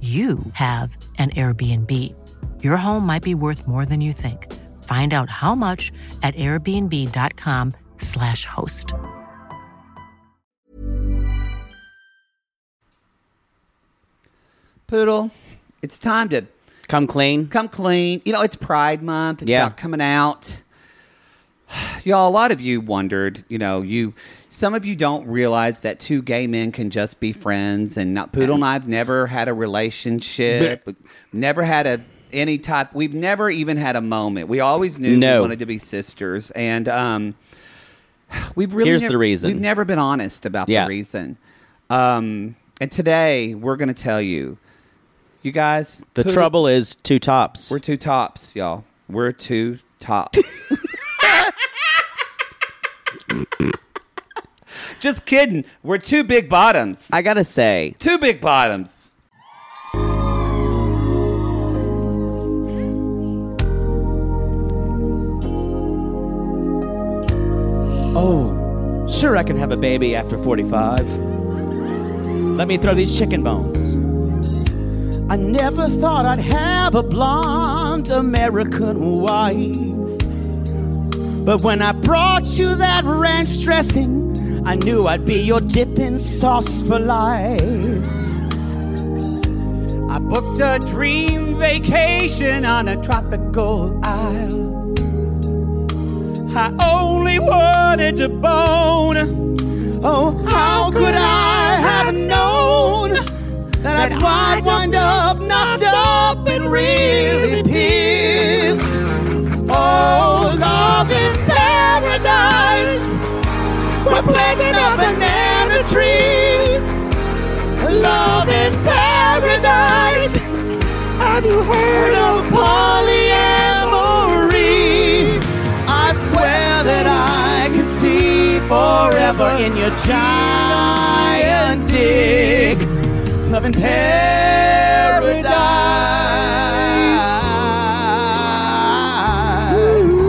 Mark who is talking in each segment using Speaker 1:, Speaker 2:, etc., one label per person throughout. Speaker 1: you have an Airbnb. Your home might be worth more than you think. Find out how much at airbnb.com/slash host.
Speaker 2: Poodle, it's time to
Speaker 3: Come clean.
Speaker 2: come clean. You know, it's Pride Month. It's
Speaker 3: Yeah.
Speaker 2: about coming out. Y'all, a lot of you wondered, you know, you some of you don't realize that two gay men can just be friends and not Poodle and I've never had a relationship. never had a any type we've never even had a moment. We always knew we
Speaker 3: No.
Speaker 2: wanted to be sisters. And um we've really
Speaker 3: Here's
Speaker 2: never-
Speaker 3: the reason.
Speaker 2: We've never been honest about
Speaker 3: Yeah.
Speaker 2: the reason. Um and today we're gonna tell you. You guys
Speaker 3: The
Speaker 2: Poodle-
Speaker 3: trouble is two tops.
Speaker 2: we're two tops, y'all. We're two tops. Just kidding. We're two big bottoms.
Speaker 3: I gotta say,
Speaker 2: two big bottoms.
Speaker 3: oh, sure I can have a baby after 45. Let me throw these chicken bones. I never thought I'd have a blonde American wife. But when I brought you that ranch dressing, I knew I'd be your dipping sauce for life.
Speaker 2: I booked a dream vacation on a tropical isle. I only wanted to bone.
Speaker 3: Oh, how could I have known that I'd wide wind up, knocked up, and really pissed? Oh, love in paradise, we're planting a banana tree. Love in paradise, have you heard of polyamory? I swear that I can see forever in your giant dick. Love in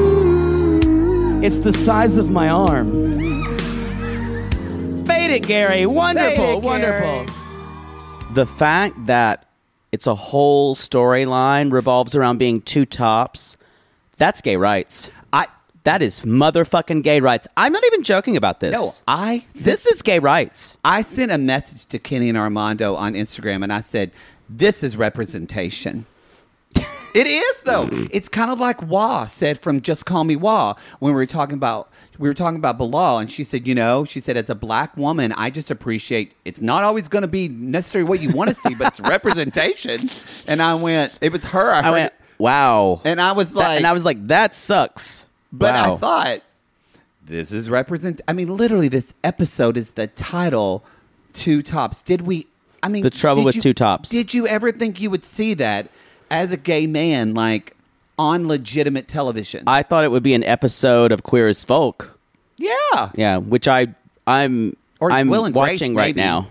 Speaker 3: paradise. It's the size of my arm. Fade it, Gary. Wonderful, wonderful. The fact that it's a whole storyline revolves around being two tops, that's gay rights. I that is motherfucking gay rights. I'm not even joking about this.
Speaker 2: No, I
Speaker 3: this is gay rights.
Speaker 2: I sent a message to Kenny and Armando on Instagram and I said, This is representation. it is though.
Speaker 3: Mm.
Speaker 2: It's kind of like Wah said from Just Call Me Wah when we were talking about we were talking about Bilal and she said, you know, she said as a black woman, I just appreciate it's not always gonna be necessarily what you want to see, but it's representation. And I went, it was her. I,
Speaker 3: I
Speaker 2: heard
Speaker 3: went,
Speaker 2: it.
Speaker 3: wow.
Speaker 2: and I was
Speaker 3: That-
Speaker 2: like
Speaker 3: and I was like, that sucks.
Speaker 2: but
Speaker 3: wow.
Speaker 2: I thought this is represent. I mean, literally, this episode is the title, Two Tops. Did we? I mean,
Speaker 3: The Trouble
Speaker 2: did
Speaker 3: with
Speaker 2: you-
Speaker 3: Two Tops.
Speaker 2: Did you ever think you would see that as a gay man, like on legitimate television?
Speaker 3: I thought it would be an episode of Queer as Folk.
Speaker 2: yeah.
Speaker 3: Yeah, which I I'm
Speaker 2: Or
Speaker 3: I'm
Speaker 2: Will and Grace,
Speaker 3: watching right
Speaker 2: maybe.
Speaker 3: now.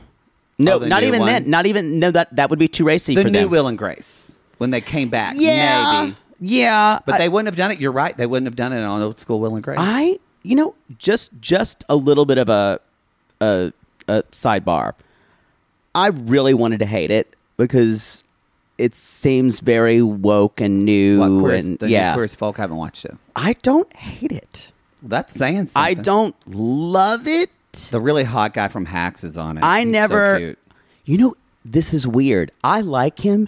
Speaker 3: No,
Speaker 2: Oh, the
Speaker 3: not
Speaker 2: new
Speaker 3: even
Speaker 2: one?
Speaker 3: then. Not even no. That that would be too racy
Speaker 2: The
Speaker 3: for
Speaker 2: new
Speaker 3: them.
Speaker 2: Will and Grace when they came back.
Speaker 3: yeah,
Speaker 2: Maybe.
Speaker 3: yeah.
Speaker 2: But
Speaker 3: I-
Speaker 2: they wouldn't have done it. You're right. They wouldn't have done it on old school Will and Grace.
Speaker 3: I, you know, just just a little bit of a a, a sidebar. I really wanted to hate it because it seems very woke and new
Speaker 2: What, queer as-
Speaker 3: and
Speaker 2: the new
Speaker 3: yeah.
Speaker 2: queer as folk haven't watched it.
Speaker 3: I don't hate it.
Speaker 2: That's saying something.
Speaker 3: I don't love it.
Speaker 2: The really hot guy from Hacks is on it.
Speaker 3: I
Speaker 2: He's so
Speaker 3: never
Speaker 2: cute.
Speaker 3: You know this is weird. I like him.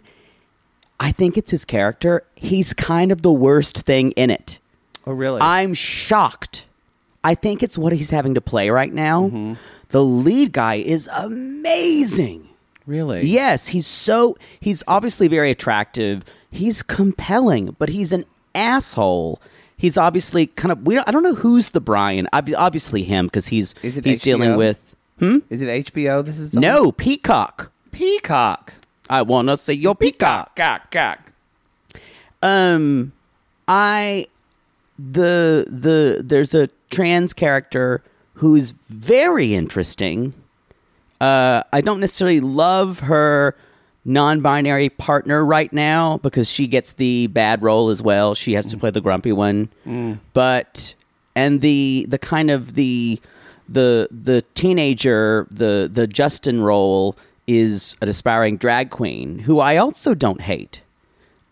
Speaker 3: I think it's his character. He's kind of the worst thing in it.
Speaker 2: Oh, really?
Speaker 3: I'm shocked. I think it's what he's having to play right now.
Speaker 2: Mm-hmm.
Speaker 3: The lead guy is amazing.
Speaker 2: really?
Speaker 3: Yes, he's so he's obviously very attractive. He's compelling, but he's an asshole. He's obviously kind of we don't, I don't know who's the Brian. Ob- Obviously him because he's
Speaker 2: Is it
Speaker 3: he's dealing
Speaker 2: HBO?
Speaker 3: with
Speaker 2: Is it HBO? This is
Speaker 3: Hmm? no Peacock.
Speaker 2: Peacock.
Speaker 3: I wanna see your peacock.
Speaker 2: Cock, cock.
Speaker 3: Um, I the the there's a trans character who's very interesting. Uh, I don't necessarily love her non-binary partner right now because she gets the bad role as well. She has to play the grumpy one,
Speaker 2: Mm.
Speaker 3: but and the the kind of the the the teenager the the Justin role is an aspiring drag queen who I also don't hate.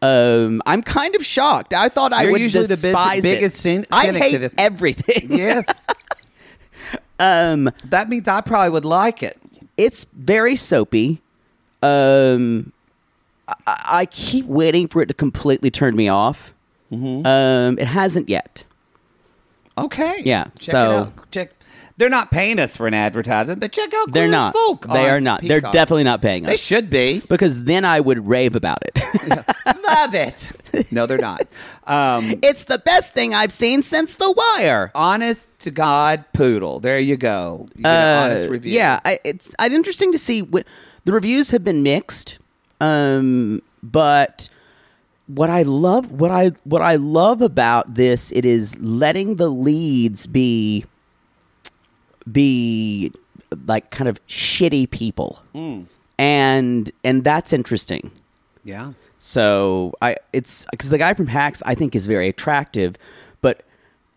Speaker 3: Um, I'm kind of shocked. I thought I
Speaker 2: You're
Speaker 3: would
Speaker 2: usually the big-
Speaker 3: despise it.
Speaker 2: biggest cyn-
Speaker 3: I
Speaker 2: cynic to
Speaker 3: hate
Speaker 2: this.
Speaker 3: everything.
Speaker 2: Yes. um, that means I probably would like it.
Speaker 3: it's very soapy. Um, I, I keep waiting for it to completely turn me off.
Speaker 2: Mm-hmm.
Speaker 3: Um, it hasn't yet.
Speaker 2: Okay.
Speaker 3: Yeah,
Speaker 2: Check
Speaker 3: so-
Speaker 2: it out. Check. They're not paying us for an advertisement, but check out
Speaker 3: They're
Speaker 2: Queer as
Speaker 3: not.
Speaker 2: Folk
Speaker 3: They
Speaker 2: on
Speaker 3: are not. They're
Speaker 2: Peacock.
Speaker 3: definitely not paying us.
Speaker 2: They should be.
Speaker 3: because then I would rave about it.
Speaker 2: Love it. No, they're not. Um,
Speaker 3: it's the best thing I've seen since The Wire.
Speaker 2: honest to God, poodle. There you go. You get an honest
Speaker 3: Uh,
Speaker 2: review.
Speaker 3: Yeah, I, it's i interesting to see what the reviews have been mixed. Um, but what I love, what I what I love about this, it is letting the leads be be like kind of shitty people,
Speaker 2: Hmm.
Speaker 3: and and that's interesting.
Speaker 2: Yeah.
Speaker 3: So I it's because the guy from Hacks I think is very attractive, but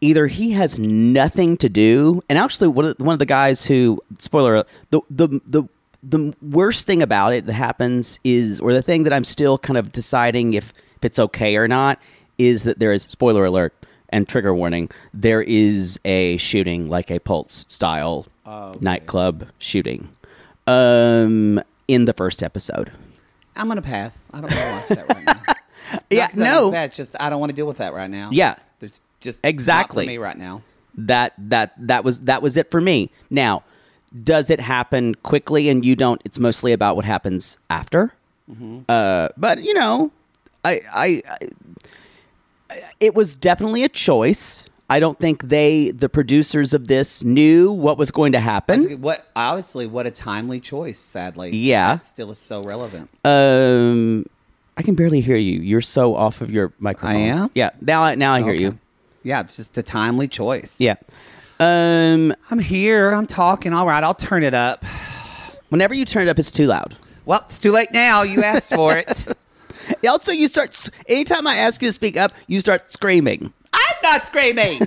Speaker 3: either he has nothing to do, and actually one of, one of the guys who spoiler alert, the the the the worst thing about it that happens is, or the thing that I'm still kind of deciding if if it's okay or not, is that there is spoiler alert and trigger warning. There is a shooting like a Pulse style
Speaker 2: Oh,
Speaker 3: nightclub shooting, um, in the first episode.
Speaker 2: I'm gonna pass. I don't want to watch that right now. Not
Speaker 3: Yeah,
Speaker 2: 'cause I
Speaker 3: no.
Speaker 2: don't It's just I don't want to deal with that right now.
Speaker 3: Yeah.
Speaker 2: There's just
Speaker 3: Exactly.
Speaker 2: not for me right now.
Speaker 3: that that that was that was it for me now does it happen quickly and you don't it's mostly about what happens after uh but you know I, I i it was definitely a choice i don't think they the producers of this knew what was going to happen
Speaker 2: What obviously what a timely choice. Sadly,
Speaker 3: Yeah.
Speaker 2: that still is so relevant.
Speaker 3: um i can barely hear you you're so off of your microphone
Speaker 2: am?
Speaker 3: yeah now i now i hear you
Speaker 2: Yeah, it's just a timely choice.
Speaker 3: yeah um
Speaker 2: I'm here. I'm talking. All right, I'll turn it up.
Speaker 3: whenever you turn it up it's too loud
Speaker 2: Well, it's too late now. You asked for it.
Speaker 3: Also, you start, s- anytime I ask you to speak up, you start screaming.
Speaker 2: I'm not screaming.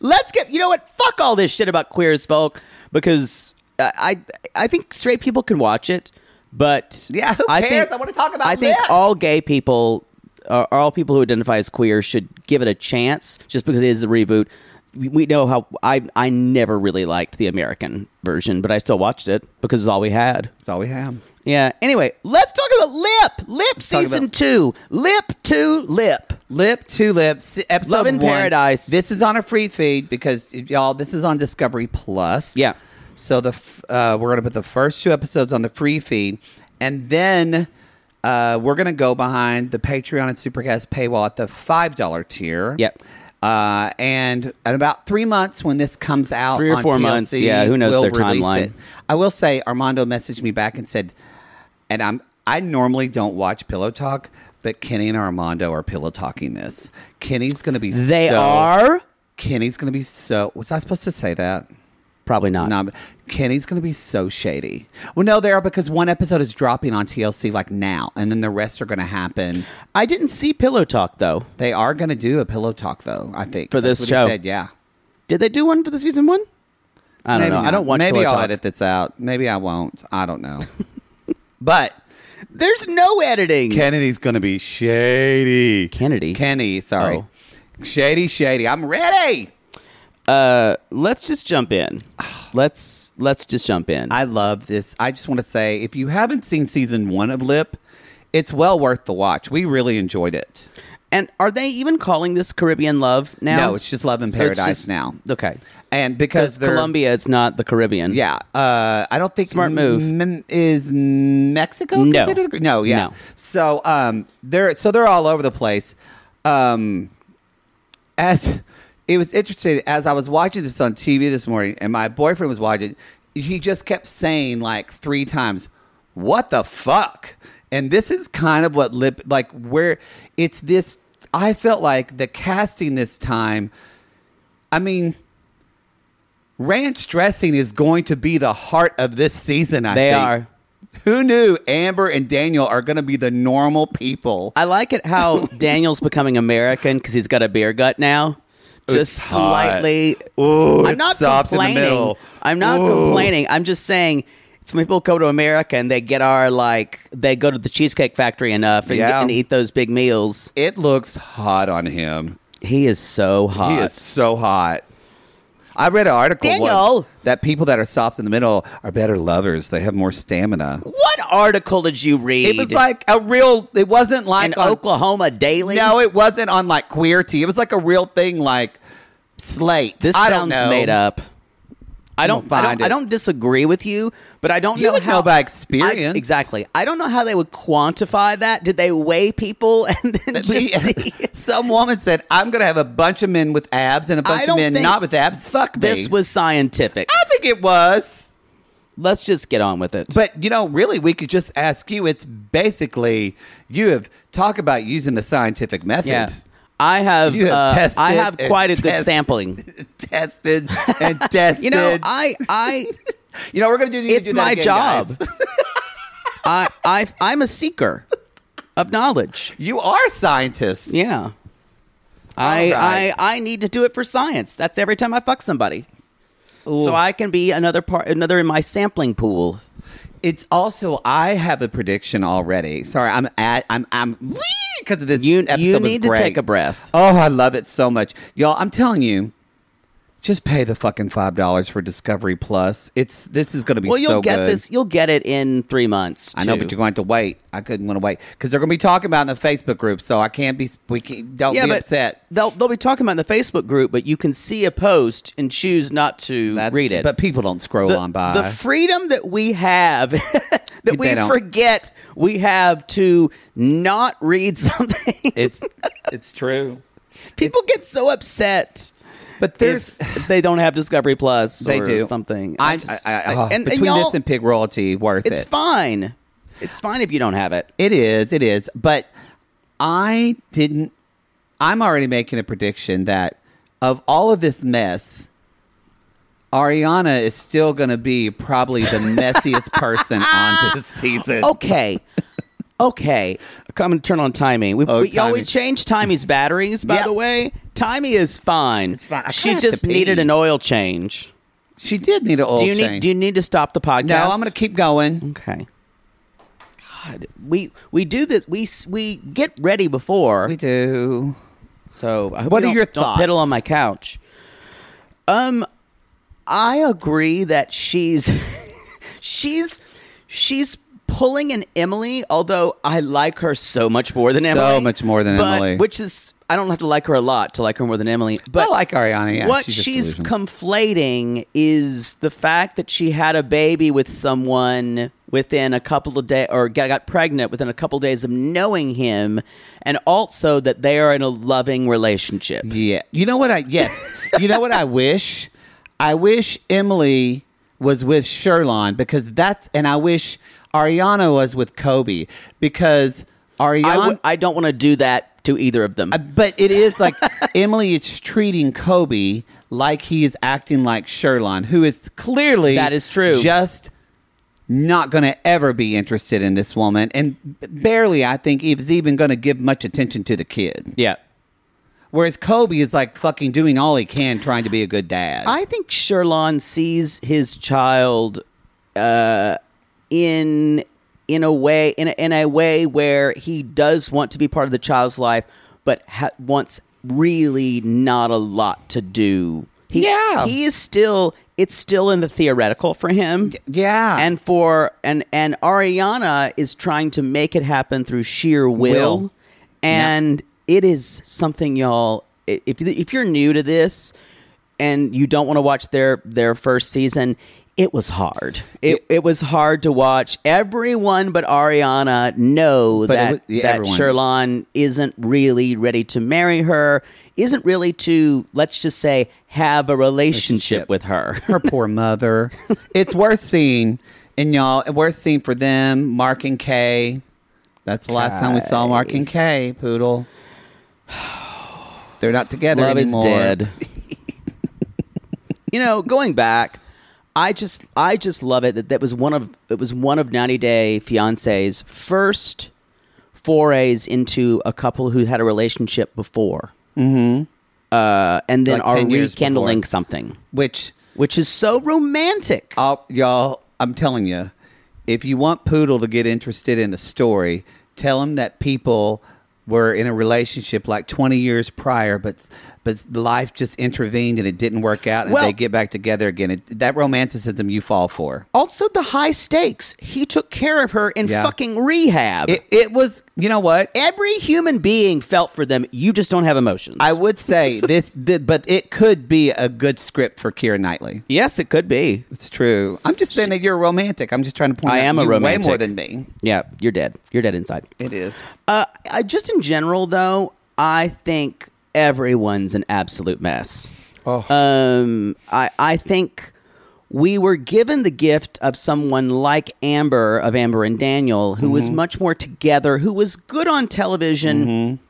Speaker 3: Let's get, you know what? Fuck all this shit about queer as folk because I, I, I think straight people can watch it, but.
Speaker 2: Yeah, who cares? I wanna talk about
Speaker 3: I think
Speaker 2: this.
Speaker 3: all gay people, or all people who identify as queer, should give it a chance just because it is a reboot. We- We know how I, I never really liked the American version, but I still watched it because it's all we had.
Speaker 2: That's all we have.
Speaker 3: Yeah. Anyway, let's talk about Lip. Lip season
Speaker 2: about-
Speaker 3: two. Lip to lip.
Speaker 2: Lip to lip, s- episode
Speaker 3: Love in
Speaker 2: one.
Speaker 3: Paradise.
Speaker 2: This is on a free feed because y'all, this is on Discovery Plus.
Speaker 3: Yeah.
Speaker 2: So the f- uh, we're gonna put the first two episodes on the free feed, and then uh, we're gonna go behind the Patreon and Supercast paywall at the five dollar tier.
Speaker 3: Yep.
Speaker 2: Uh, and in about three months, when this comes out,
Speaker 3: Three or
Speaker 2: on
Speaker 3: four
Speaker 2: TLC,
Speaker 3: months, yeah, who knows
Speaker 2: we'll
Speaker 3: their
Speaker 2: release
Speaker 3: timeline.
Speaker 2: it. I will say, Armando messaged me back and said, and I'm I normally don't watch Pillow Talk, but Kenny and Armando are pillow talking this. Kenny's gonna be
Speaker 3: They
Speaker 2: so-
Speaker 3: are
Speaker 2: Kenny's gonna be so. Was I supposed to say that?
Speaker 3: probably not.
Speaker 2: No, but Kenny's gonna be so shady. Well, no, they are because one episode is dropping on TLC like now, and then the rest are gonna happen.
Speaker 3: I didn't see Pillow Talk though.
Speaker 2: They are gonna do a Pillow Talk though. I think
Speaker 3: For
Speaker 2: That's
Speaker 3: this
Speaker 2: what he
Speaker 3: show.
Speaker 2: said, yeah.
Speaker 3: Did they do one for the season one? I don't
Speaker 2: Maybe
Speaker 3: know. I
Speaker 2: not.
Speaker 3: don't watch
Speaker 2: Maybe
Speaker 3: Pillow
Speaker 2: I'll
Speaker 3: Talk.
Speaker 2: edit this out. Maybe I won't. I don't know. but
Speaker 3: There's no editing.
Speaker 2: Kennedy's gonna be shady.
Speaker 3: Kennedy?
Speaker 2: Oh. Kenny, sorry. Shady, shady. I'm ready.
Speaker 3: uh, let's just jump in. Let's let's just jump in.
Speaker 2: I love this. I just want to say if you haven't seen season one of Lip, it's well worth the watch. We really enjoyed it.
Speaker 3: and are they even calling this Caribbean Love now?
Speaker 2: No, it's just Love in
Speaker 3: So it's
Speaker 2: Paradise
Speaker 3: just-
Speaker 2: now.
Speaker 3: Okay,
Speaker 2: And
Speaker 3: because
Speaker 2: because they're-
Speaker 3: Colombia, it's not the Caribbean.
Speaker 2: Yeah, uh, I don't think
Speaker 3: Smart move.
Speaker 2: m- is Mexico
Speaker 3: No.
Speaker 2: considered? No, yeah.
Speaker 3: No.
Speaker 2: So um, they're so they're all over the place. Um, as it was interesting, as I was watching this on TV this morning, and my boyfriend was watching, he just kept saying like three times, "What the fuck?" And this is kind of what lip like where it's this. I felt like the casting this time. I mean, ranch dressing is going to be the heart of this season. I
Speaker 3: They
Speaker 2: think.
Speaker 3: are.
Speaker 2: Who knew Amber and Daniel are going to be the normal people?
Speaker 3: I like it how Daniel's becoming American because he's got a beer gut now. Just
Speaker 2: It's hot.
Speaker 3: slightly.
Speaker 2: Ooh,
Speaker 3: I'm
Speaker 2: it's
Speaker 3: not
Speaker 2: soft in the
Speaker 3: complaining.
Speaker 2: middle.
Speaker 3: I'm not
Speaker 2: Ooh.
Speaker 3: complaining. I'm just saying. It's when people go to America and they get our like they go to the Cheesecake Factory enough and,
Speaker 2: Yeah.
Speaker 3: and eat those big meals.
Speaker 2: It looks hot on him.
Speaker 3: He is so hot.
Speaker 2: He is so hot. I read an article once
Speaker 3: Daniel!
Speaker 2: that people that are soft in the middle are better lovers. They have more stamina.
Speaker 3: What article did you read?
Speaker 2: It was like a real. It wasn't like
Speaker 3: an
Speaker 2: on-
Speaker 3: Oklahoma Daily.
Speaker 2: No, it wasn't on like Queerty. It was like a real thing, like Slate.
Speaker 3: this
Speaker 2: I don't
Speaker 3: sounds
Speaker 2: know.
Speaker 3: made up. I don't, I
Speaker 2: find
Speaker 3: don't. I
Speaker 2: it.
Speaker 3: don't disagree with you, but I don't
Speaker 2: You
Speaker 3: know
Speaker 2: would
Speaker 3: how
Speaker 2: know by
Speaker 3: I-
Speaker 2: experience.
Speaker 3: exactly. I don't know how they would quantify that. Did they weigh people and then
Speaker 2: She-
Speaker 3: just see?
Speaker 2: Some woman said, "I'm going to have a bunch of men with abs and a bunch of
Speaker 3: don't
Speaker 2: men
Speaker 3: think
Speaker 2: not with abs." Fuck me.
Speaker 3: This was scientific.
Speaker 2: I think it was.
Speaker 3: Let's just get on with it.
Speaker 2: But you know, really, we could just ask you. It's basically you have talk about using the scientific method.
Speaker 3: yeah, I have.
Speaker 2: You have
Speaker 3: uh,
Speaker 2: tested.
Speaker 3: I have
Speaker 2: and
Speaker 3: quite a good
Speaker 2: tested-
Speaker 3: sampling.
Speaker 2: tested and tested.
Speaker 3: You know, I I
Speaker 2: you know, we're going to do.
Speaker 3: it's
Speaker 2: do that
Speaker 3: my
Speaker 2: again,
Speaker 3: job.
Speaker 2: guys.
Speaker 3: I I I'm a seeker of knowledge.
Speaker 2: You are scientists.
Speaker 3: Yeah. I,
Speaker 2: right.
Speaker 3: I I need to do it for science. That's every time I fuck somebody. So I can be another part another in my sampling pool.
Speaker 2: It's also I have a prediction already. Sorry, I'm at I'm I'm because of this.
Speaker 3: You
Speaker 2: episode
Speaker 3: you
Speaker 2: was
Speaker 3: need to
Speaker 2: great.
Speaker 3: take a breath.
Speaker 2: Oh, I love it so much, y'all. I'm telling you, just pay the fucking five dollars for Discovery Plus. It's this is going to be
Speaker 3: Well, you'll
Speaker 2: so
Speaker 3: get
Speaker 2: good.
Speaker 3: this you'll get it in 3 months.
Speaker 2: I know,
Speaker 3: too.
Speaker 2: but you're going to have to wait. I couldn't want to wait because they're going to be talking about it in the Facebook group, so I can't be. We can't, don't
Speaker 3: yeah,
Speaker 2: be
Speaker 3: but
Speaker 2: upset.
Speaker 3: They'll they'll be talking about it in the Facebook group, but you can see a post and choose not to
Speaker 2: That's-
Speaker 3: read it.
Speaker 2: but people don't scroll
Speaker 3: the,
Speaker 2: on by.
Speaker 3: the freedom that we have that we
Speaker 2: They don't.
Speaker 3: forget we have to not read something.
Speaker 2: it's it's true.
Speaker 3: People get so upset.
Speaker 2: But there's
Speaker 3: if they don't have Discovery Plus
Speaker 2: they
Speaker 3: or
Speaker 2: do
Speaker 3: something.
Speaker 2: I,
Speaker 3: just-
Speaker 2: I, I, oh,
Speaker 3: and- and
Speaker 2: between
Speaker 3: y'all,
Speaker 2: this and pig royalty, worth
Speaker 3: it's
Speaker 2: it.
Speaker 3: fine. It's fine if you don't have it.
Speaker 2: It is. It is. But I didn't. I'm already making a prediction that of all of this mess, Ariana is still going to be probably the messiest person on this
Speaker 3: Oh.
Speaker 2: season.
Speaker 3: Okay. Okay, come and turn on Timmy. We,
Speaker 2: Oh,
Speaker 3: we, y'all, we
Speaker 2: Timey.
Speaker 3: changed Timy's batteries, by
Speaker 2: Yep.
Speaker 3: the way. Timmy is fine.
Speaker 2: fine. I
Speaker 3: She
Speaker 2: kinda have
Speaker 3: just
Speaker 2: to pee.
Speaker 3: needed an oil change.
Speaker 2: She did need an oil
Speaker 3: do you need?
Speaker 2: change.
Speaker 3: Do you need to stop the podcast?
Speaker 2: no, I'm going to keep going.
Speaker 3: Okay. God, we we do this. We s- we get ready before.
Speaker 2: We do.
Speaker 3: So, I hope
Speaker 2: What are
Speaker 3: you don't-
Speaker 2: your
Speaker 3: Don't piddle
Speaker 2: thoughts?
Speaker 3: on my couch. Um, I agree that she's she's she's pulling an Emily. Although I like her so much more than
Speaker 2: So
Speaker 3: Emily,
Speaker 2: much more than
Speaker 3: but-
Speaker 2: Emily. Oh,
Speaker 3: Which is I don't have to like her a lot to like her more than Emily. But
Speaker 2: I like Ariana. Yeah,
Speaker 3: what
Speaker 2: she's, just
Speaker 3: she's
Speaker 2: delusional.
Speaker 3: conflating is the fact that she had a baby with someone within a couple of days or got, got pregnant within a couple days of knowing him and also that they are in a loving relationship
Speaker 2: Yeah. You know what I yes. you know what I wish? I wish Emily was with Sherlon because that's and I wish Ariana was with Kobe because Ariana
Speaker 3: I, w- I don't want to do that to either of them
Speaker 2: but it is like Emily is treating Kobe like he is acting like Sherlon, who is clearly
Speaker 3: That is true.
Speaker 2: Just not going to ever be interested in this woman, and barely, I think, is even going to give much attention to the kid.
Speaker 3: yeah
Speaker 2: Whereas Kobe is like fucking doing all he can trying to be a good dad.
Speaker 3: i think sherlon sees his child uh, in in a way in a, in a way where he does want to be part of the child's life, but ha- wants really not a lot to do He,
Speaker 2: Yeah.
Speaker 3: he is still. It's still in the theoretical for him.
Speaker 2: yeah.
Speaker 3: and for and and Ariana is trying to make it happen through sheer will,
Speaker 2: Will.
Speaker 3: and it is something y'all. i- If you- if you're new to this and you don't want to watch their their first season. It was hard. It, it was hard to watch. Everyone but Ariana know
Speaker 2: But it
Speaker 3: that
Speaker 2: was- yeah,
Speaker 3: that
Speaker 2: everyone.
Speaker 3: Sherlon isn't really ready to marry her. Isn't really to let's just say have a
Speaker 2: Relationship.
Speaker 3: relationship, with her.
Speaker 2: her poor mother. it's worth seeing, and y'all, worth seeing for them. Mark and Kay. That's the last time we saw Mark and Kay. Poodle. They're not together
Speaker 3: Love
Speaker 2: anymore.
Speaker 3: is dead. you know, going back, I just I just love it that that was one of it was one of 90 Day Fiance's first forays into a couple who had a relationship before. Mm-hmm. Uh, and then
Speaker 2: Like
Speaker 3: are
Speaker 2: 10 years
Speaker 3: rekindling
Speaker 2: before.
Speaker 3: something,
Speaker 2: Which
Speaker 3: which is so romantic.
Speaker 2: I'll, y'all, I'm telling you, if you want Poodle to get interested in a story, tell him that people were in a relationship like 20 years prior, but but life just intervened and it didn't work out, and
Speaker 3: Well-
Speaker 2: they get back together again. It, that romanticism you fall for.
Speaker 3: also, the high stakes. He took care of her in
Speaker 2: Yeah.
Speaker 3: fucking rehab.
Speaker 2: It, it was, you know what?
Speaker 3: Every human being felt for them. You just don't have emotions.
Speaker 2: I would say this, th- but it could be a good script for Keira Knightley.
Speaker 3: yes, it could be.
Speaker 2: It's true. I'm just saying that you're a romantic. I'm just trying to point
Speaker 3: I
Speaker 2: out
Speaker 3: am a
Speaker 2: you
Speaker 3: romantic.
Speaker 2: way more than me.
Speaker 3: Yeah, you're dead. You're dead inside.
Speaker 2: It is.
Speaker 3: Uh, I, just in general, though, I think everyone's an absolute mess.
Speaker 2: Oh.
Speaker 3: Um, I, I think we were given the gift of someone like Amber, of Amber and Daniel, who was
Speaker 2: Mm-hmm.
Speaker 3: much more together, who was good on television,
Speaker 2: Mm-hmm.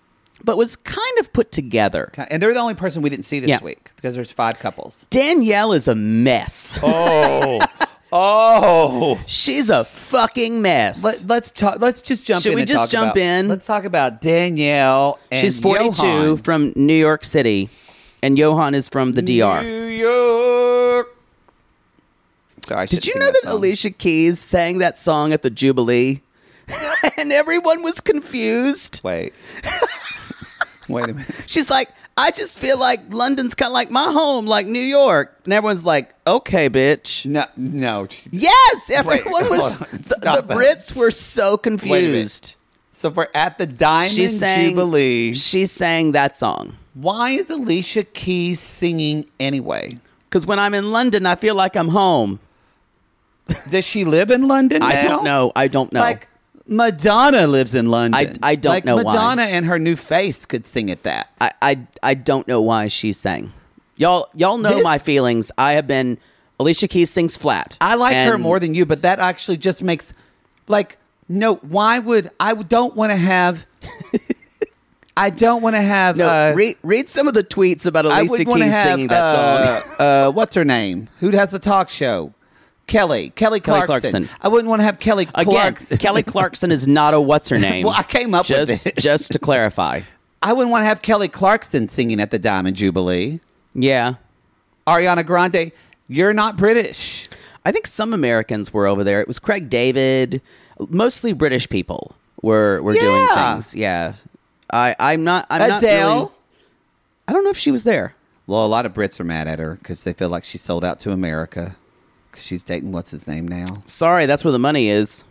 Speaker 3: but was kind of put together.
Speaker 2: And they're the only person we didn't see this
Speaker 3: Yeah.
Speaker 2: week because there's five couples.
Speaker 3: Danielle is a mess.
Speaker 2: Oh. Oh.
Speaker 3: She's a fucking mess.
Speaker 2: Let, let's talk. Let's just jump
Speaker 3: Should
Speaker 2: in.
Speaker 3: we
Speaker 2: and
Speaker 3: just
Speaker 2: talk
Speaker 3: jump
Speaker 2: about-
Speaker 3: in?
Speaker 2: Let's talk about Danielle and
Speaker 3: She's 42
Speaker 2: Johan.
Speaker 3: from New York City, and Johan is from the DR.
Speaker 2: New York. Sorry. I should've
Speaker 3: Did you
Speaker 2: seen
Speaker 3: know that
Speaker 2: song.
Speaker 3: Alicia Keys sang that song at the Jubilee? and everyone was confused.
Speaker 2: Wait. Wait a minute.
Speaker 3: She's like, I just feel like London's kind of like my home, like New York. And everyone's like, okay, bitch.
Speaker 2: No, no.
Speaker 3: Yes, everyone
Speaker 2: hold
Speaker 3: was.
Speaker 2: on.
Speaker 3: The,
Speaker 2: Stop
Speaker 3: the
Speaker 2: that.
Speaker 3: Brits were so
Speaker 2: Wait a
Speaker 3: confused.
Speaker 2: minute. So we're at the Diamond
Speaker 3: She sang,
Speaker 2: Jubilee.
Speaker 3: she sang that song.
Speaker 2: Why is Alicia Keys singing anyway?
Speaker 3: Because when I'm in London, I feel like I'm home.
Speaker 2: Does she live in London?
Speaker 3: I don't
Speaker 2: now?
Speaker 3: know. I don't know.
Speaker 2: Like Madonna lives in London.
Speaker 3: I- I don't
Speaker 2: like,
Speaker 3: know why.
Speaker 2: Madonna and her new face could sing at that.
Speaker 3: I, I I don't know why she sang. Y'all y'all know
Speaker 2: This-
Speaker 3: my feelings. I have been Alicia Keys sings flat.
Speaker 2: I like her
Speaker 3: And
Speaker 2: more than you, but that actually just makes like no. Why would I don't want to have? I don't want to have.
Speaker 3: no.
Speaker 2: uh,
Speaker 3: read read some of the tweets about
Speaker 2: I
Speaker 3: Alicia
Speaker 2: would want
Speaker 3: Keys
Speaker 2: to have
Speaker 3: singing that
Speaker 2: uh,
Speaker 3: song.
Speaker 2: uh, what's her name? Who has a talk show? Kelly. Kelly
Speaker 3: Kelly
Speaker 2: Clarkson.
Speaker 3: Clarkson.
Speaker 2: I wouldn't want to have Kelly
Speaker 3: Again,
Speaker 2: Clarkson.
Speaker 3: Kelly Clarkson is not a what's her name.
Speaker 2: Well, I came up with
Speaker 3: just,
Speaker 2: it.
Speaker 3: just to clarify.
Speaker 2: I wouldn't want to have Kelly Clarkson singing at the Diamond Jubilee.
Speaker 3: Yeah,
Speaker 2: Ariana Grande, you're not British.
Speaker 3: I think some Americans were over there. It was Craig David, mostly British people were were doing
Speaker 2: Yeah.
Speaker 3: things. Yeah, I I'm not I'm not
Speaker 2: Adele.
Speaker 3: really- I don't know if she was there.
Speaker 2: Well, a lot of Brits are mad at her because they feel like she sold out to America because she's dating what's his name now,
Speaker 3: Sorry, that's where the money is.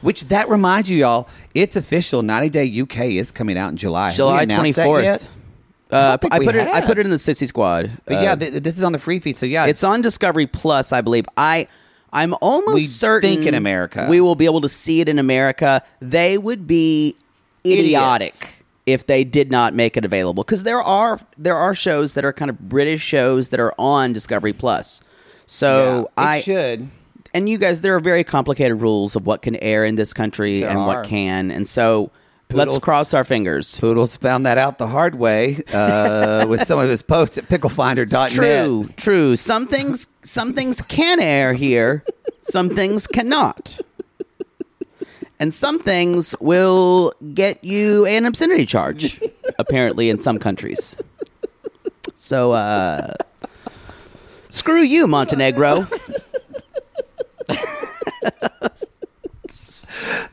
Speaker 2: which that reminds you, y'all, it's official. 90 Day UK is coming out in July. Have we
Speaker 3: July twenty
Speaker 2: announced that
Speaker 3: fourth.
Speaker 2: yet?
Speaker 3: Uh,
Speaker 2: think
Speaker 3: I
Speaker 2: we
Speaker 3: put it. I
Speaker 2: had.
Speaker 3: put it in the sissy squad.
Speaker 2: But
Speaker 3: Uh,
Speaker 2: yeah, th- this is on the free feed. So yeah,
Speaker 3: it's on Discovery Plus, I believe. I I'm almost
Speaker 2: We
Speaker 3: certain
Speaker 2: think in America.
Speaker 3: we will be able to see it in America. They would be
Speaker 2: Idiots.
Speaker 3: idiotic if they did not make it available because there are there are shows that are kind of British shows that are on Discovery Plus.
Speaker 2: yeah,
Speaker 3: So
Speaker 2: it
Speaker 3: I
Speaker 2: should.
Speaker 3: and you guys, there are very complicated rules of what can air in this country
Speaker 2: There
Speaker 3: and
Speaker 2: are.
Speaker 3: what can, and so
Speaker 2: Poodles.
Speaker 3: let's cross our fingers.
Speaker 2: Poodles found that out the hard way uh, with some of his posts at picklefinder.net.
Speaker 3: True, true. Some things, some things can air here. Some things cannot, and some things will get you an obscenity charge. Apparently, in some countries. So, uh, screw you, Montenegro.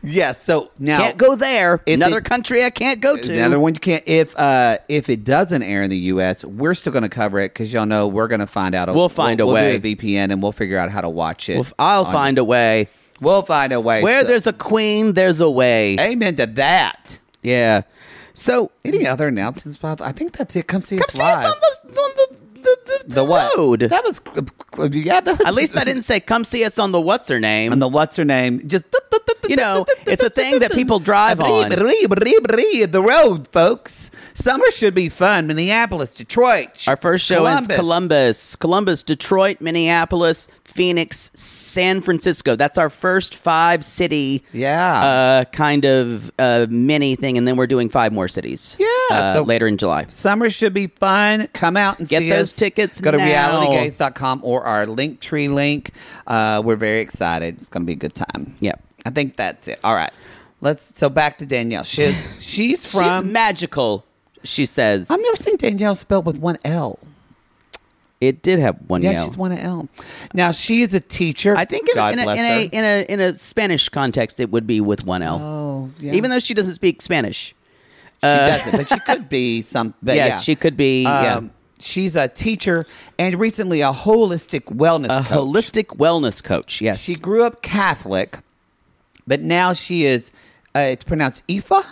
Speaker 2: Yes. So now
Speaker 3: Can't go there.
Speaker 2: If
Speaker 3: Another
Speaker 2: they-
Speaker 3: country I can't go to.
Speaker 2: Another one you can't. If uh, if it doesn't air in the U.S., we're still going to cover it because y'all know we're going to find out.
Speaker 3: We'll find a
Speaker 2: we'll
Speaker 3: way.
Speaker 2: do a VPN and we'll figure out how to watch it.
Speaker 3: Well, I'll
Speaker 2: on-
Speaker 3: find a way.
Speaker 2: We'll find a way.
Speaker 3: Where
Speaker 2: So-
Speaker 3: there's a queen, there's a way.
Speaker 2: amen to that.
Speaker 3: Yeah. So
Speaker 2: Any other announcements, Bob? I think that's it. Come see
Speaker 3: come
Speaker 2: us
Speaker 3: see
Speaker 2: live.
Speaker 3: us on the, on the, the, the,
Speaker 2: the what?
Speaker 3: road.
Speaker 2: That was yeah. That was,
Speaker 3: At least I didn't say come see us on the what's her name.
Speaker 2: on the what's her name? Just
Speaker 3: you know, it's a thing that people drive on.
Speaker 2: The road, folks. Summer should be fun. Minneapolis, Detroit.
Speaker 3: Our first show is Columbus, Columbus, Detroit, Minneapolis, Phoenix, San Francisco. That's our first five city,
Speaker 2: Yeah.
Speaker 3: uh, kind of uh, mini thing, and then we're doing five more cities.
Speaker 2: Yeah,
Speaker 3: uh,
Speaker 2: so-
Speaker 3: later in July.
Speaker 2: Summer should be fun. Come out and
Speaker 3: Get
Speaker 2: see us.
Speaker 3: those tickets
Speaker 2: Go to
Speaker 3: now.
Speaker 2: realitygates.com or our link tree link. Uh, we're very excited. It's going to be a good time.
Speaker 3: Yep.
Speaker 2: I think that's it. All right. Let's so back to Danielle. She, she's from
Speaker 3: She's magical. She says
Speaker 2: I've never seen Danielle spelled with one L.
Speaker 3: it did have one.
Speaker 2: Yeah,
Speaker 3: yell.
Speaker 2: she's one L. Now she is a teacher.
Speaker 3: I think in, a,
Speaker 2: God
Speaker 3: in, a,
Speaker 2: bless
Speaker 3: in, a,
Speaker 2: her.
Speaker 3: in a in a Spanish context, it would be with one L. Oh,
Speaker 2: yeah.
Speaker 3: Even though she doesn't speak Spanish.
Speaker 2: she doesn't, but she could be some. But
Speaker 3: Yeah,
Speaker 2: yeah, Um,
Speaker 3: she could be, yeah.
Speaker 2: She's a teacher and recently a holistic wellness
Speaker 3: A
Speaker 2: coach.
Speaker 3: holistic wellness coach. Yes.
Speaker 2: She grew up Catholic, but now she is. Uh, it's pronounced Ifa.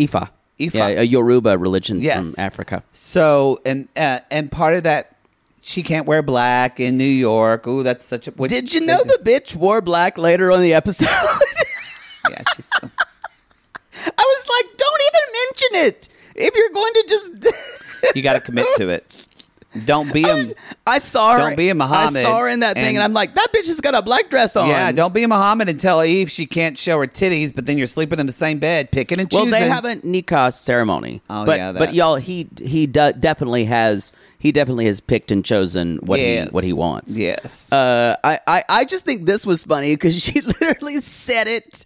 Speaker 3: Ifa.
Speaker 2: Ifa.
Speaker 3: Yeah, a Yoruba religion
Speaker 2: Yes.
Speaker 3: from Africa.
Speaker 2: So and uh, and part of that, she can't wear black in New York. Ooh, that's such a. Which,
Speaker 3: Did you know the bitch wore black later on the episode?
Speaker 2: Yeah, she's,
Speaker 3: I was like, don't even mention it. If you're going to just
Speaker 2: you got to commit to it. Don't be
Speaker 3: I,
Speaker 2: a.
Speaker 3: was- I saw her.
Speaker 2: Don't be a Muhammad
Speaker 3: I saw her in that thing,
Speaker 2: and-
Speaker 3: and I'm like, that bitch has got a black dress on.
Speaker 2: Yeah, don't be a Muhammad and tell Eve she can't show her titties, but then you're sleeping in the same bed, picking and
Speaker 3: Well,
Speaker 2: choosing.
Speaker 3: they have a nikah ceremony.
Speaker 2: Oh,
Speaker 3: but,
Speaker 2: yeah,
Speaker 3: but
Speaker 2: that.
Speaker 3: y'all, he he de- definitely has he definitely has picked and chosen what
Speaker 2: Yes.
Speaker 3: he what he wants.
Speaker 2: Yes.
Speaker 3: Uh, I, I I just think this was funny because she literally said it,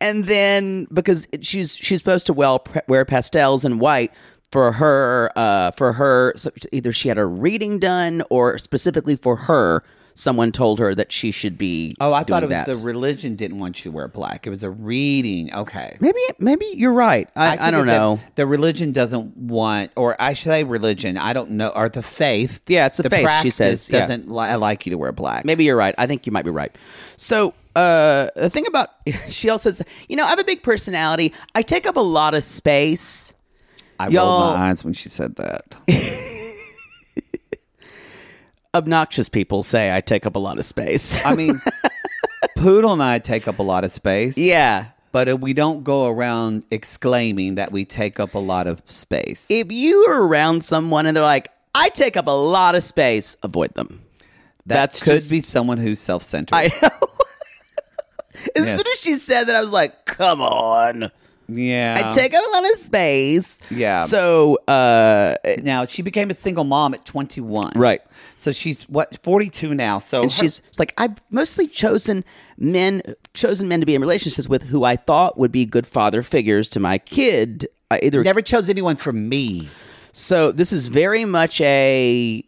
Speaker 3: and then because it- she's she's supposed to well pre- wear pastels and white. For her, uh, for her, so either she had a reading done, or specifically for her, someone told her that she should be.
Speaker 2: Oh, I thought it was
Speaker 3: doing that.
Speaker 2: the religion didn't want you to wear black. It was a reading. Okay.
Speaker 3: maybe maybe you're right. I, I,
Speaker 2: took
Speaker 3: don't
Speaker 2: it that
Speaker 3: know.
Speaker 2: The religion doesn't want, or I should say, religion. I don't know, or the faith.
Speaker 3: Yeah, it's the
Speaker 2: the
Speaker 3: faith, she
Speaker 2: practice
Speaker 3: says, yeah.
Speaker 2: doesn't li- like you to wear black.
Speaker 3: Maybe you're right. I think you might be right. So uh, the thing about she also says, you know, I have a big personality. I take up a lot of space.
Speaker 2: I
Speaker 3: y'all-
Speaker 2: rolled my eyes when she said that.
Speaker 3: Obnoxious people say I take up a lot of space.
Speaker 2: I mean, Poodle and I take up a lot of space.
Speaker 3: yeah.
Speaker 2: But uh, we don't go around exclaiming that we take up a lot of space.
Speaker 3: If you are around someone and they're like, I take up a lot of space, avoid them.
Speaker 2: that
Speaker 3: that's
Speaker 2: could
Speaker 3: just-
Speaker 2: be someone who's self-centered.
Speaker 3: I know. as
Speaker 2: Yes.
Speaker 3: soon as she said that, I was like, come on.
Speaker 2: yeah.
Speaker 3: I take up a lot of space.
Speaker 2: Uh-huh. Yeah.
Speaker 3: So, uh,
Speaker 2: now she became a single mom at 21.
Speaker 3: Right.
Speaker 2: So she's what 42 now. So
Speaker 3: and
Speaker 2: her-
Speaker 3: she's it's like i've mostly chosen men chosen men to be in relationships with who i thought would be good father figures to my kid I either
Speaker 2: never chose anyone for me.
Speaker 3: so this is very much a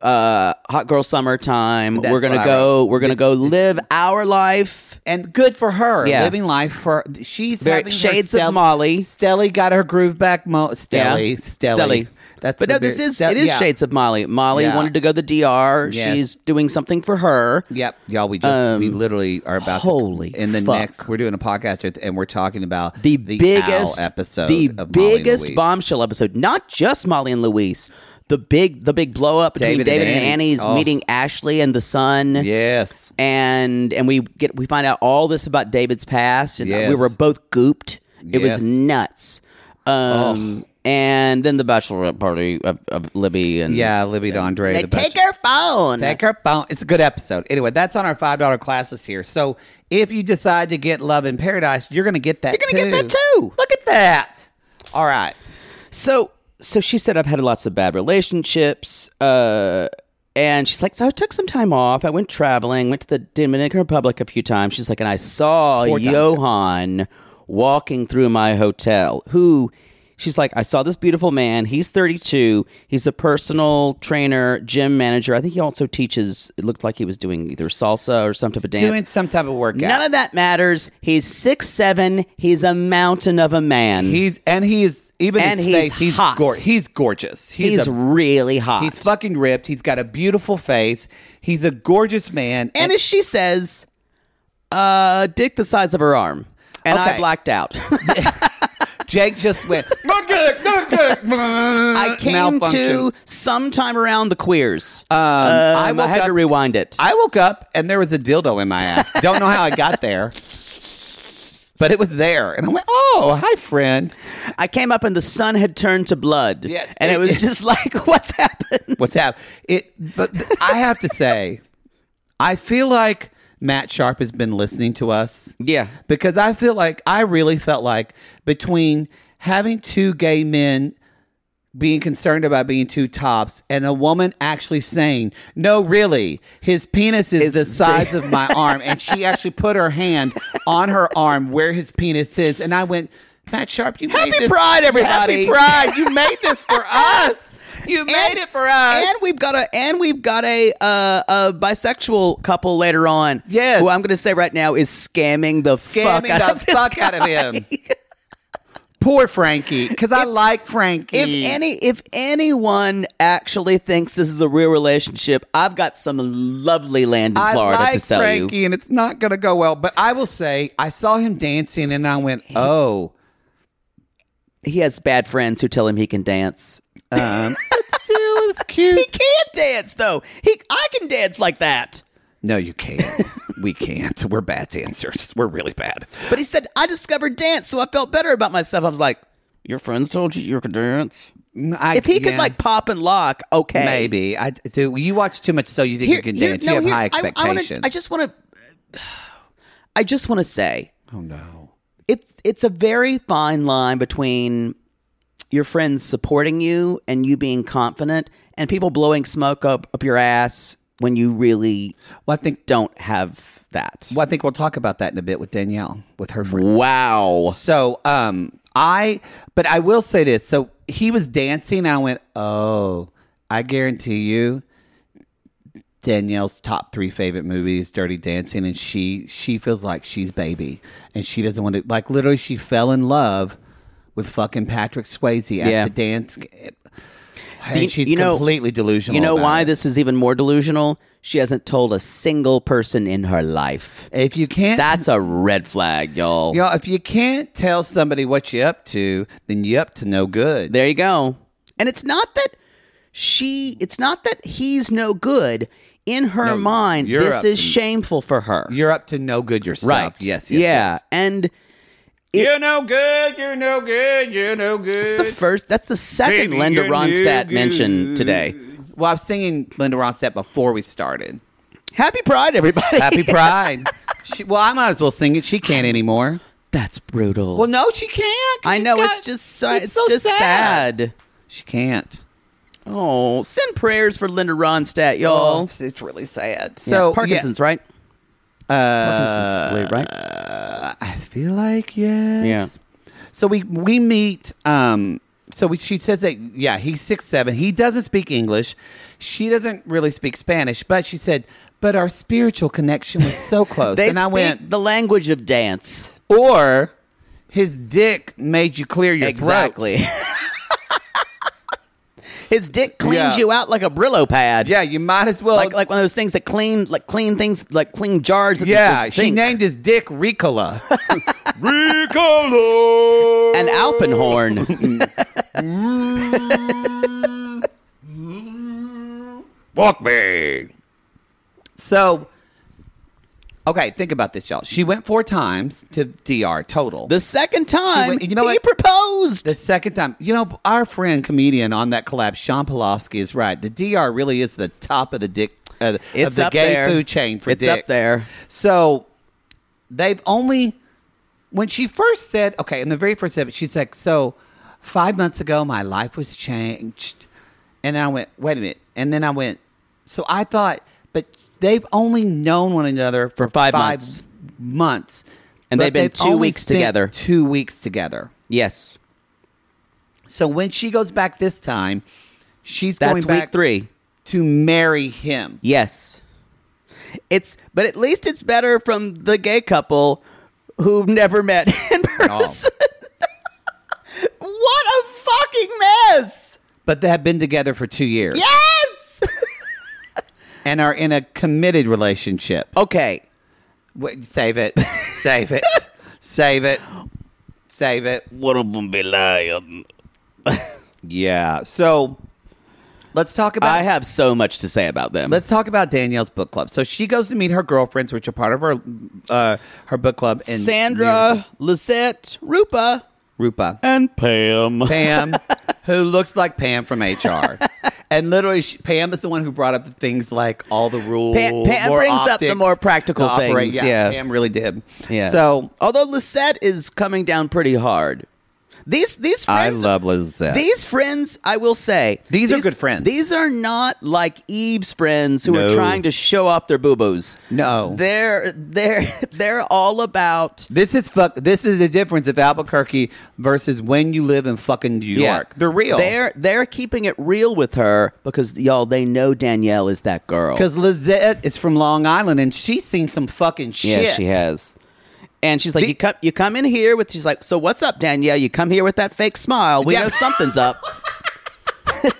Speaker 3: uh hot girl summertime
Speaker 2: That's
Speaker 3: we're gonna
Speaker 2: what I
Speaker 3: go
Speaker 2: wrote.
Speaker 3: we're gonna go live our life
Speaker 2: and good for her.
Speaker 3: Yeah.
Speaker 2: Living life for she's
Speaker 3: Very-
Speaker 2: having her
Speaker 3: shades of
Speaker 2: Stell-
Speaker 3: Molly.
Speaker 2: Stelly got her groove back. Mo- Stelly, Stelly.
Speaker 3: Stelly.
Speaker 2: That's
Speaker 3: but
Speaker 2: the
Speaker 3: no, this
Speaker 2: very-
Speaker 3: is
Speaker 2: Stell-
Speaker 3: it is
Speaker 2: yeah.
Speaker 3: shades of Molly. Molly
Speaker 2: Yeah.
Speaker 3: wanted to go to the DR.
Speaker 2: Yes.
Speaker 3: She's doing something for her.
Speaker 2: Yep, y'all. We just we literally are about
Speaker 3: Um, holy
Speaker 2: to, in the
Speaker 3: fuck.
Speaker 2: next. We're doing a podcast with- and we're talking about
Speaker 3: the,
Speaker 2: Owl
Speaker 3: biggest
Speaker 2: episode,
Speaker 3: the
Speaker 2: of Molly and
Speaker 3: biggest
Speaker 2: Louise.
Speaker 3: bombshell episode. Not just Molly and Louise, the big the big blow up between David,
Speaker 2: David and
Speaker 3: and
Speaker 2: Annie.
Speaker 3: Annie's
Speaker 2: Oh.
Speaker 3: meeting Ashley and the son.
Speaker 2: Yes,
Speaker 3: and and we get we find out all this about David's past, and
Speaker 2: Yes.
Speaker 3: we were both gooped. It
Speaker 2: Yes. Oh.
Speaker 3: was nuts. Um, and then the bachelorette party of, of Libby and
Speaker 2: yeah. Libby Andre.
Speaker 3: They
Speaker 2: the
Speaker 3: take
Speaker 2: best-
Speaker 3: her phone.
Speaker 2: Take her phone. It's a good episode. Anyway, that's on our five dollar classes here. So if you decide to get Love in Paradise, you're gonna get that.
Speaker 3: You're gonna get that too.
Speaker 2: Look at that. All right.
Speaker 3: So so she said I've had lots of bad relationships. Uh and she's like, so I took some time off. I went traveling, went to the Dominican Republic a few times. She's like, and I saw
Speaker 2: Four times, yeah.
Speaker 3: Johan walking through my hotel, who She's like, I saw this beautiful man. He's 32. He's a personal trainer, gym manager. I think he also teaches, it looked like he was doing either salsa or some type of dance.
Speaker 2: Doing some type of workout.
Speaker 3: None of that matters. He's six seven. He's a mountain of a man.
Speaker 2: He's and he's even
Speaker 3: And
Speaker 2: his
Speaker 3: he's
Speaker 2: face. He's
Speaker 3: hot.
Speaker 2: gor- he's gorgeous.
Speaker 3: he's
Speaker 2: a-
Speaker 3: really hot.
Speaker 2: He's fucking ripped. He's got a beautiful face. He's a gorgeous man.
Speaker 3: and as she says, uh, dick the size of her arm. And I
Speaker 2: Okay.
Speaker 3: blacked out.
Speaker 2: Jake just went. "Not good, not good."
Speaker 3: I came
Speaker 2: Malfunction.
Speaker 3: to sometime around the queers. Um,
Speaker 2: I
Speaker 3: I,
Speaker 2: woke
Speaker 3: had
Speaker 2: up-
Speaker 3: to rewind it.
Speaker 2: I woke up and there was a dildo in my ass. Don't know how I got there, but it was there, and I went, "Oh, hi, friend.
Speaker 3: I came up and the sun had turned to blood.
Speaker 2: Yeah,
Speaker 3: and it,
Speaker 2: it-
Speaker 3: was just like, what's happened?
Speaker 2: What's up?" It. But th- I have to say, I feel like Matt Sharp has been listening to us.
Speaker 3: Yeah.
Speaker 2: because I feel like I really felt like between having two gay men being concerned about being two tops and a woman actually saying, "No, really, his penis is
Speaker 3: It's
Speaker 2: the size of my arm," and she actually put her hand on her arm where his penis is, and I went, "Matt Sharp, you
Speaker 3: Happy
Speaker 2: made this-
Speaker 3: Pride,
Speaker 2: Happy
Speaker 3: everybody."
Speaker 2: Pride, you made this for us. You made
Speaker 3: And-
Speaker 2: it for us."
Speaker 3: And we've got a and we've got a uh, a bisexual couple later on.
Speaker 2: Yes.
Speaker 3: who I'm going to say right now is scamming the fuck
Speaker 2: scamming
Speaker 3: out of
Speaker 2: the
Speaker 3: this
Speaker 2: fuck out of him. Poor Frankie, because I like Frankie.
Speaker 3: If any if anyone actually thinks this is a real relationship, I've got some lovely land in Florida
Speaker 2: I like
Speaker 3: to sell
Speaker 2: Frankie,
Speaker 3: you.
Speaker 2: and it's not going to go well. But I will say, I saw him dancing, and I went, "Oh,
Speaker 3: He has bad friends who tell him he can dance.
Speaker 2: it's still, it was cute."
Speaker 3: He can't dance though. He I can dance like that.
Speaker 2: no, you can't. We can't. We're bad dancers. We're really bad.
Speaker 3: But he said I discovered dance, so I felt better about myself. I was like, your friends told you you could dance.
Speaker 2: I,
Speaker 3: If he could
Speaker 2: yeah,
Speaker 3: like pop and lock, okay,
Speaker 2: maybe I do. You watch too much, so you think you can
Speaker 3: here-
Speaker 2: dance.
Speaker 3: no,
Speaker 2: you have
Speaker 3: here-
Speaker 2: high
Speaker 3: I- I, wanna-
Speaker 2: expectations.
Speaker 3: I just want to. I just want to say
Speaker 2: oh no.
Speaker 3: it's it's a very fine line between your friends supporting you and you being confident, and people blowing smoke up up your ass when you really
Speaker 2: Well, I think.
Speaker 3: don't have that.
Speaker 2: Well, I think we'll talk about that in a bit with Danielle, with her friend.
Speaker 3: Wow.
Speaker 2: So, um, I, but I will say this. So he was dancing. And I went, oh, I guarantee you, Danielle's top three favorite movies, Dirty Dancing, and she she feels like she's baby, and she doesn't want to like literally she fell in love with fucking Patrick Swayze at
Speaker 3: Yeah.
Speaker 2: the dance. eh, And
Speaker 3: You-
Speaker 2: she's
Speaker 3: you know-
Speaker 2: completely delusional.
Speaker 3: You know
Speaker 2: about
Speaker 3: why
Speaker 2: it.
Speaker 3: this is even more delusional? She hasn't told a single person in her life.
Speaker 2: If you can't,
Speaker 3: That's a red flag, y'all.
Speaker 2: y'all, if you can't tell somebody what you're up to, then you're up to no good.
Speaker 3: There you go. And it's not that she, it's not that he's no good. In her
Speaker 2: No,
Speaker 3: mind,
Speaker 2: you're
Speaker 3: this
Speaker 2: up
Speaker 3: is
Speaker 2: to-
Speaker 3: shameful for her.
Speaker 2: You're up to no good yourself.
Speaker 3: right.
Speaker 2: Yes. yes
Speaker 3: yeah.
Speaker 2: yes.
Speaker 3: And
Speaker 2: you're no good. You're no good. You're no good.
Speaker 3: it's the first, that's the second
Speaker 2: Baby,
Speaker 3: Linda
Speaker 2: you're no
Speaker 3: Ronstadt
Speaker 2: good.
Speaker 3: mention today.
Speaker 2: well, I was singing Linda Ronstadt before we started.
Speaker 3: Happy Pride, everybody.
Speaker 2: Happy Pride. she, well, I might as well sing it. She can't anymore.
Speaker 3: that's brutal.
Speaker 2: Well, no, she can't. 'cause
Speaker 3: I
Speaker 2: she's
Speaker 3: know.
Speaker 2: got-
Speaker 3: it's just, so, it's
Speaker 2: so
Speaker 3: just sad.
Speaker 2: She can't.
Speaker 3: Oh, send prayers for Linda Ronstadt,
Speaker 2: Oh,
Speaker 3: y'all.
Speaker 2: it's, it's really sad.
Speaker 3: Yeah,
Speaker 2: So Uh,
Speaker 3: Parkinson's,
Speaker 2: yes.
Speaker 3: right? Parkinson's, believe, right?
Speaker 2: I feel like yes.
Speaker 3: Yeah.
Speaker 2: So we we meet. Um. So we, she says that yeah he's six seven. He doesn't speak English. She doesn't really speak Spanish. But she said, but our spiritual connection was so close.
Speaker 3: they
Speaker 2: and I
Speaker 3: speak
Speaker 2: went
Speaker 3: the language of dance.
Speaker 2: or his dick made you clear your
Speaker 3: Exactly.
Speaker 2: throat.
Speaker 3: His dick cleans
Speaker 2: Yeah.
Speaker 3: you out like a Brillo pad.
Speaker 2: Yeah, you might as well.
Speaker 3: Like like one of those things that clean like clean things like clean jars. At
Speaker 2: yeah,
Speaker 3: the
Speaker 2: she
Speaker 3: sink.
Speaker 2: named his dick Ricola. Ricola.
Speaker 3: an Alpenhorn.
Speaker 2: Fuck me. So, okay, think about this, y'all. She went four times to DR total.
Speaker 3: the second
Speaker 2: She
Speaker 3: time
Speaker 2: went- you know
Speaker 3: he
Speaker 2: what?
Speaker 3: proposed.
Speaker 2: the second time, you know, our friend comedian on that collab, Sean Polofsky, is right. The DR really is the top of the dick uh, of
Speaker 3: It's
Speaker 2: the
Speaker 3: up
Speaker 2: gay
Speaker 3: there.
Speaker 2: food chain for
Speaker 3: It's
Speaker 2: dick.
Speaker 3: up there.
Speaker 2: So they've only when she first said, okay, in the very first episode, she's like, so five months ago, my life was changed. And I went, wait a minute. And then I went, so I thought, but they've only known one another for,
Speaker 3: For five months.
Speaker 2: months.
Speaker 3: And
Speaker 2: But
Speaker 3: they've been two
Speaker 2: only
Speaker 3: weeks
Speaker 2: spent
Speaker 3: together.
Speaker 2: Two weeks together.
Speaker 3: yes.
Speaker 2: So when she goes back this time, she's
Speaker 3: That's
Speaker 2: going
Speaker 3: week
Speaker 2: back
Speaker 3: three.
Speaker 2: to marry him.
Speaker 3: Yes. It's but at least it's better from the gay couple who've never met in
Speaker 2: Oh.
Speaker 3: person. what a fucking mess.
Speaker 2: But they have been together for two years
Speaker 3: Yes.
Speaker 2: and are in a committed relationship.
Speaker 3: Okay.
Speaker 2: Wait, save it. Save it. Save it. Save it. What of them be lying? yeah. So let's talk about
Speaker 3: I have so much to say about them.
Speaker 2: let's talk about Danielle's book club. So she goes to meet her girlfriends, which are part of her uh, her book club. In
Speaker 3: Sandra, Lisette, Rupa,
Speaker 2: Rupa,
Speaker 4: And Pam.
Speaker 2: Pam, who looks like Pam from HR. And literally, she, Pam is the one who brought up the things like all the rules.
Speaker 3: Pam
Speaker 2: more
Speaker 3: brings up the
Speaker 2: optics,
Speaker 3: more practical things, yeah.
Speaker 2: Pam really did. So
Speaker 3: although Lisette is coming down pretty hard, these these
Speaker 2: I
Speaker 3: friends,
Speaker 2: love Lisette.
Speaker 3: These friends, I will say,
Speaker 2: These are good friends.
Speaker 3: These are not like Eve's friends who are
Speaker 2: No.
Speaker 3: trying to show off their boo boos.
Speaker 2: No.
Speaker 3: they're they're they're all about
Speaker 2: This is fuck. This is the difference of Albuquerque versus when you live in fucking New York.
Speaker 3: Yeah.
Speaker 2: They're real.
Speaker 3: They're they're keeping it real with her because y'all they know Danielle is that girl.
Speaker 2: because Lizette is from Long Island and she's seen some fucking shit.
Speaker 3: Yeah, she has. And she's like,
Speaker 2: The-
Speaker 3: you come, you come in here with. She's like, so what's up, Danielle? You come here with that fake smile. We
Speaker 2: Yeah.
Speaker 3: know something's up.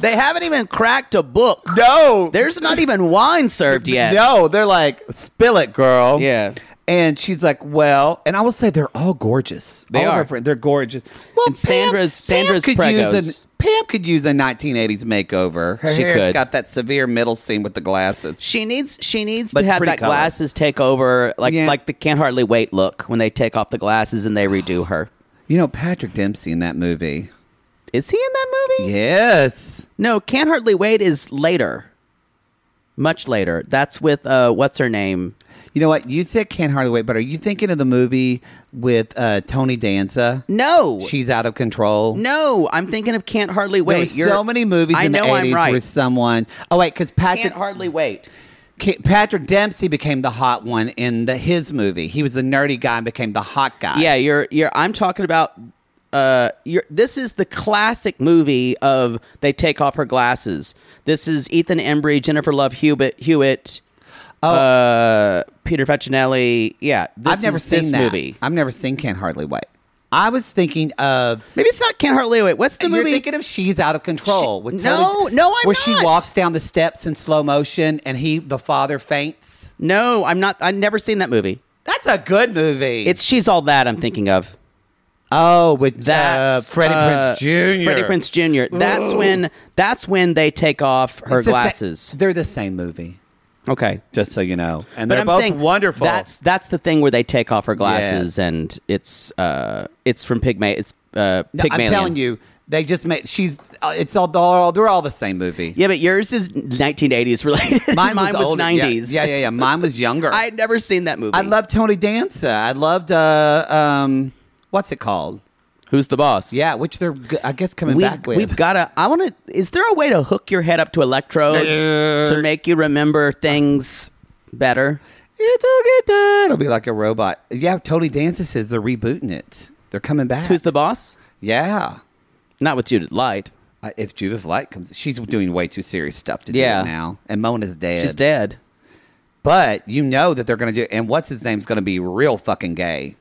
Speaker 3: they haven't even cracked a book.
Speaker 2: No,
Speaker 3: There's not even wine served yet.
Speaker 2: No, they're like spill it, girl.
Speaker 3: Yeah.
Speaker 2: And she's like, well, and I will say they're all gorgeous.
Speaker 3: They
Speaker 2: all Of
Speaker 3: are.
Speaker 2: her friends, they're gorgeous. Well,
Speaker 3: And Sandra's- Sandra's
Speaker 2: could use
Speaker 3: pregos.
Speaker 2: an, Pam could use a 1980s makeover. Her
Speaker 3: She
Speaker 2: hair's
Speaker 3: could.
Speaker 2: got that severe middle seam with the glasses.
Speaker 3: She needs she needs
Speaker 2: But
Speaker 3: to have
Speaker 2: pretty
Speaker 3: that
Speaker 2: color.
Speaker 3: glasses take over, like
Speaker 2: Yeah.
Speaker 3: like the can't hardly wait look when they take off the glasses and they redo her.
Speaker 2: You know, Patrick Dempsey in that movie.
Speaker 3: Is he in that movie?
Speaker 2: Yes.
Speaker 3: No, can't hardly wait is later, much later. That's with uh, what's her name?
Speaker 2: You know what? You said can't hardly wait, but are you thinking of the movie with uh, Tony Danza?
Speaker 3: No,
Speaker 2: She's out of control.
Speaker 3: No, I'm thinking of can't hardly
Speaker 2: There
Speaker 3: wait.
Speaker 2: were
Speaker 3: You're-
Speaker 2: so many movies
Speaker 3: I
Speaker 2: in
Speaker 3: know
Speaker 2: the 80s
Speaker 3: I'm right.
Speaker 2: where someone. Oh wait, because Patrick
Speaker 3: can't hardly wait.
Speaker 2: K- Patrick Dempsey became the hot one in the his movie. He was the nerdy guy and became the hot guy.
Speaker 3: Yeah, you're you're. I'm talking about. Uh, you're, this is the classic movie of they take off her glasses. This is Ethan Embry, Jennifer Love Hewitt, Hewitt, uh, Peter Facinelli. Yeah,
Speaker 2: Oh.
Speaker 3: this
Speaker 2: I've never
Speaker 3: is
Speaker 2: seen
Speaker 3: this
Speaker 2: that
Speaker 3: movie.
Speaker 2: I've never seen Can't Hardly Wait. I was thinking of
Speaker 3: Maybe it's not Can't Hardly Wait. What's the
Speaker 2: you're
Speaker 3: movie?
Speaker 2: thinking of She's Out of Control.
Speaker 3: She-
Speaker 2: with
Speaker 3: No, no, I'm
Speaker 2: where
Speaker 3: not.
Speaker 2: she walks down the steps in slow motion and he the father faints.
Speaker 3: no, I'm not. I've never seen that movie.
Speaker 2: That's a good movie.
Speaker 3: It's she's all that I'm thinking of.
Speaker 2: oh with that uh,
Speaker 3: That's
Speaker 2: Freddie
Speaker 3: uh,
Speaker 2: Prince Jr.
Speaker 3: Freddie Prince Jr. That's when that's when they take off her
Speaker 2: It's the sa-
Speaker 3: glasses.
Speaker 2: they're the same movie.
Speaker 3: Okay.
Speaker 2: Just so you know, and
Speaker 3: But
Speaker 2: they're
Speaker 3: I'm
Speaker 2: both
Speaker 3: saying
Speaker 2: wonderful.
Speaker 3: That's that's the thing where they take off her glasses
Speaker 2: Yes.
Speaker 3: and it's uh it's from Pygmy it's uh
Speaker 2: No, I'm
Speaker 3: Pygmalion.
Speaker 2: telling you, they just made. She's. Uh, it's all. They're all, they're all the same movie.
Speaker 3: Yeah, but yours is 1980s related. was,
Speaker 2: older.
Speaker 3: 90s.
Speaker 2: Yeah, yeah, yeah. yeah. Mine was younger.
Speaker 3: I had never seen that movie.
Speaker 2: I loved Tony Danza. I loved. Uh, um, what's it called?
Speaker 3: Who's the Boss?
Speaker 2: Yeah, which they're. g- I guess coming
Speaker 3: We,
Speaker 2: back with.
Speaker 3: we've got to. I want to. Is there a way to hook your head up to electrodes
Speaker 2: Yeah.
Speaker 3: to make you remember things better?
Speaker 2: You took it down. It'll be like a robot. Yeah, Tony Danza says they're rebooting it. They're coming back.
Speaker 3: Who's the boss?
Speaker 2: Yeah.
Speaker 3: Not with Judith Light.
Speaker 2: I, if Judith Light comes, she's doing way too serious stuff to
Speaker 3: Yeah.
Speaker 2: do it now. And Mona's dead.
Speaker 3: She's dead.
Speaker 2: But you know that they're going to do. And what's his name's going to be real fucking gay.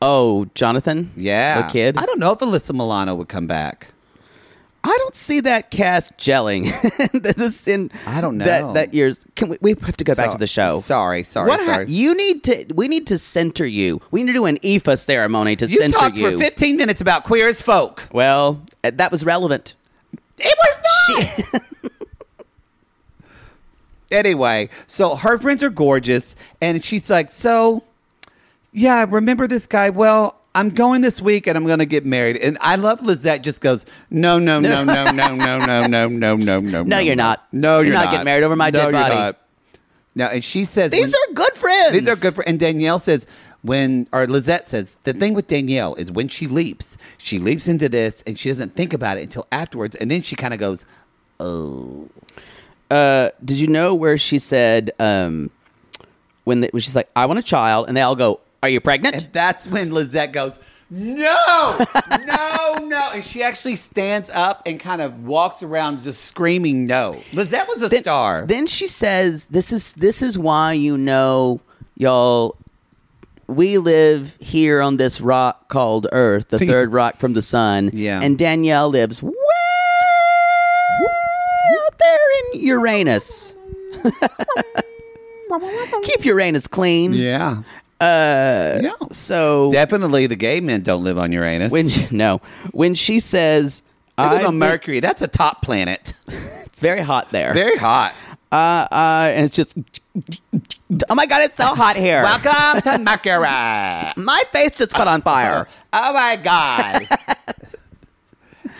Speaker 3: Oh, Jonathan?
Speaker 2: Yeah.
Speaker 3: The kid?
Speaker 2: I don't know if Alyssa Milano would come back.
Speaker 3: I don't see that cast gelling. this in
Speaker 2: I don't know.
Speaker 3: That, that year's. Can we, we have to go back
Speaker 2: So-
Speaker 3: to the show.
Speaker 2: Sorry, sorry,
Speaker 3: What ha-
Speaker 2: sorry.
Speaker 3: you need to. We need to center you. We need to do an IFA ceremony to
Speaker 2: You
Speaker 3: center
Speaker 2: talked
Speaker 3: you.
Speaker 2: for 15 minutes about queer as folk.
Speaker 3: well, uh, that was relevant.
Speaker 2: It was not. anyway, so her friends are gorgeous, and she's like, so, yeah, I remember this guy. Well, I'm going this week, and I'm going to get married. And I love Lizette. Just goes, no, no, no, no, no, no, no, no, no, no, no.
Speaker 3: No, you're not.
Speaker 2: No,
Speaker 3: You're
Speaker 2: you're
Speaker 3: not getting married over my
Speaker 2: no,
Speaker 3: dead
Speaker 2: you're
Speaker 3: body.
Speaker 2: Not. No, and she says
Speaker 3: These are good friends.
Speaker 2: These are good for. And Danielle says when, or Lizette says, the thing with Danielle is when she leaps, she leaps into this, and she doesn't think about it until afterwards, and then she kind of goes,
Speaker 3: Uh, did you know where she said um, when, the, when she's like, "I want a child," and they all go, "Are you pregnant?"
Speaker 2: and that's when Lizette goes, no, no, no. And she actually stands up and kind of walks around just screaming no. Lizette was a star.
Speaker 3: Then she says, "This is this is why you know, y'all. We live here on this rock called Earth, the third rock from the sun.
Speaker 2: Yeah.
Speaker 3: and Danielle lives way out there in Uranus. Keep Uranus clean.
Speaker 2: yeah. Uh, yeah.
Speaker 3: So
Speaker 2: Definitely the gay men don't live on Uranus.
Speaker 3: when no, when she says,
Speaker 2: they live
Speaker 3: "I
Speaker 2: on Mercury, that's a top planet.
Speaker 3: very hot there.
Speaker 2: Very hot.
Speaker 3: uh, uh, and it's just, oh my god, it's so hot here.
Speaker 2: Welcome to Mercury.
Speaker 3: My face just caught on fire.
Speaker 2: Oh my God.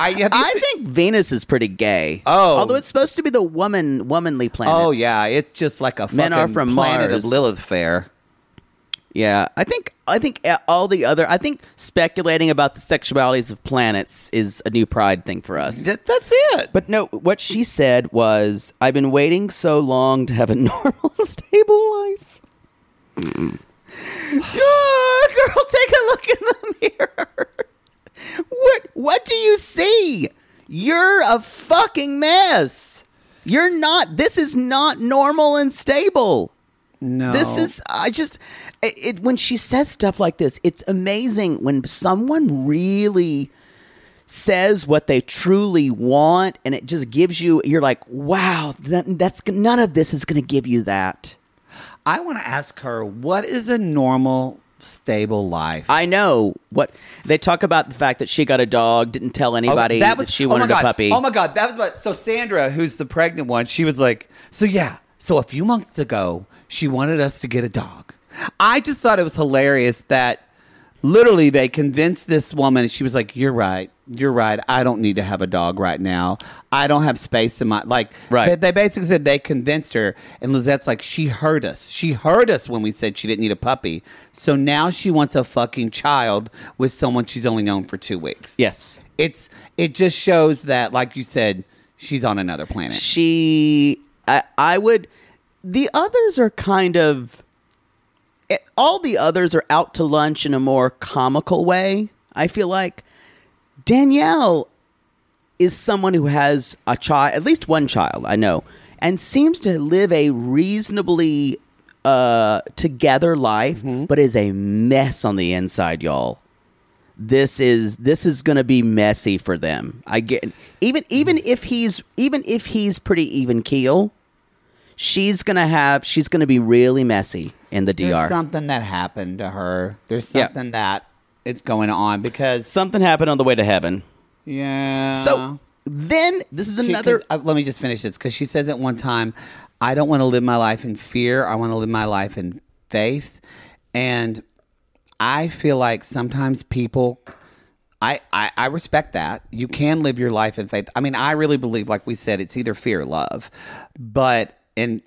Speaker 2: I, have you
Speaker 3: I
Speaker 2: seen-
Speaker 3: think Venus is pretty gay.
Speaker 2: Oh.
Speaker 3: although it's supposed to be the woman, womanly planet.
Speaker 2: Oh yeah, it's just like a
Speaker 3: Men are
Speaker 2: fucking
Speaker 3: from
Speaker 2: planet
Speaker 3: Mars.
Speaker 2: of Lilith fair.
Speaker 3: yeah. I think I think uh, all the other. I think speculating about the sexualities of planets is a new pride thing for us.
Speaker 2: That- that's it.
Speaker 3: but no, what she said was, "I've been waiting so long to have a normal, stable life." Ah, girl, take a look in the mirror. What what do you see? You're a fucking mess. You're not this is not normal and stable.
Speaker 2: no,
Speaker 3: This is I just it, it when she says stuff like this, it's amazing when someone really says what they truly want and it just gives you you're like, "Wow, that, that's none of this is going to give you that."
Speaker 2: I want to ask her what is a normal, stable life.
Speaker 3: I know what they talk about the fact that she got a dog, didn't tell
Speaker 2: Oh,
Speaker 3: anybody that, she
Speaker 2: oh my
Speaker 3: wanted
Speaker 2: God.
Speaker 3: a puppy.
Speaker 2: Oh my god, that was what. So Sandra, who's the pregnant one, she was like, so yeah. So a few months ago, she wanted us to get a dog. I just thought it was hilarious that literally they convinced this woman. She was like, "You're right. You're right. I don't need to have a dog right now. I don't have space in my like."
Speaker 3: Right.
Speaker 2: They, they basically said they convinced her, and Lizette's like, "She heard us. She heard us when we said she didn't need a puppy. So now she wants a fucking child with someone she's only known for two weeks."
Speaker 3: yes.
Speaker 2: it's it just shows that like you said she's on another planet
Speaker 3: She I, I would the others are kind of it, all the others are out to lunch in a more comical way. I feel like Danielle is someone who has a child, at least one child, I know, and seems to live a reasonably uh, together life, but is a mess on the inside, y'all. This is this is going to be messy for them. I get even even if he's even if he's pretty even keel, she's gonna have she's gonna be really messy in the
Speaker 2: there's
Speaker 3: DR.
Speaker 2: something that happened to her there's
Speaker 3: Yeah.
Speaker 2: something that it's going on because
Speaker 3: Something happened on the way to heaven.
Speaker 2: yeah
Speaker 3: So then this is
Speaker 2: Uh-huh. She-
Speaker 3: another
Speaker 2: 'cause- uh, let me just finish this because she says at one time i don't want to live my life in fear i want to live my life in faith and i feel like sometimes people I, I, I respect that. You can live your life in faith. I mean, I really believe, like we said, it's either fear or love. But in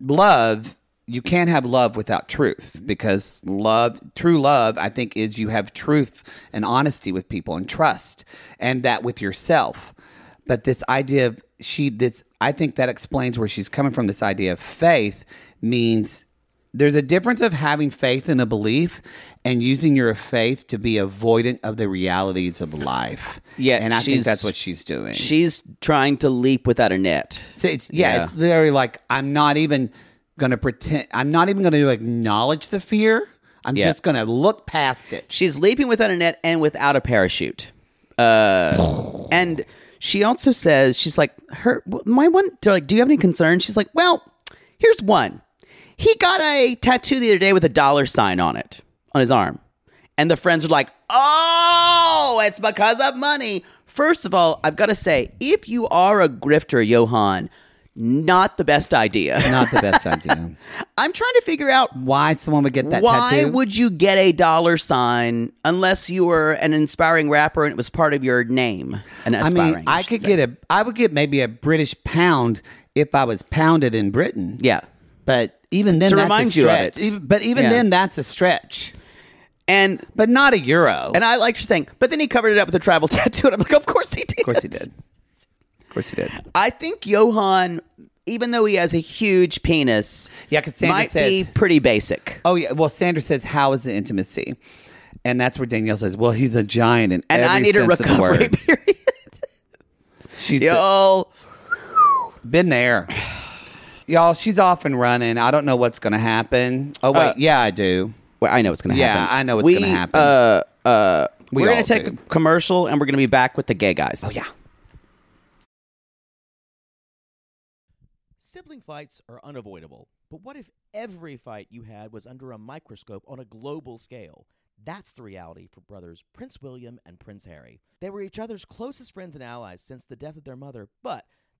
Speaker 2: love, you can't have love without truth because love, true love, I think, is you have truth and honesty with people and trust and that with yourself. But this idea of she, this, I think that explains where she's coming from. This idea of faith means there's a difference of having faith in a belief and using your faith to be avoidant of the realities of life.
Speaker 3: Yeah,
Speaker 2: and I think
Speaker 3: she's-
Speaker 2: that's what she's doing.
Speaker 3: She's trying to leap without a net.
Speaker 2: So it's, yeah,
Speaker 3: Yeah.
Speaker 2: it's literally like I'm not even going to pretend. I'm not even going to acknowledge the fear. I'm
Speaker 3: Yeah.
Speaker 2: just going to look past it.
Speaker 3: She's leaping without a net and without a parachute. Uh, and she also says she's like her my one they're like do you have any concerns? She's like, "Well, here's one. He got a tattoo the other day with a dollar sign on it on his arm." And the friends are like, "Oh, it's because of money." First of all, I've got to say, if you are a grifter, Johan, not the best idea.
Speaker 2: Not the best idea.
Speaker 3: I'm trying to figure out
Speaker 2: Why someone would get that
Speaker 3: why
Speaker 2: tattoo?
Speaker 3: would you get a dollar sign unless you were an inspiring rapper and it was part of your name? An
Speaker 2: I
Speaker 3: aspiring.
Speaker 2: mean, I
Speaker 3: should
Speaker 2: could
Speaker 3: say.
Speaker 2: get a. I would get maybe a British pound if I was pounded in Britain.
Speaker 3: Yeah.
Speaker 2: but even then,
Speaker 3: To
Speaker 2: that's
Speaker 3: remind
Speaker 2: a
Speaker 3: you of
Speaker 2: stretch.
Speaker 3: it.
Speaker 2: Even- but even
Speaker 3: Yeah.
Speaker 2: then, that's a stretch.
Speaker 3: And
Speaker 2: but not a euro.
Speaker 3: and I like your saying, but then he covered it up with a tribal tattoo, and I'm like, of course he did.
Speaker 2: of course he did. Of course he did.
Speaker 3: I think Johan, even though he has a huge penis,
Speaker 2: Yeah, 'cause Sandra
Speaker 3: might
Speaker 2: says-
Speaker 3: be pretty basic.
Speaker 2: Oh yeah. Well, Sandra says, "How is the intimacy?" And that's where Danielle says, "Well, he's a giant in
Speaker 5: and
Speaker 2: every
Speaker 5: I need a
Speaker 2: sense of the
Speaker 5: recovery
Speaker 2: word."
Speaker 5: period.
Speaker 2: She's
Speaker 5: Y'all,
Speaker 2: been there, y'all. She's off and running. I don't know what's going to happen. Oh wait,
Speaker 5: Uh,
Speaker 2: yeah, I do.
Speaker 5: well, I know what's going to
Speaker 2: Yeah,
Speaker 5: happen.
Speaker 2: I know what's
Speaker 5: We,
Speaker 2: gonna happen.
Speaker 5: Uh, uh, we
Speaker 2: We
Speaker 5: are
Speaker 2: all
Speaker 5: going to take
Speaker 2: do.
Speaker 5: a commercial, and we're going to be back with the gay guys.
Speaker 2: Oh yeah.
Speaker 3: Sibling fights are unavoidable, but what if every fight you had was under a microscope on a global scale? That's the reality for brothers Prince William and Prince Harry. They were each other's closest friends and allies since the death of their mother, but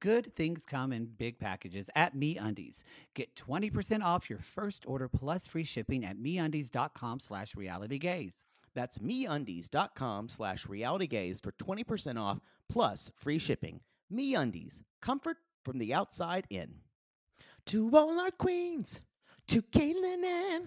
Speaker 2: good things come in big packages at MeUndies. Get 20% off your first order plus free shipping at MeUndies.com slash realitygaze.
Speaker 3: That's meundies.com slash realitygaze for 20% off plus free shipping. MeUndies, comfort from the outside in. To all our queens, to Caitlin and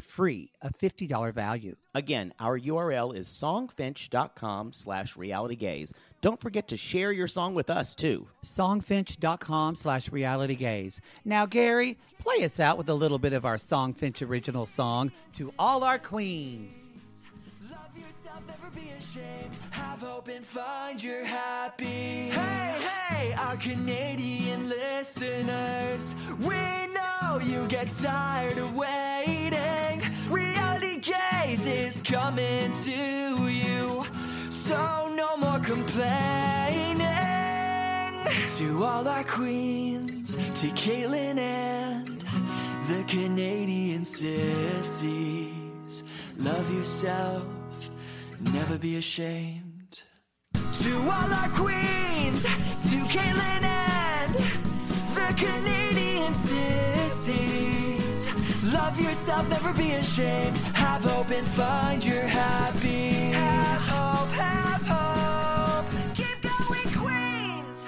Speaker 2: free, a $50 value.
Speaker 6: Again, our URL is songfinch.com slash realitygaze. Don't forget to share your song with us, too.
Speaker 2: Songfinch.com slash realitygaze. Now, Gary, play us out with a little bit of our Songfinch original song to all our queens.
Speaker 7: Love yourself, never be ashamed. Have hope and find your happy. Hey, hey, our Canadian listeners. We know you get tired of waiting. Reality Gaze is coming to you. So no more complaining. To all our queens, to Caitlin and the Canadian sissies. Love yourself, never be ashamed. To all our queens, to Caitlin and the Canadian sissies. Love yourself, never be ashamed. Have hope and find your happy. Have hope, have hope. Keep going, Queens.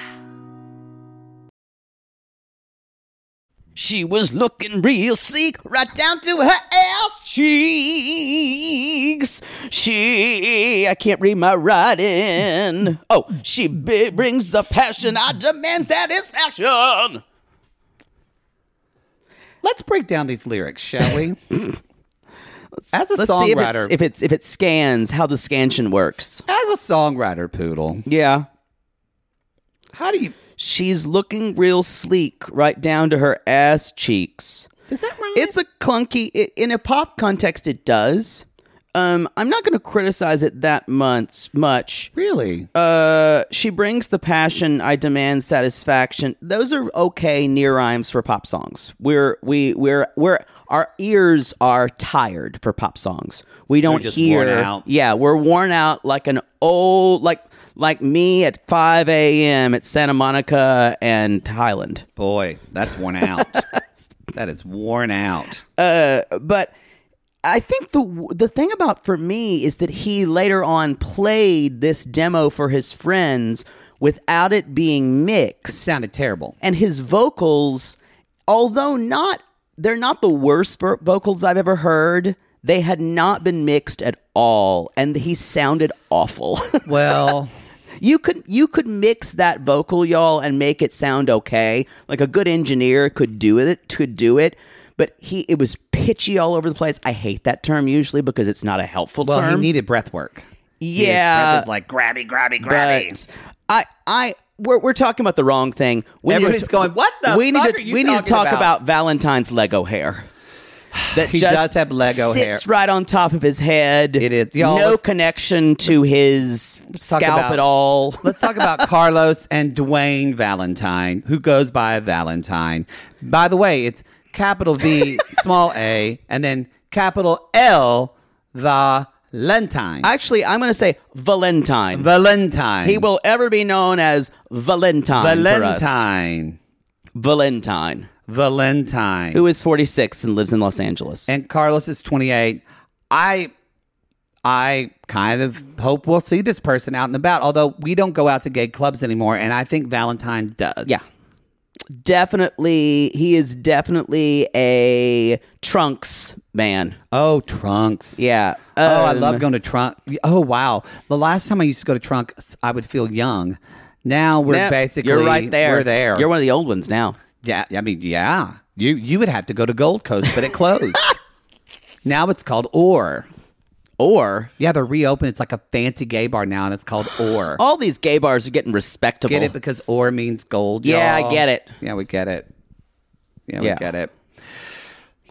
Speaker 3: She was looking real sleek, right down to her ass cheeks. She, I can't read my writing. Oh, she b- brings the passion. I demand satisfaction.
Speaker 2: Let's break down these lyrics, shall we? As a
Speaker 3: Let's see if
Speaker 2: songwriter,
Speaker 3: it's, if it's if it scans how the scansion works.
Speaker 2: as a songwriter, Poodle,
Speaker 3: Yeah,
Speaker 2: how do you?
Speaker 3: she's looking real sleek, right down to her ass cheeks.
Speaker 2: Does that rhyme?
Speaker 3: It's a clunky i in a pop context. It does. Um, I'm not going to criticize it that much. Much.
Speaker 2: really.
Speaker 3: Uh, she brings the passion. I demand satisfaction. Those are okay near rhymes for pop songs. We're we we're we're our ears are tired for pop songs. We don't
Speaker 2: just
Speaker 3: hear.
Speaker 2: worn out.
Speaker 3: Yeah, we're worn out like an old like like me at 5 a.m. at Santa Monica and Highland.
Speaker 2: Boy, that's worn out. that is worn out.
Speaker 3: but I think the the thing about for me is that he later on played this demo for his friends without it being mixed
Speaker 2: Sounded terrible.
Speaker 3: and his vocals although not they're not the worst vo- vocals I've ever heard they had not been mixed at all and he sounded awful
Speaker 2: Well,
Speaker 3: You could you could mix that vocal, y'all, and make it sound okay. Like a good engineer could do it, could do it. But he, it was pitchy all over the place. I hate that term usually because it's not a helpful
Speaker 2: well,
Speaker 3: term.
Speaker 2: he needed breath work. He needed
Speaker 3: yeah,
Speaker 2: breath is like grabby, grabby, grabby.
Speaker 3: but I, I, we're, we're talking about the wrong thing. We need to
Speaker 2: Everybody's
Speaker 3: t-
Speaker 2: going, "What the
Speaker 3: We
Speaker 2: fuck
Speaker 3: need to
Speaker 2: are you
Speaker 3: we need to
Speaker 2: talking
Speaker 3: talk
Speaker 2: about?"
Speaker 3: about Valentine's Lego hair. That
Speaker 2: He
Speaker 3: just
Speaker 2: does have Lego
Speaker 3: sits
Speaker 2: hair.
Speaker 3: right on top of his head.
Speaker 2: It is- y'all,
Speaker 3: no
Speaker 2: let's-
Speaker 3: connection to his
Speaker 2: talk
Speaker 3: scalp
Speaker 2: about-
Speaker 3: at all.
Speaker 2: Let's talk about Carlos and Dwayne Valentine, who goes by Valentine. By the way, it's capital V, small a, and then capital L, Valentine.
Speaker 3: Actually, I'm going to say Valentine.
Speaker 2: Valentine.
Speaker 3: He will ever be known as Valentine. for us.
Speaker 2: Valentine.
Speaker 3: Valentine,
Speaker 2: Valentine.
Speaker 3: who is 46 and lives in Los Angeles.
Speaker 2: and Carlos is 28. I I kind of hope we'll see this person out and about, although we don't go out to gay clubs anymore, and I think Valentine does.
Speaker 3: Yeah. definitely, he is definitely a Trunks man.
Speaker 2: Oh, Trunks.
Speaker 3: Yeah.
Speaker 2: oh, I
Speaker 3: Um,
Speaker 2: love going to Trunk. Oh, wow. The last time I used to go to Trunk, I would feel young. Now we're
Speaker 3: Nope,
Speaker 2: basically
Speaker 3: you're right there.
Speaker 2: We're there.
Speaker 3: You're one of the old ones now.
Speaker 2: yeah, I mean, yeah. You you would have to go to Gold Coast, but it closed. now it's called Or.
Speaker 3: Or
Speaker 2: Yeah, they're reopened. It's like a fancy gay bar now, and it's called Or.
Speaker 3: all these gay bars are getting respectable.
Speaker 2: Get it because ore means gold.
Speaker 3: Yeah, I
Speaker 2: y'all.
Speaker 3: get it.
Speaker 2: Yeah, we get it. Yeah,
Speaker 3: Yeah.
Speaker 2: we get it.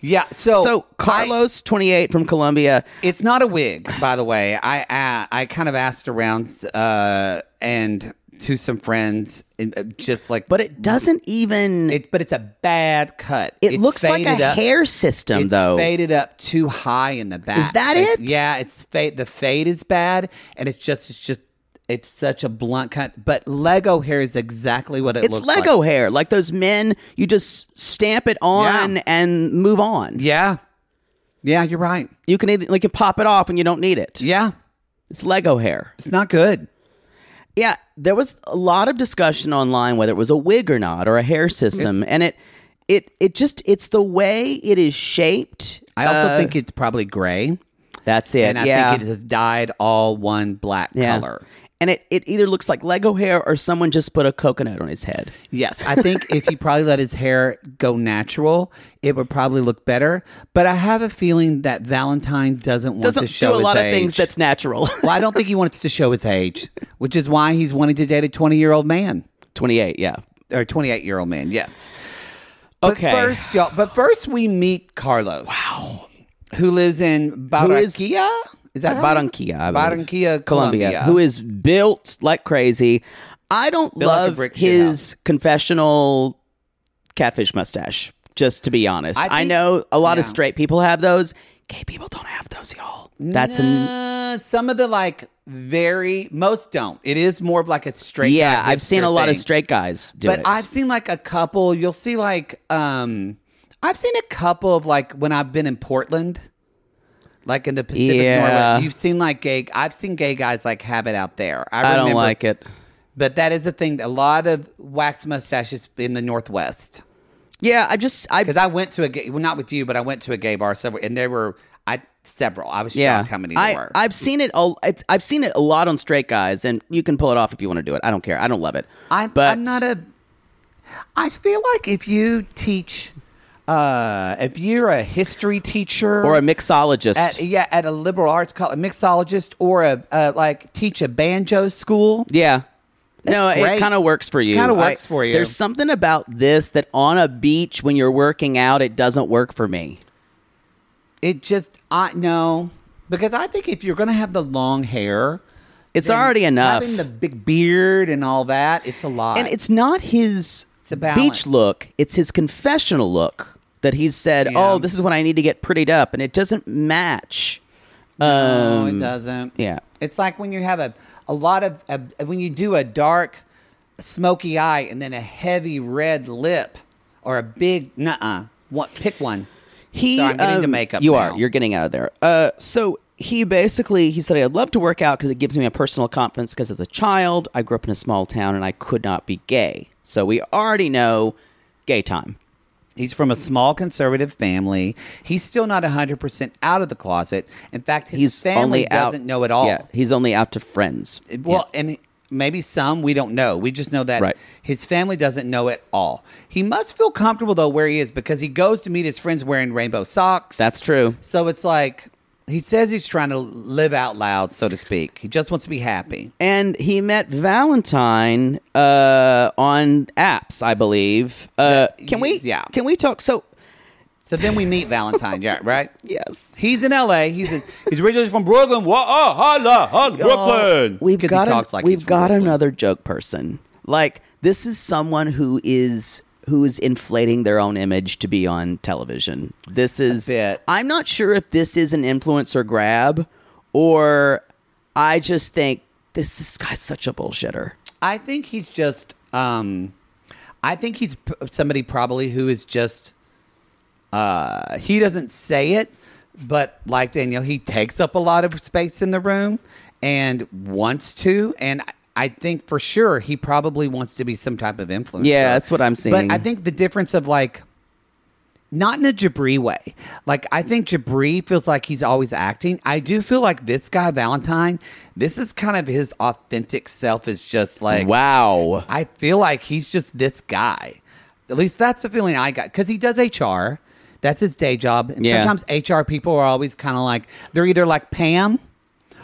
Speaker 2: Yeah, so
Speaker 3: so
Speaker 2: I-
Speaker 3: Carlos, 28 from Colombia.
Speaker 2: it's not a wig, by the way. I I, I kind of asked around uh, and to some friends, and, uh, just like,
Speaker 3: But it doesn't even. It,
Speaker 2: it, but it's a bad cut. It's
Speaker 3: looks like
Speaker 2: faded
Speaker 3: a
Speaker 2: up.
Speaker 3: hair system,
Speaker 2: It's
Speaker 3: though.
Speaker 2: faded up too high in the back.
Speaker 3: that
Speaker 2: It's-
Speaker 3: it?
Speaker 2: Yeah, it's fade. The fade is bad, and it's just it's just it's such a blunt cut. But Lego hair is exactly what it
Speaker 3: It's
Speaker 2: looks like.
Speaker 3: Lego hair, like those men. You just stamp it on
Speaker 2: Yeah.
Speaker 3: and move on.
Speaker 2: Yeah. Yeah, you're right.
Speaker 3: You can either, like you pop it off when you don't need it.
Speaker 2: Yeah.
Speaker 3: It's Lego hair.
Speaker 2: It's not good.
Speaker 3: Yeah, there was a lot of discussion online whether it was a wig or not or a hair system, and it it it just it's the way it is shaped.
Speaker 2: I also
Speaker 3: Uh,
Speaker 2: think it's probably gray.
Speaker 3: that's it.
Speaker 2: And I
Speaker 3: yeah,
Speaker 2: think it has dyed all one black
Speaker 3: yeah.
Speaker 2: color.
Speaker 3: and it it either looks like Lego hair or someone just put a coconut on his head.
Speaker 2: Yes. I think if he probably let his hair go natural, it would probably look better. But I have a feeling that Valentine doesn't want
Speaker 3: Doesn't
Speaker 2: to show
Speaker 3: do a
Speaker 2: his
Speaker 3: lot of
Speaker 2: age.
Speaker 3: things that's natural.
Speaker 2: well, I don't think he wants to show his age, which is why he's wanting to date a 20 year old man.
Speaker 3: Twenty eight. Yeah.
Speaker 2: or 28 year old man. Yes.
Speaker 3: Okay.
Speaker 2: But first, y'all, but first we meet Carlos. Wow. Who lives in
Speaker 3: is-
Speaker 2: Barranquilla? Is that how-
Speaker 3: Barranquilla, I believe.
Speaker 2: Uh-huh. Barranquilla,
Speaker 3: Colombia,
Speaker 2: Colombia.
Speaker 3: who is built like crazy. I don't
Speaker 2: Built like a
Speaker 3: love
Speaker 2: brick shit
Speaker 3: his confessional catfish mustache, just to be honest. I,
Speaker 2: I think-
Speaker 3: know a lot of
Speaker 2: yeah.
Speaker 3: straight people have those. Gay people don't have those, y'all. That's an,
Speaker 2: Uh, some of the like very most don't. It is more of like a straight.
Speaker 3: yeah,
Speaker 2: guy
Speaker 3: I've seen
Speaker 2: hipster
Speaker 3: a lot of
Speaker 2: thing.
Speaker 3: straight guys do
Speaker 2: but
Speaker 3: it.
Speaker 2: I've seen like a couple. You'll see like um, I've seen a couple of like when I've been in Portland, like in the Pacific
Speaker 3: Yeah.
Speaker 2: Northwest. You've seen like gay. I've seen gay guys like have it out there. I,
Speaker 3: I don't
Speaker 2: remember-
Speaker 3: like it.
Speaker 2: But that is a thing. A lot of wax mustaches in the Northwest.
Speaker 3: Yeah, I just I
Speaker 2: Because I went to a gay, well, not with you, but I went to a gay bar somewhere, and there were I several. I was shocked
Speaker 3: yeah.
Speaker 2: how many there
Speaker 3: I,
Speaker 2: were.
Speaker 3: I've seen it. All, I, I've seen it a lot on straight guys, and you can pull it off if you want to do it. I don't care. I don't love it.
Speaker 2: I,
Speaker 3: but
Speaker 2: I'm not a. I feel like if you teach, uh, if you're a history teacher
Speaker 3: or a mixologist.
Speaker 2: at, yeah, at a liberal arts college, a mixologist, or a uh, like teach a banjo school.
Speaker 3: Yeah. No, it
Speaker 2: great.
Speaker 3: kind of works for you.
Speaker 2: Kinda
Speaker 3: I-
Speaker 2: works for you.
Speaker 3: There's something about this that on a beach when you're working out, it doesn't work for me.
Speaker 2: It just I no, because I think if you're gonna have the long hair,
Speaker 3: It's
Speaker 2: then
Speaker 3: already enough.
Speaker 2: Having the big beard and all that, it's a lot.
Speaker 3: and it's not his
Speaker 2: It's a balance.
Speaker 3: beach look, it's his confessional look that he's said,
Speaker 2: Yeah.
Speaker 3: oh, this is when I need to get prettied up. And it doesn't match.
Speaker 2: no, it doesn't.
Speaker 3: Um, yeah.
Speaker 2: it's like when you have a a lot of a, when you do a dark, smoky eye and then a heavy red lip or a big nuh-uh. What pick one?
Speaker 3: He,
Speaker 2: Sorry, I'm getting to
Speaker 3: um,
Speaker 2: makeup
Speaker 3: You
Speaker 2: now.
Speaker 3: are. You're getting out of there. Uh, so he basically he said, "I'd love to work out because it gives me a personal confidence. Because as a child, I grew up in a small town and I could not be gay. So we already know gay time.
Speaker 2: He's from a small conservative family. He's still not 100% out of the closet. In fact, his
Speaker 3: He's
Speaker 2: family
Speaker 3: only out-
Speaker 2: doesn't know at all.
Speaker 3: Yeah, he's only out to friends.
Speaker 2: Well, and maybe some we don't know. We just know that
Speaker 3: Right.
Speaker 2: his family doesn't know at all. He must feel comfortable though where he is because he goes to meet his friends wearing rainbow socks.
Speaker 3: That's true.
Speaker 2: So it's like he says he's trying to live out loud, so to speak. He just wants to be happy.
Speaker 3: And he met Valentine uh, on apps, I believe. Uh, can we?
Speaker 2: yeah.
Speaker 3: Can we talk? So
Speaker 2: So then we meet Valentine, yeah, right?
Speaker 3: yes,
Speaker 2: He's in L.A. He's in, he's originally from Brooklyn. Whoa, oh, holla, holla, Brooklyn.
Speaker 3: We've
Speaker 2: 'Cause he
Speaker 3: got an-
Speaker 2: talks like he's
Speaker 3: we've
Speaker 2: from
Speaker 3: got
Speaker 2: Brooklyn.
Speaker 3: another joke person. Like this is someone who is who is inflating their own image to be on television. This is
Speaker 2: bit.
Speaker 3: I'm not sure if this is an influencer grab or I just think this this guy's such a bullshitter.
Speaker 2: I think he's just. Um, I think he's p- somebody probably who is just. Uh, he doesn't say it, but like Daniel, he takes up a lot of space in the room and wants to. And I- I think for sure he probably wants to be some type of influencer.
Speaker 3: Yeah, that's what I'm
Speaker 2: But
Speaker 3: seeing.
Speaker 2: I think the difference of like not in a Jabri way. Like I think Jabri feels like he's always acting. I do feel like this guy Valentine, this is kind of his authentic self. Is just like
Speaker 3: wow.
Speaker 2: I feel like he's just this guy. At least that's the feeling I got because he does HR. That's his day job. And
Speaker 3: Yeah.
Speaker 2: sometimes HR people are always kind of like, they're either like Pam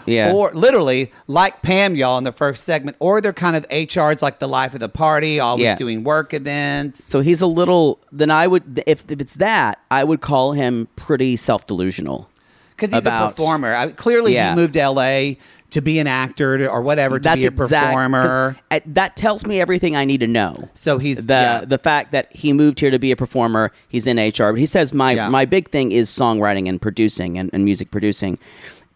Speaker 3: Yeah.
Speaker 2: or literally like Pam, y'all, in the first segment, or they're kind of HR's like the life of the party, always
Speaker 3: Yeah.
Speaker 2: doing work events.
Speaker 3: so he's a little. Then I would, if, if it's that, I would call him pretty self delusional.
Speaker 2: Because he's a
Speaker 3: About-
Speaker 2: performer. I, clearly,
Speaker 3: Yeah.
Speaker 2: he moved to LA to be an actor to- or whatever, to be a performer.
Speaker 3: that tells me everything I need to know.
Speaker 2: So he's
Speaker 3: the
Speaker 2: yeah.
Speaker 3: the fact that he moved here to be a performer. He's in HR, but he says my
Speaker 2: Yeah.
Speaker 3: my big thing is songwriting and producing and, and music producing.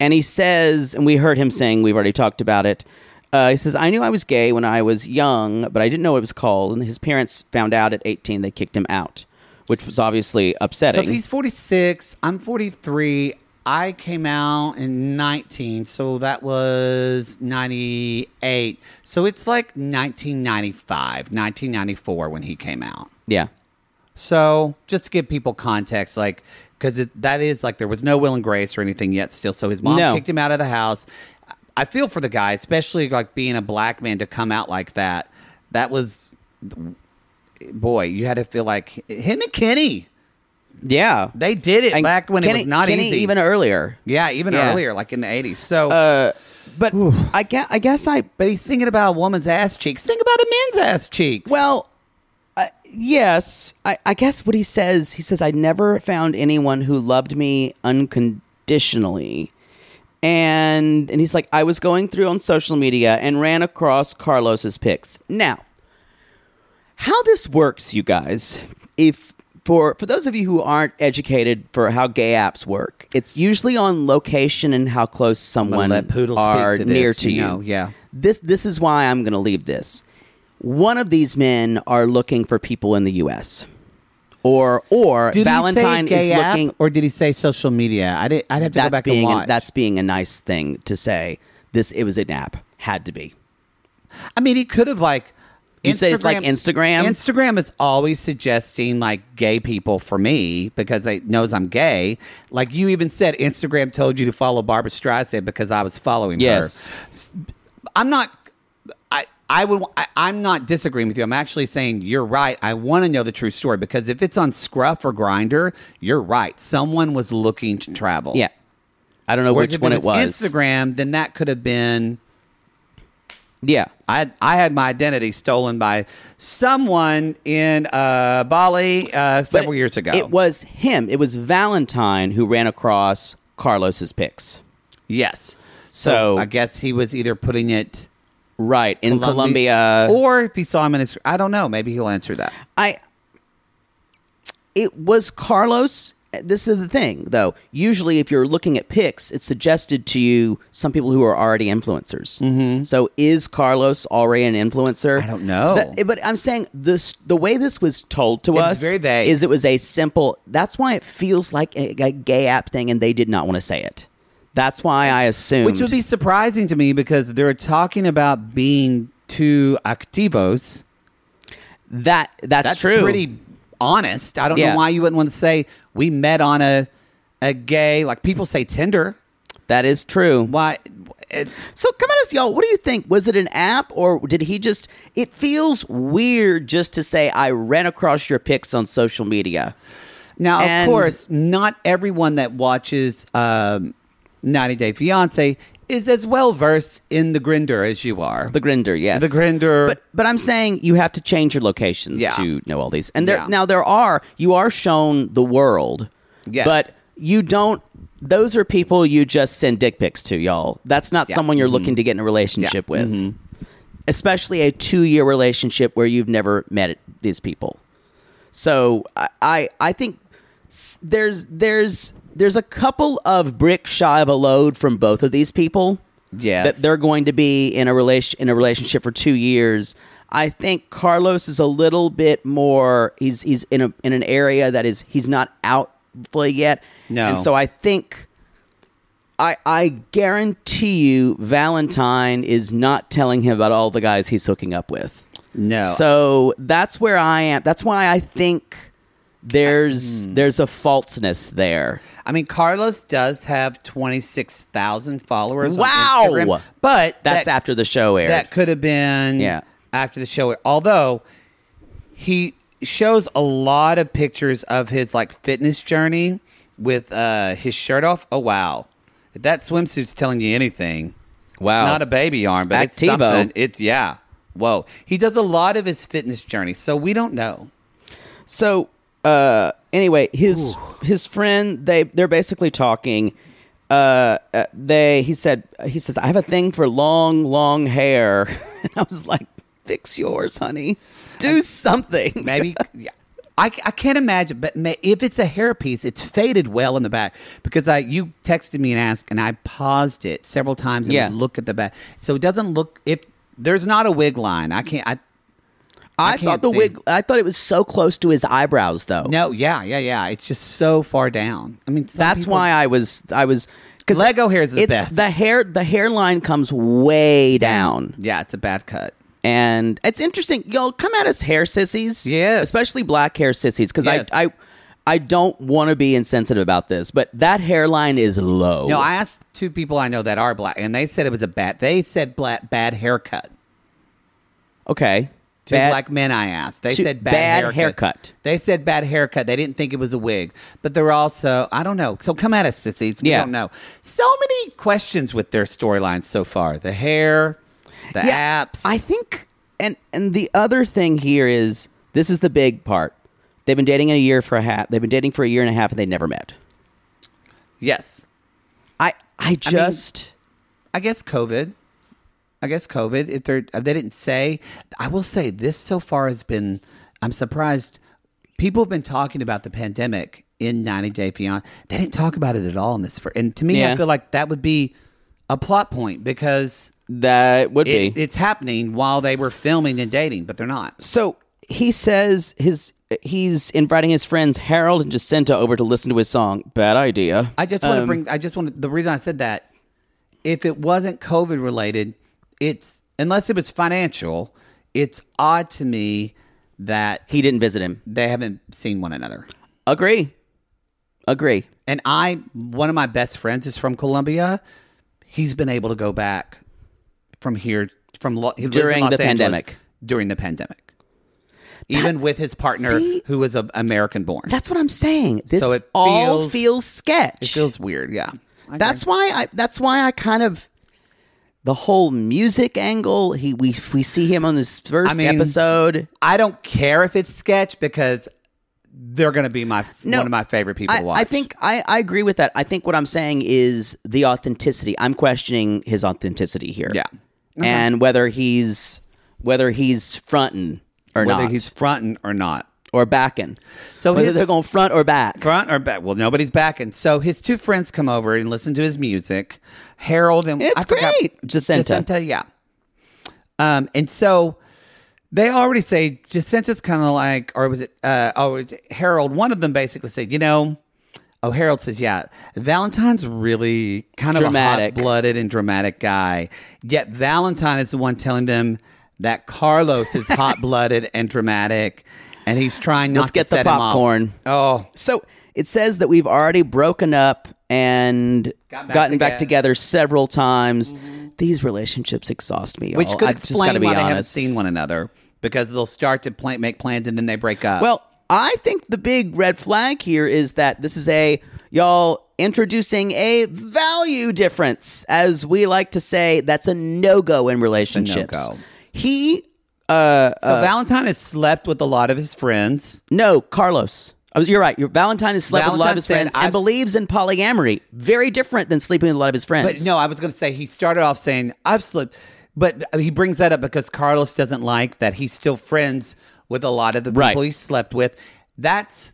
Speaker 3: And he says, and we heard him saying, we've already talked about it. Uh, he says, I knew I was gay when I was young, but I didn't know what it was called. And his parents found out at 18, they kicked him out, which was obviously
Speaker 2: So
Speaker 3: upsetting.
Speaker 2: if he's 46, I'm 43. I came out in 19, so that was 98. So it's like 1995, 1994 when he came out.
Speaker 3: yeah.
Speaker 2: So just to give people context, like, because that is like there was no will and grace or anything yet still. So his mom
Speaker 3: No.
Speaker 2: kicked him out of the house. I feel for the guy, especially like being a black man to come out like that. That was, boy, you had to feel like him and Kenny.
Speaker 3: Yeah.
Speaker 2: They did it
Speaker 3: And
Speaker 2: back when
Speaker 3: Kenny-
Speaker 2: it was not
Speaker 3: Kenny
Speaker 2: easy.
Speaker 3: Even earlier.
Speaker 2: yeah, even
Speaker 3: Yeah. Uh,
Speaker 2: earlier, like in the 80s. So,
Speaker 3: But I guess, I guess I
Speaker 2: but he's singing about a woman's ass cheeks. Sing about a man's ass cheeks.
Speaker 3: Well, uh, yes. I, I guess what he says, he says, I never found anyone who loved me unconditionally. And and he's like, I was going through on social media and ran across Carlos's pics. Now, how this works, you guys, if for for those of you who aren't educated for how gay apps work, it's usually on location and how close someone
Speaker 2: let Poodle speak
Speaker 3: are
Speaker 2: to this,
Speaker 3: near to
Speaker 2: you
Speaker 3: you.
Speaker 2: know, yeah.
Speaker 3: This this is why I'm going to leave this. One of these men are looking for people in the U.S. Or or
Speaker 2: Did he say
Speaker 3: Valentine is
Speaker 2: gay app,
Speaker 3: looking
Speaker 2: or did he say social media? I did. I'd have to go
Speaker 3: that's
Speaker 2: back
Speaker 3: being
Speaker 2: and
Speaker 3: an-
Speaker 2: watch.
Speaker 3: that's being a nice thing to say. This it was an app had to be.
Speaker 2: I mean, he could have like.
Speaker 3: You say it's like Instagram?
Speaker 2: Instagram is always suggesting like gay people for me because it knows I'm gay. Like you even said, Instagram told you to follow Barbara Streisand because I was following
Speaker 3: Yes.
Speaker 2: her. S- I'm not. I I would. I, I'm not disagreeing with you. I'm actually saying you're right. I want to know the true story because if it's on Scruff or Grinder, you're right. Someone was looking to travel.
Speaker 3: Yeah. I don't know
Speaker 2: Whereas
Speaker 3: which
Speaker 2: if
Speaker 3: one it was.
Speaker 2: Instagram, then that could have been.
Speaker 3: Yeah.
Speaker 2: I I had my identity stolen by someone in uh, Bali uh,
Speaker 3: But
Speaker 2: several years ago.
Speaker 3: It was him. It was Valentine who ran across Carlos's pics.
Speaker 2: yes.
Speaker 3: So,
Speaker 2: I guess he was either putting it
Speaker 3: right in Colombia,
Speaker 2: or if he saw him in his. I don't know. Maybe he'll answer that.
Speaker 3: I it was Carlos. This is the thing, though. Usually, if you're looking at pics, it's suggested to you some people who are already influencers. Mm-hmm. So, is Carlos already an influencer?
Speaker 2: I don't know.
Speaker 3: That- but I'm saying this: the way this was told to
Speaker 2: was
Speaker 3: us
Speaker 2: very vague.
Speaker 3: is it was a simple. That's why it feels like a, a gay app thing, and they did not want to say it. That's why I assumed.
Speaker 2: Which would be surprising to me because they're talking about being two activos.
Speaker 3: that. That's,
Speaker 2: That's
Speaker 3: true.
Speaker 2: pretty honest. I don't
Speaker 3: Yeah.
Speaker 2: know why you wouldn't want to say we met on a a gay like people say Tinder.
Speaker 3: that is true.
Speaker 2: Why? It,
Speaker 3: So come at us, y'all. What do you think? Was it an app or did he just? It feels weird just to say I ran across your pics on social media.
Speaker 2: Now,
Speaker 3: And-
Speaker 2: of course, not everyone that watches um, 90 Day Fiance is as well versed in the grinder as you are.
Speaker 3: The Grinder, yes,
Speaker 2: The Grindr.
Speaker 3: But but I'm saying you have to change your locations
Speaker 2: Yeah.
Speaker 3: to know all these. And there
Speaker 2: Yeah.
Speaker 3: now there are you are shown the world,
Speaker 2: Yes.
Speaker 3: but you don't. Those are people you just send dick pics to, y'all. That's not
Speaker 2: Yeah. Mm-hmm.
Speaker 3: someone you're looking to get in a relationship with, especially a two year relationship where you've never met it- these people. So I, I I think s- there's there's there's a couple of brick shy of a load from both of these people.
Speaker 2: Yes.
Speaker 3: That they're going to be in a relation in a relationship for two years. I think Carlos is a little bit more he's he's in a in an area that is he's not out fully yet.
Speaker 2: No.
Speaker 3: And so I think I I guarantee you Valentine is not telling him about all the guys he's hooking up with.
Speaker 2: no.
Speaker 3: So that's where I am. That's why I think There's
Speaker 2: Mm.
Speaker 3: there's a falseness there.
Speaker 2: I mean, Carlos does have 26,000 followers.
Speaker 3: Wow!
Speaker 2: On Instagram, but
Speaker 3: That's
Speaker 2: that-
Speaker 3: after the show aired.
Speaker 2: That could have been
Speaker 3: Yeah.
Speaker 2: after the show. Although he shows a lot of pictures of his like fitness journey with uh, his shirt off. Oh wow. If that swimsuit's telling you anything.
Speaker 3: Wow.
Speaker 2: It's not a baby arm, but it's
Speaker 3: Activo.
Speaker 2: something. It's yeah. Whoa. He does a lot of his fitness journey, so we don't know.
Speaker 3: So uh, anyway, his his friend they they're basically talking. Uh, uh, they he said he says I have a thing for long long hair, and I was like, fix yours, honey. Do something.
Speaker 2: Maybe. yeah. I, I can't imagine, but ma- if it's a hairpiece, it's faded well in the back because I you texted me and asked, and I paused it several times and
Speaker 3: Yeah.
Speaker 2: look at the back, so it doesn't look if there's not a wig line. I can't. I I
Speaker 3: I, thought
Speaker 2: can't
Speaker 3: the
Speaker 2: see.
Speaker 3: wig. I thought it was so close to his eyebrows, though.
Speaker 2: no, yeah, yeah, yeah. It's just so far down. I mean, some
Speaker 3: that's
Speaker 2: people-
Speaker 3: why I was. I was. Cause
Speaker 2: Lego hair is the
Speaker 3: it's,
Speaker 2: best.
Speaker 3: The hair, the hairline comes way down,
Speaker 2: Yeah, it's a bad cut.
Speaker 3: and it's interesting. Y'all come at us, hair sissies.
Speaker 2: Yes.
Speaker 3: especially black hair sissies, because
Speaker 2: Yes.
Speaker 3: I, I, I don't want to be insensitive about this, but that hairline is low.
Speaker 2: No, I asked two people I know that are black, and they said it was a bad. They said black, bad haircut.
Speaker 3: okay.
Speaker 2: Two
Speaker 3: Bad-
Speaker 2: black men I asked. They
Speaker 3: Two-
Speaker 2: said bad,
Speaker 3: bad
Speaker 2: haircut.
Speaker 3: haircut.
Speaker 2: They said bad haircut. They didn't think it was a wig. But they were also, I don't know. So come at us, sissies. We
Speaker 3: Yeah.
Speaker 2: don't know. So many questions with their storylines so far. The hair, the apps.
Speaker 3: I think, and and the other thing here is this is the big part. They've been dating a year for a half. They've been dating for a year and a half, and they never met.
Speaker 2: yes.
Speaker 3: I I just.
Speaker 2: I guess COVID. I guess COVID. If they're if they didn't say, I will say this so far has been. I'm surprised. People have been talking about the pandemic in 90 Day Fiance. They didn't talk about it at all in this. fir- And to me, I
Speaker 3: Yeah.
Speaker 2: feel like that would be a plot point because
Speaker 3: That would
Speaker 2: it,
Speaker 3: be.
Speaker 2: it's happening while they were filming and dating, but they're not.
Speaker 3: so he says his he's inviting his friends Harold and Jacinta over to listen to his song. Bad idea.
Speaker 2: I just want to
Speaker 3: Um,
Speaker 2: bring. I just want to, the reason I said that. If it wasn't COVID related, it's unless it was financial. It's odd to me that
Speaker 3: He didn't visit him.
Speaker 2: they haven't seen one another.
Speaker 3: Agree. Agree.
Speaker 2: And I, one of my best friends is from Colombia. He's been able to go back from here from Lo- he lives in
Speaker 3: During
Speaker 2: Los
Speaker 3: the
Speaker 2: Angeles
Speaker 3: pandemic.
Speaker 2: During the pandemic, even with his partner
Speaker 3: See?
Speaker 2: who was a American born,
Speaker 3: That's what I'm saying. This
Speaker 2: So it
Speaker 3: all
Speaker 2: feels-
Speaker 3: feels, sketch.
Speaker 2: it feels weird. Yeah, I
Speaker 3: that's why I. That's why I kind of. The whole music angle. He we we see him on this first
Speaker 2: mean-
Speaker 3: episode.
Speaker 2: I don't care if it's sketch because they're going to be my one of my favorite people
Speaker 3: I,
Speaker 2: to watch.
Speaker 3: I think I, I agree with that. I think what I'm saying is the authenticity. I'm questioning his authenticity here.
Speaker 2: Yeah. Uh-huh.
Speaker 3: And whether he's whether he's fronting or
Speaker 2: whether
Speaker 3: not.
Speaker 2: he's fronting or not,
Speaker 3: or backing.
Speaker 2: So
Speaker 3: whether
Speaker 2: his-
Speaker 3: they're going front or back.
Speaker 2: front or back. Well, nobody's backing. So his two friends come over and listen to his music. Harold and
Speaker 3: It's
Speaker 2: forgot-
Speaker 3: great. Jacinta.
Speaker 2: Jacinta, yeah. Um, and so they already say Jacinta's kind of like, or was it? Uh, oh, it's Harold. One of them basically said, you know. Oh, Harold says, yeah, Valentine's really kind of
Speaker 3: Dramatic.
Speaker 2: a hot-blooded and dramatic guy. Yet Valentine is the one telling them that Carlos is hot-blooded and dramatic, and he's trying not
Speaker 3: Let's
Speaker 2: to
Speaker 3: get the
Speaker 2: set him off.
Speaker 3: popcorn.
Speaker 2: Oh,
Speaker 3: So it says that we've already broken up and
Speaker 2: Got back
Speaker 3: gotten back
Speaker 2: together. Mm-hmm.
Speaker 3: together several times. These relationships exhaust me.
Speaker 2: which
Speaker 3: y'all.
Speaker 2: could
Speaker 3: I just
Speaker 2: explain
Speaker 3: gotta be
Speaker 2: why they haven't
Speaker 3: honest.
Speaker 2: seen one another because they'll start to plan- make plans and then they break up.
Speaker 3: Well, I think the big red flag here is that this is a y'all introducing a value difference, as we like to say. That's a no go in relationships.
Speaker 2: no-go.
Speaker 3: He, uh,
Speaker 2: so Valentine has slept with a lot of his friends.
Speaker 3: no, Carlos. I was, you're right. Your Valentine has slept with a lot
Speaker 2: Valentine
Speaker 3: of his
Speaker 2: said,
Speaker 3: friends and
Speaker 2: "I've-
Speaker 3: believes in polyamory. Very different than sleeping with a lot of his friends.
Speaker 2: But no, I was going to say he started off saying I've slept, but he brings that up because Carlos doesn't like that he's still friends with a lot of the people
Speaker 3: Right.
Speaker 2: he slept with. That's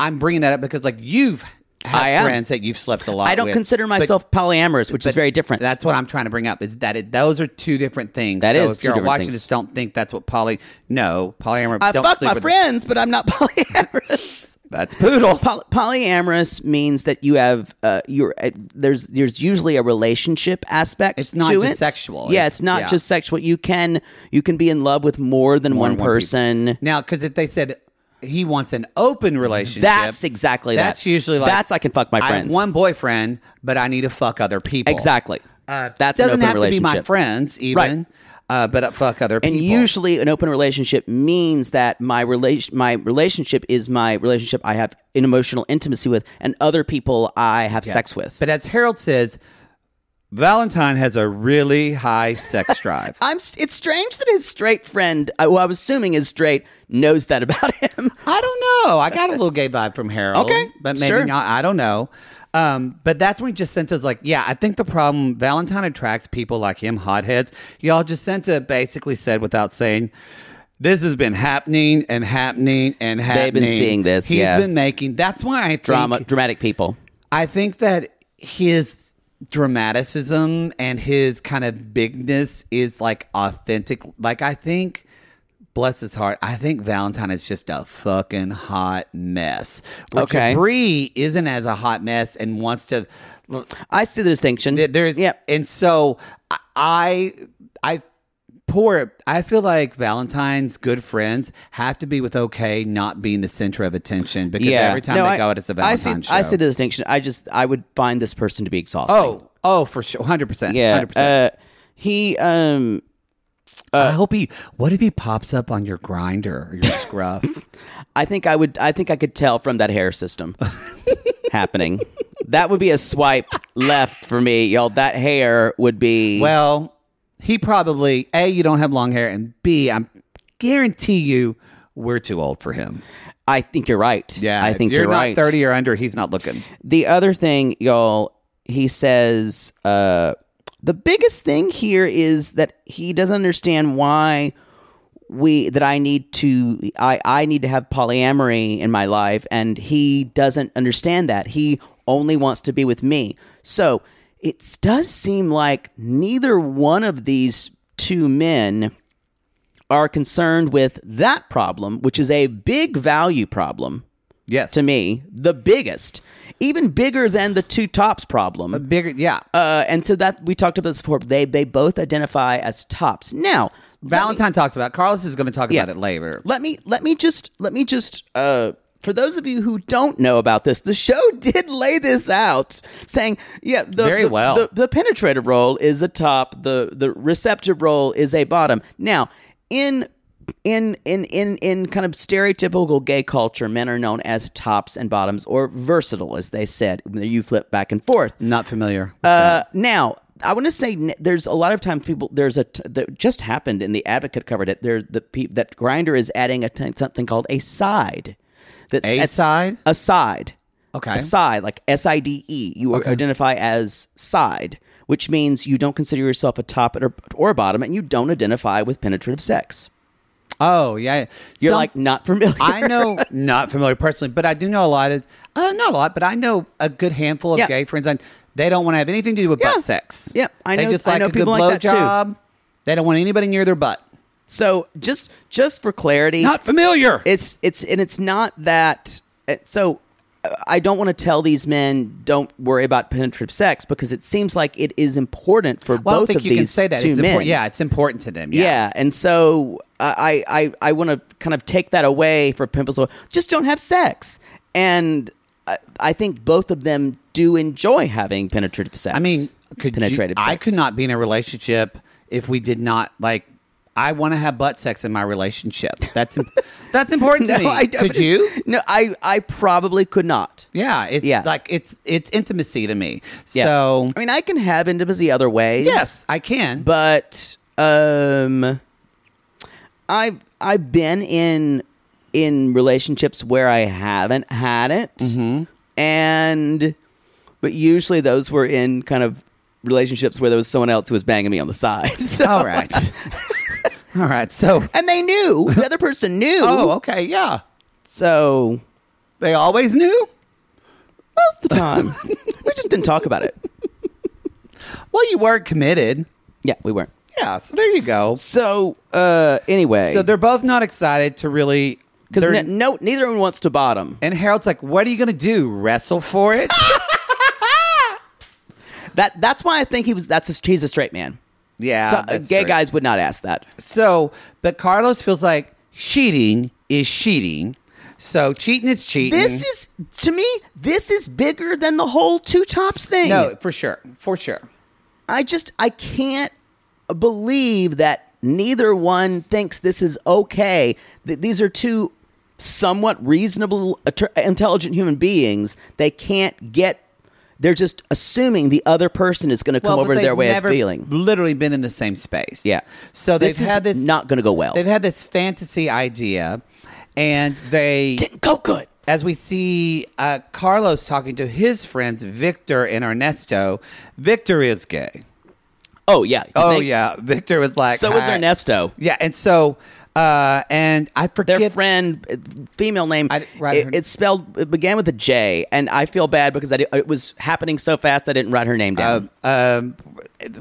Speaker 2: I'm bringing that up because like you've
Speaker 3: I
Speaker 2: had
Speaker 3: am.
Speaker 2: friends that you've slept a lot.
Speaker 3: I don't
Speaker 2: with,
Speaker 3: consider
Speaker 2: but
Speaker 3: myself polyamorous, which is
Speaker 2: But
Speaker 3: very different.
Speaker 2: That's what I'm trying to bring up is that it, those are two different things.
Speaker 3: That
Speaker 2: so
Speaker 3: is
Speaker 2: if
Speaker 3: two
Speaker 2: you're
Speaker 3: different
Speaker 2: watching
Speaker 3: things.
Speaker 2: this, don't think that's what poly. No, polyamory.
Speaker 3: I
Speaker 2: don't
Speaker 3: fuck
Speaker 2: sleep
Speaker 3: my
Speaker 2: with-
Speaker 3: friends, but I'm not polyamorous.
Speaker 2: That's poodle.
Speaker 3: Poly- polyamorous means that you have uh, you're uh, there's there's usually a relationship aspect.
Speaker 2: It's not
Speaker 3: to
Speaker 2: just
Speaker 3: it.
Speaker 2: sexual.
Speaker 3: Yeah,
Speaker 2: It's-
Speaker 3: it's, not
Speaker 2: yeah.
Speaker 3: just sexual. You can you can be in love with more than one, person.
Speaker 2: Now, because if they said he wants an open relationship.
Speaker 3: That's exactly that.
Speaker 2: That's usually like
Speaker 3: That's I can fuck my
Speaker 2: I have
Speaker 3: friends.
Speaker 2: one boyfriend, but I need to fuck other people.
Speaker 3: Exactly. That's an
Speaker 2: Uh, doesn't
Speaker 3: open
Speaker 2: have to be my
Speaker 3: relationship.
Speaker 2: friends even, uh, but I fuck other
Speaker 3: And
Speaker 2: people.
Speaker 3: usually, an open relationship means that my relation, my relationship is my relationship I have an emotional intimacy with, and other people I have sex with.
Speaker 2: But as Harold says, Valentine has a really high sex drive.
Speaker 3: I'm. s- It's strange that his straight friend, uh, who I'm assuming is straight, knows that about him.
Speaker 2: I don't know. I got a little gay vibe from Harold.
Speaker 3: Okay,
Speaker 2: But maybe
Speaker 3: sure.
Speaker 2: not. I don't know. Um, but that's when Jacinta's like, yeah, I think the problem, Valentine attracts people like him, hotheads. Y'all, Jacinta basically said without saying, this has been happening and happening and happening.
Speaker 3: They've been seeing this,
Speaker 2: He's
Speaker 3: yeah.
Speaker 2: been making, that's why I think,
Speaker 3: Drama, dramatic people.
Speaker 2: I think that his dramaticism and his kind of bigness is like authentic. Like I think, bless his heart, I think Valentine is just a fucking hot mess. Where
Speaker 3: Okay.
Speaker 2: Jabri isn't as a hot mess and wants to.
Speaker 3: I see the distinction.
Speaker 2: Th- There's
Speaker 3: yeah.
Speaker 2: and so I I poor I feel like Valentine's good friends have to be with okay not being the center of attention because every time
Speaker 3: No,
Speaker 2: they
Speaker 3: I-
Speaker 2: go out it's a Valentine
Speaker 3: I see,
Speaker 2: show.
Speaker 3: I see the distinction. I just I would find this person to be exhausting.
Speaker 2: Oh, oh, for sure, hundred percent.
Speaker 3: yeah.
Speaker 2: hundred percent.
Speaker 3: Uh, he um
Speaker 2: I hope he. What if he pops up on your grinder or your scruff?
Speaker 3: I think I would I think I could tell from that hair system happening. That would be a swipe left for me, y'all. That hair would be
Speaker 2: well, he probably a. You don't have long hair, and b. I'm guarantee you, we're too old for him.
Speaker 3: I think you're right. I
Speaker 2: if
Speaker 3: think
Speaker 2: you're,
Speaker 3: you're,
Speaker 2: not
Speaker 3: right.
Speaker 2: thirty or under. He's not looking.
Speaker 3: The other thing, y'all, he says uh the biggest thing here is that he doesn't understand why we that I need to I I need to have polyamory in my life and he doesn't understand that. He only wants to be with me. So, it does seem like neither one of these two men are concerned with that problem, which is a big value problem
Speaker 2: Yes,
Speaker 3: to me, the biggest, even bigger than the two tops problem.
Speaker 2: bigger. Yeah,
Speaker 3: Uh, and so that we talked about this before. They they both identify as tops. Now,
Speaker 2: Valentine talks about. Carlos is going to talk
Speaker 3: Yeah.
Speaker 2: about it later.
Speaker 3: let me let me just let me just uh for those of you who don't know about this, the show did lay this out, saying, "Yeah, the,
Speaker 2: Very
Speaker 3: the-
Speaker 2: well.
Speaker 3: The, the penetrative role is a top, the the receptive role is a bottom." Now, in in in in in kind of stereotypical gay culture, men are known as tops and bottoms, or versatile, as they said. You flip back and forth.
Speaker 2: Not familiar.
Speaker 3: Uh, now I want to say n- there's a lot of times people there's a t- that just happened and the advocate covered it. There the pe- that grinder is adding a t- something called a side. That's
Speaker 2: A
Speaker 3: that's-
Speaker 2: side?
Speaker 3: A side.
Speaker 2: Okay.
Speaker 3: A side like S I D E. You identify as side, which means you don't consider yourself a top or or a bottom, and you don't identify with penetrative sex.
Speaker 2: oh yeah,
Speaker 3: You're
Speaker 2: Some-
Speaker 3: like not familiar.
Speaker 2: I know, not familiar personally, but I do know a lot of, uh, not a lot, but I know a good handful of
Speaker 3: Yeah.
Speaker 2: gay friends. And they don't want to have anything to do with
Speaker 3: Yeah.
Speaker 2: butt sex.
Speaker 3: Yeah, I
Speaker 2: They
Speaker 3: know-
Speaker 2: just
Speaker 3: I
Speaker 2: like
Speaker 3: know
Speaker 2: a good
Speaker 3: people like that, too.
Speaker 2: blowjob. They don't want anybody near their butt.
Speaker 3: So just just for clarity,
Speaker 2: Not familiar.
Speaker 3: it's it's and it's not that it- so uh, i don't want to tell these men don't worry about penetrative sex because it seems like it is important for
Speaker 2: well, I don't
Speaker 3: both
Speaker 2: think
Speaker 3: of
Speaker 2: you
Speaker 3: these
Speaker 2: can say that.
Speaker 3: two
Speaker 2: It's
Speaker 3: men
Speaker 2: important. Yeah, it's important to them.
Speaker 3: yeah.
Speaker 2: Yeah.
Speaker 3: and so i i i want to kind of take that away for pimples just don't have sex and I, I think both of them do enjoy having penetrative sex
Speaker 2: I mean, could you-
Speaker 3: penetrative sex.
Speaker 2: I could not be in a relationship if we did not like. I want to have butt sex in my relationship. That's im- that's important to me.
Speaker 3: I don't-
Speaker 2: could you?
Speaker 3: no i i probably could not
Speaker 2: Yeah, it's
Speaker 3: Yeah.
Speaker 2: like it's it's intimacy to me.
Speaker 3: Yeah.
Speaker 2: So
Speaker 3: I mean, I can have intimacy other ways.
Speaker 2: yes, I can.
Speaker 3: but um, I've I've been in in relationships where I haven't had it,
Speaker 2: Mm-hmm.
Speaker 3: and but usually those were in kind of relationships where there was someone else who was banging me on the side. So-
Speaker 2: All right. All right. So,
Speaker 3: and they knew the other person knew.
Speaker 2: oh, okay. Yeah.
Speaker 3: so
Speaker 2: They always knew.
Speaker 3: most of the time we just didn't talk about it.
Speaker 2: Well, you weren't committed.
Speaker 3: Yeah, we weren't.
Speaker 2: Yeah. So there you go.
Speaker 3: So uh, anyway,
Speaker 2: So they're both not excited to really.
Speaker 3: because
Speaker 2: they're-
Speaker 3: no, neither one wants to bottom.
Speaker 2: and Harold's like, what are you going to do? Wrestle for it?
Speaker 3: That that's why I think he was. That's a, he's a straight man.
Speaker 2: yeah.
Speaker 3: Ta-
Speaker 2: that's
Speaker 3: gay
Speaker 2: true.
Speaker 3: guys would not ask that.
Speaker 2: So, but Carlos feels like cheating is cheating. So cheating is cheating.
Speaker 3: This is
Speaker 2: Mm-hmm.
Speaker 3: to me. This is bigger than the whole two tops thing.
Speaker 2: no, for sure, for sure.
Speaker 3: I just I can't believe that neither one thinks this is okay. That these are two somewhat reasonable, att- intelligent human beings. They can't get. They're just assuming the other person is going to come
Speaker 2: but
Speaker 3: over to
Speaker 2: they've
Speaker 3: their way
Speaker 2: never
Speaker 3: of feeling.
Speaker 2: Literally been in the same space.
Speaker 3: Yeah.
Speaker 2: So they've
Speaker 3: This is
Speaker 2: had this
Speaker 3: not gonna go well.
Speaker 2: They've had this fantasy idea, and they
Speaker 3: Didn't go good.
Speaker 2: as we see uh, Carlos talking to his friends Victor and Ernesto. Victor is gay.
Speaker 3: Oh yeah. You
Speaker 2: Oh
Speaker 3: think-
Speaker 2: yeah, Victor was like.
Speaker 3: So was
Speaker 2: "Hi."
Speaker 3: Ernesto.
Speaker 2: Yeah, and so uh, and I forget
Speaker 3: their friend uh, female name
Speaker 2: I- right,
Speaker 3: it,
Speaker 2: her-
Speaker 3: it's spelled it began with a j and i feel bad because I di- it was happening so fast i didn't write her name down
Speaker 2: Um, um,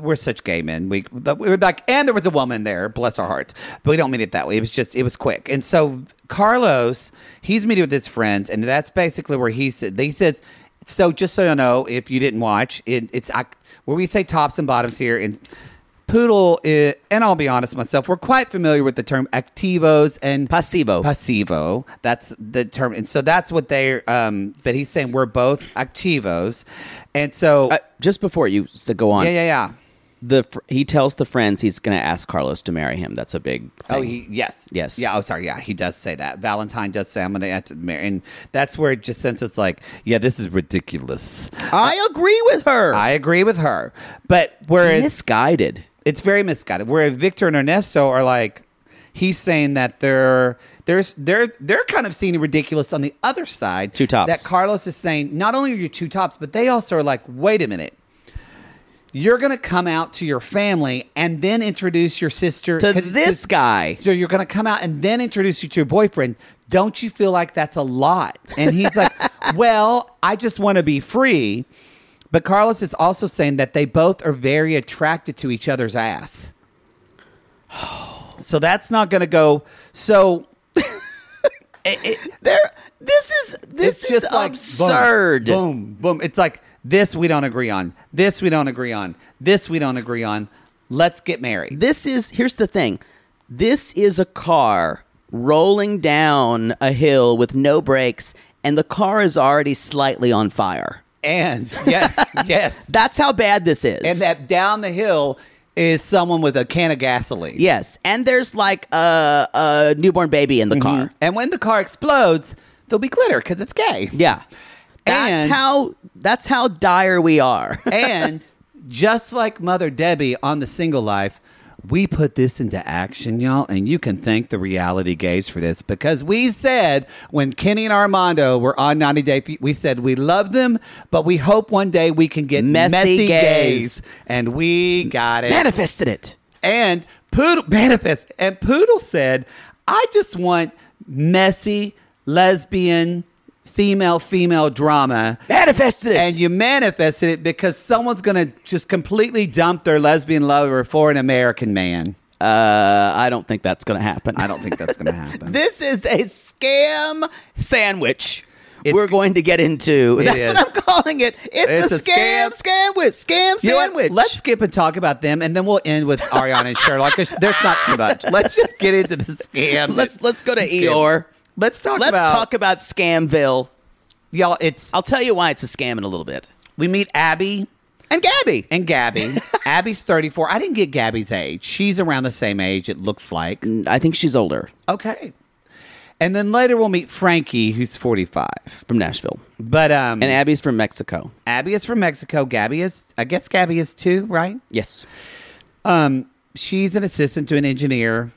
Speaker 2: we're such gay men. We, but we were like, and there was a woman there. Bless our hearts, but we don't mean it that way. It was just, it was quick. And so Carlos, he's meeting with his friends, and that's basically where he said. He says, so just so you know, if you didn't watch, it, it's I, where we say tops and bottoms here, and poodle. Is, and I'll be honest myself, we're quite familiar with the term activos and
Speaker 3: Pasivo.
Speaker 2: Pasivo. That's the term, and so that's what they. Um, but he's saying we're both activos, and so.
Speaker 3: Uh, just before you s- go on
Speaker 2: Yeah, yeah, yeah.
Speaker 3: the fr- he tells the friends he's going to ask carlos to marry him that's a big thing.
Speaker 2: Oh, he yes,
Speaker 3: Yes.
Speaker 2: yeah. Oh, sorry, yeah. He does say that. Valentine does say, "I'm going to have to marry," and that's where it just sends us like, "Yeah, this is ridiculous."
Speaker 3: i agree with her
Speaker 2: I agree with her, but whereas
Speaker 3: misguided
Speaker 2: it's very misguided. Where Victor and Ernesto are like, he's saying that they're there's they're they're kind of seeing ridiculous on the other side.
Speaker 3: Two tops.
Speaker 2: That Carlos is saying not only are you two tops, but they also are like, wait a minute. You're gonna come out to your family and then introduce your sister
Speaker 3: to
Speaker 2: 'cause it-
Speaker 3: this guy
Speaker 2: so you're going to come out and then introduce you to your boyfriend. Don't you feel like that's a lot? And he's like, well, I just want to be free. But Carlos is also saying that they both are very attracted to each other's ass. So that's not going to go. So
Speaker 3: there this is
Speaker 2: it's
Speaker 3: this is
Speaker 2: just like, boom,
Speaker 3: absurd
Speaker 2: Boom, boom, It's like this we don't agree on. This we don't agree on. This we don't agree on. Let's get married.
Speaker 3: This is here's the thing. This is a car rolling down a hill with no brakes, and the car is already slightly on fire.
Speaker 2: And yes, yes.
Speaker 3: That's how bad this is.
Speaker 2: And that down the hill is someone with a can of gasoline.
Speaker 3: yes, and there's like a, a newborn baby in the car.
Speaker 2: Mm-hmm. And when the car explodes, there'll be glitter because it's gay.
Speaker 3: Yeah, that's
Speaker 2: And-
Speaker 3: how that's how dire we are.
Speaker 2: and just like Mother Debbie on The Single Life, we put this into action, y'all, and you can thank the reality gays for this because we said when Kenny and Armando were on 90 Day, Fe- we said we love them, but we hope one day we can get messy,
Speaker 3: Messy
Speaker 2: gays.
Speaker 3: gays.
Speaker 2: And we got it.
Speaker 3: Manifested it.
Speaker 2: And Poodle manifest. And Poodle said, "I just want messy lesbian female female drama."
Speaker 3: Manifested it.
Speaker 2: And you manifested it because someone's going to just completely dump their lesbian lover for an American man.
Speaker 3: uh, I don't think that's going to happen.
Speaker 2: I don't think that's going to happen.
Speaker 3: This is a scam sandwich.
Speaker 2: It's-
Speaker 3: We're going to get into.
Speaker 2: It
Speaker 3: That's
Speaker 2: is.
Speaker 3: what I'm calling it.
Speaker 2: It's
Speaker 3: It's, a,
Speaker 2: a
Speaker 3: scam, sandwich. Scam
Speaker 2: You know what?
Speaker 3: sandwich.
Speaker 2: Let's skip and talk about them, and then we'll end with Ariana and Sherlock. 'cause There's not too much. Let's just get into the scam.
Speaker 3: let's let's go to
Speaker 2: Scam.
Speaker 3: Eeyore.
Speaker 2: Let's talk
Speaker 3: Let's
Speaker 2: about
Speaker 3: talk about Scamville.
Speaker 2: y'all. It's
Speaker 3: I'll tell you why it's a scam in a little bit.
Speaker 2: we meet Abby.
Speaker 3: And Gabby.
Speaker 2: and Gabby. Abby's 34. I didn't get Gabby's age. She's around the same age, it looks like.
Speaker 3: I think she's older
Speaker 2: Okay. And then later we'll meet Frankie, who's 45.
Speaker 3: from Nashville,
Speaker 2: But um,
Speaker 3: and Abby's from Mexico.
Speaker 2: Abby is from Mexico. Gabby is, I guess Gabby is too, right?
Speaker 3: Yes.
Speaker 2: Um, she's an assistant to an engineer.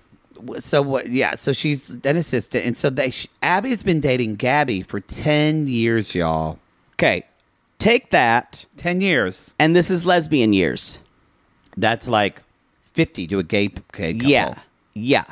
Speaker 2: So what? Yeah. So she's an assistant, and so they sh- Abby's been dating Gabby for ten years, y'all.
Speaker 3: Okay. Take that,
Speaker 2: Ten years.
Speaker 3: and this is lesbian years.
Speaker 2: That's like fifty to a gay p- gay couple.
Speaker 3: Yeah. Yeah.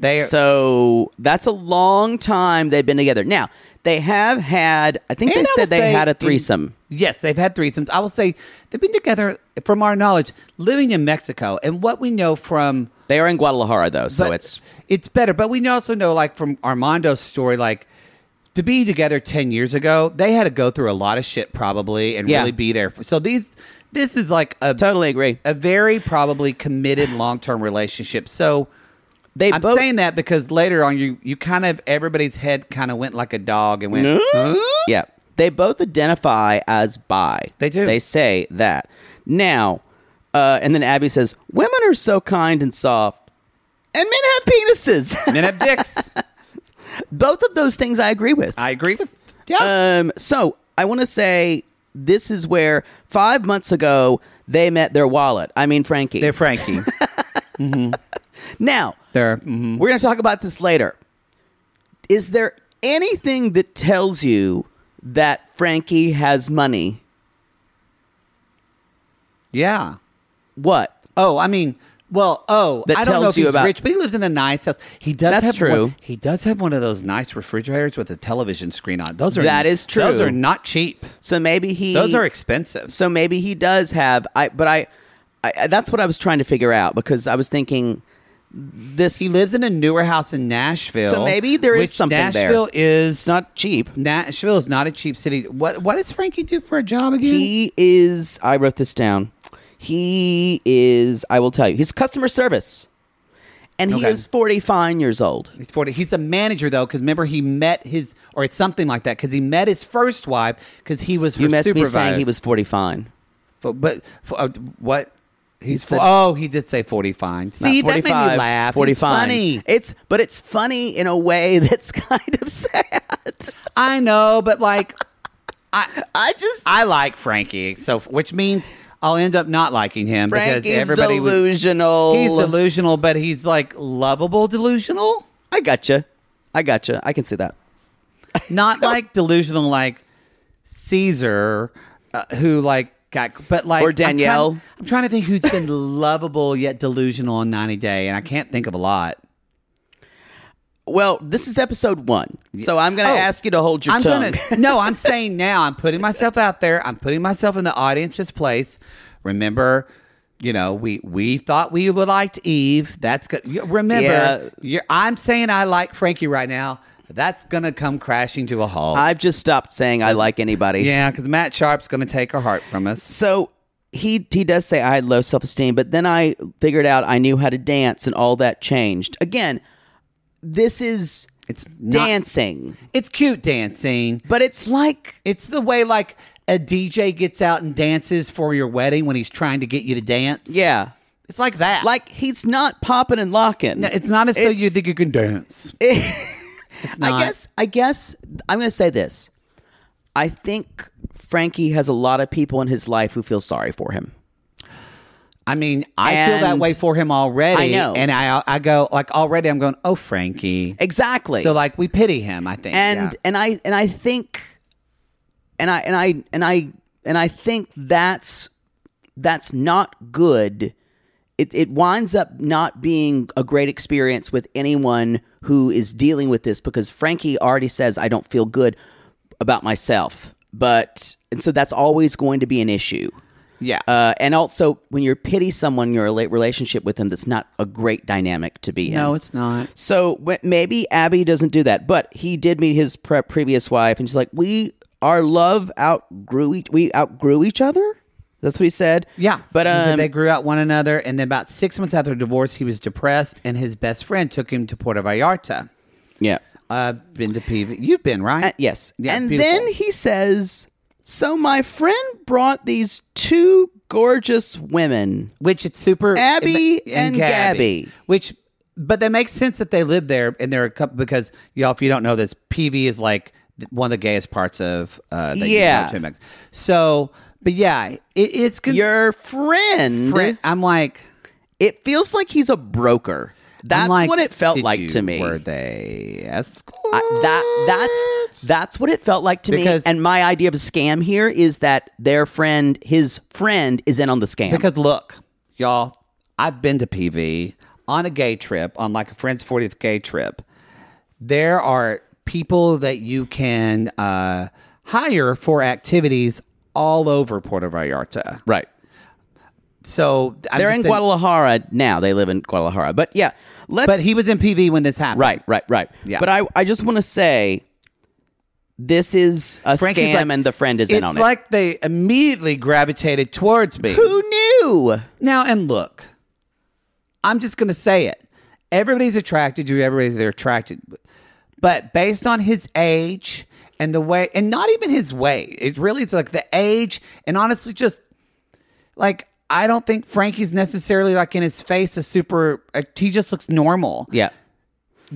Speaker 2: They are,
Speaker 3: So that's a long time they've been together. Now they have had. I think they
Speaker 2: And I will
Speaker 3: said
Speaker 2: say
Speaker 3: they had a
Speaker 2: in-
Speaker 3: threesome.
Speaker 2: yes, they've had threesomes. I will say they've been together, from our knowledge, living in Mexico, and what we know from
Speaker 3: they are in Guadalajara though, so
Speaker 2: but
Speaker 3: it's
Speaker 2: it's better. But we also know, like from Armando's story, like to be together ten years ago, they had to go through a lot of shit probably, and
Speaker 3: Yeah.
Speaker 2: really be there. For, so these, this is like a
Speaker 3: totally agree.
Speaker 2: a very probably committed long term relationship. So
Speaker 3: They
Speaker 2: I'm
Speaker 3: both-
Speaker 2: saying that because later on, you you kind of everybody's head kind of went like a dog and went. "Huh?"
Speaker 3: Yeah. They both identify as bi.
Speaker 2: They do.
Speaker 3: They say that. Now, uh, and then Abby says, Women are so kind and soft, and men have penises.
Speaker 2: Men have dicks.
Speaker 3: both of those things I agree with.
Speaker 2: I agree with. Yeah.
Speaker 3: Um, so I want to say this is where five months ago they met their wallet. I mean, Frankie.
Speaker 2: They're Frankie.
Speaker 3: now,
Speaker 2: They're mm-hmm.
Speaker 3: we're going to talk about this later. Is there anything that tells you that Frankie has money?
Speaker 2: yeah.
Speaker 3: What?
Speaker 2: Oh, I mean, well, oh,
Speaker 3: That
Speaker 2: I don't know
Speaker 3: tells
Speaker 2: if
Speaker 3: you
Speaker 2: he's
Speaker 3: about-
Speaker 2: rich, but he lives in a nice house. He does
Speaker 3: That's
Speaker 2: have
Speaker 3: true.
Speaker 2: One, he does have one of those nice refrigerators with a television screen on. Those are
Speaker 3: That is true.
Speaker 2: Those are not cheap.
Speaker 3: So maybe he.
Speaker 2: Those are expensive.
Speaker 3: So maybe he does have. I. But I. I that's what I was trying to figure out because I was thinking this.
Speaker 2: he lives in a newer house in Nashville.
Speaker 3: So maybe there is
Speaker 2: which
Speaker 3: something there.
Speaker 2: Nashville is
Speaker 3: it's not cheap.
Speaker 2: Mm. Nashville is not a cheap city. What what does Frankie do for a job again?
Speaker 3: He is. I wrote this down. He is. I will tell you. He's customer service, and he
Speaker 2: Okay.
Speaker 3: is forty-five years old.
Speaker 2: He's 40. He's a manager though, because remember he met his or it's something like that because he met his first wife because he was her
Speaker 3: You missed me
Speaker 2: supervisor.
Speaker 3: saying he was forty-five.
Speaker 2: But, but for, uh, what? He's
Speaker 3: said-
Speaker 2: fo- oh, he did say forty fine. See, that made me laugh. It's funny.
Speaker 3: It's but it's funny in a way that's kind of sad.
Speaker 2: I know, but like, I
Speaker 3: I just
Speaker 2: I like Frankie, so which means I'll end up not liking him because
Speaker 3: Frankie's
Speaker 2: everybody was-
Speaker 3: delusional.
Speaker 2: he's delusional, but he's like lovable delusional,
Speaker 3: I gotcha. I gotcha. I can see that.
Speaker 2: not like delusional like Caesar, uh, who like. Got, but like
Speaker 3: Or
Speaker 2: I'm trying-
Speaker 3: Danielle.
Speaker 2: I'm trying to think who's been lovable yet delusional on 90 Day, and I can't think of a lot.
Speaker 3: Well, this is episode one, so I'm going to
Speaker 2: Oh.
Speaker 3: ask you to hold your
Speaker 2: I'm
Speaker 3: tongue.
Speaker 2: Gonna, no, I'm saying now. I'm putting myself out there. I'm putting myself in the audience's place. Remember, you know, we we thought we liked Eve. That's good. you- Remember,
Speaker 3: Yeah.
Speaker 2: you're, I'm saying I like Frankie right now. That's gonna come crashing to a halt.
Speaker 3: I've just stopped saying I like anybody.
Speaker 2: yeah, because Matt Sharp's gonna take her heart from us.
Speaker 3: So he he does say I had low self esteem, but then I figured out I knew how to dance, and all that changed. Again, this is
Speaker 2: It's not-
Speaker 3: dancing,
Speaker 2: It's cute dancing.
Speaker 3: but it's like
Speaker 2: It's the way like a DJ gets out and dances for your wedding when he's trying to get you to dance.
Speaker 3: yeah,
Speaker 2: it's like that.
Speaker 3: like he's not popping and locking.
Speaker 2: No, it's not as though you
Speaker 3: It's-
Speaker 2: think you can dance. it's not.
Speaker 3: I guess I guess I'm going to say this. I think Frankie has a lot of people in his life who feel sorry for him.
Speaker 2: I mean, I feel that
Speaker 3: And-
Speaker 2: way for him already.
Speaker 3: I know.
Speaker 2: And I I go like already I'm going, "Oh, Frankie."
Speaker 3: Exactly.
Speaker 2: So like we pity him, I think.
Speaker 3: and
Speaker 2: yeah.
Speaker 3: and I and I think and I and I and I and I think that's that's not good. It it winds up not being a great experience with anyone who is dealing with this because Frankie already says I don't feel good about myself. But and so that's always going to be an issue.
Speaker 2: yeah.
Speaker 3: Uh, and also, when you pity someone, you're in a late relationship with them. That's not a great dynamic to be in.
Speaker 2: no, it's not.
Speaker 3: So wh- maybe Abby doesn't do that, but he did meet his pre- previous wife, and she's like, "We our love outgrew each we outgrew each other." That's what he said.
Speaker 2: Yeah.
Speaker 3: but
Speaker 2: He said
Speaker 3: um,
Speaker 2: they grew out one another and then about 6 months after the divorce, he was depressed and his best friend took him to Puerto Vallarta.
Speaker 3: yeah,
Speaker 2: I've been to PV. You've been, right?
Speaker 3: Uh, yes.
Speaker 2: Yeah,
Speaker 3: and
Speaker 2: beautiful.
Speaker 3: then he says, "So my friend brought these two gorgeous women."
Speaker 2: which it's super
Speaker 3: Abby and Gabby.
Speaker 2: which but that makes sense that they live there and they're a couple because y'all if you don't know this PV is like th- one of the gayest parts of uh that
Speaker 3: Yeah.
Speaker 2: you go to in Mexico. so but yeah it, it's con-
Speaker 3: Your friend,
Speaker 2: friend- I'm like
Speaker 3: it feels like he's a broker. That's
Speaker 2: I'm like,
Speaker 3: what it felt
Speaker 2: "Did
Speaker 3: like
Speaker 2: you-
Speaker 3: to me.
Speaker 2: were they escort
Speaker 3: I, that that's that's what it felt like to
Speaker 2: Because-
Speaker 3: me. And my idea of a scam here is that their friend, his friend, is in on the scam.
Speaker 2: Because look, y'all, I've been to PV on a gay trip, on like a friend's 40th gay trip. There are people that you can uh, hire for activities all over Puerto Vallarta.
Speaker 3: right,
Speaker 2: So I'm
Speaker 3: they're
Speaker 2: just
Speaker 3: in
Speaker 2: saying-
Speaker 3: Guadalajara now. They live in Guadalajara, but yeah, let's.
Speaker 2: But he was in PV when this happened.
Speaker 3: right, right, right.
Speaker 2: Yeah.
Speaker 3: But I I just want to say. This is a
Speaker 2: Frankie's
Speaker 3: scam,
Speaker 2: like-
Speaker 3: and the friend is in on
Speaker 2: It's like they immediately gravitated towards me.
Speaker 3: it. Who knew?
Speaker 2: Now, and look, I'm just going to say it. everybody's attracted to everybody they're attracted but based on his age and the way and not even his weight it really it's like the age and honestly just like i don't think frankie's necessarily like in his face a super uh, he just looks normal
Speaker 3: Yeah.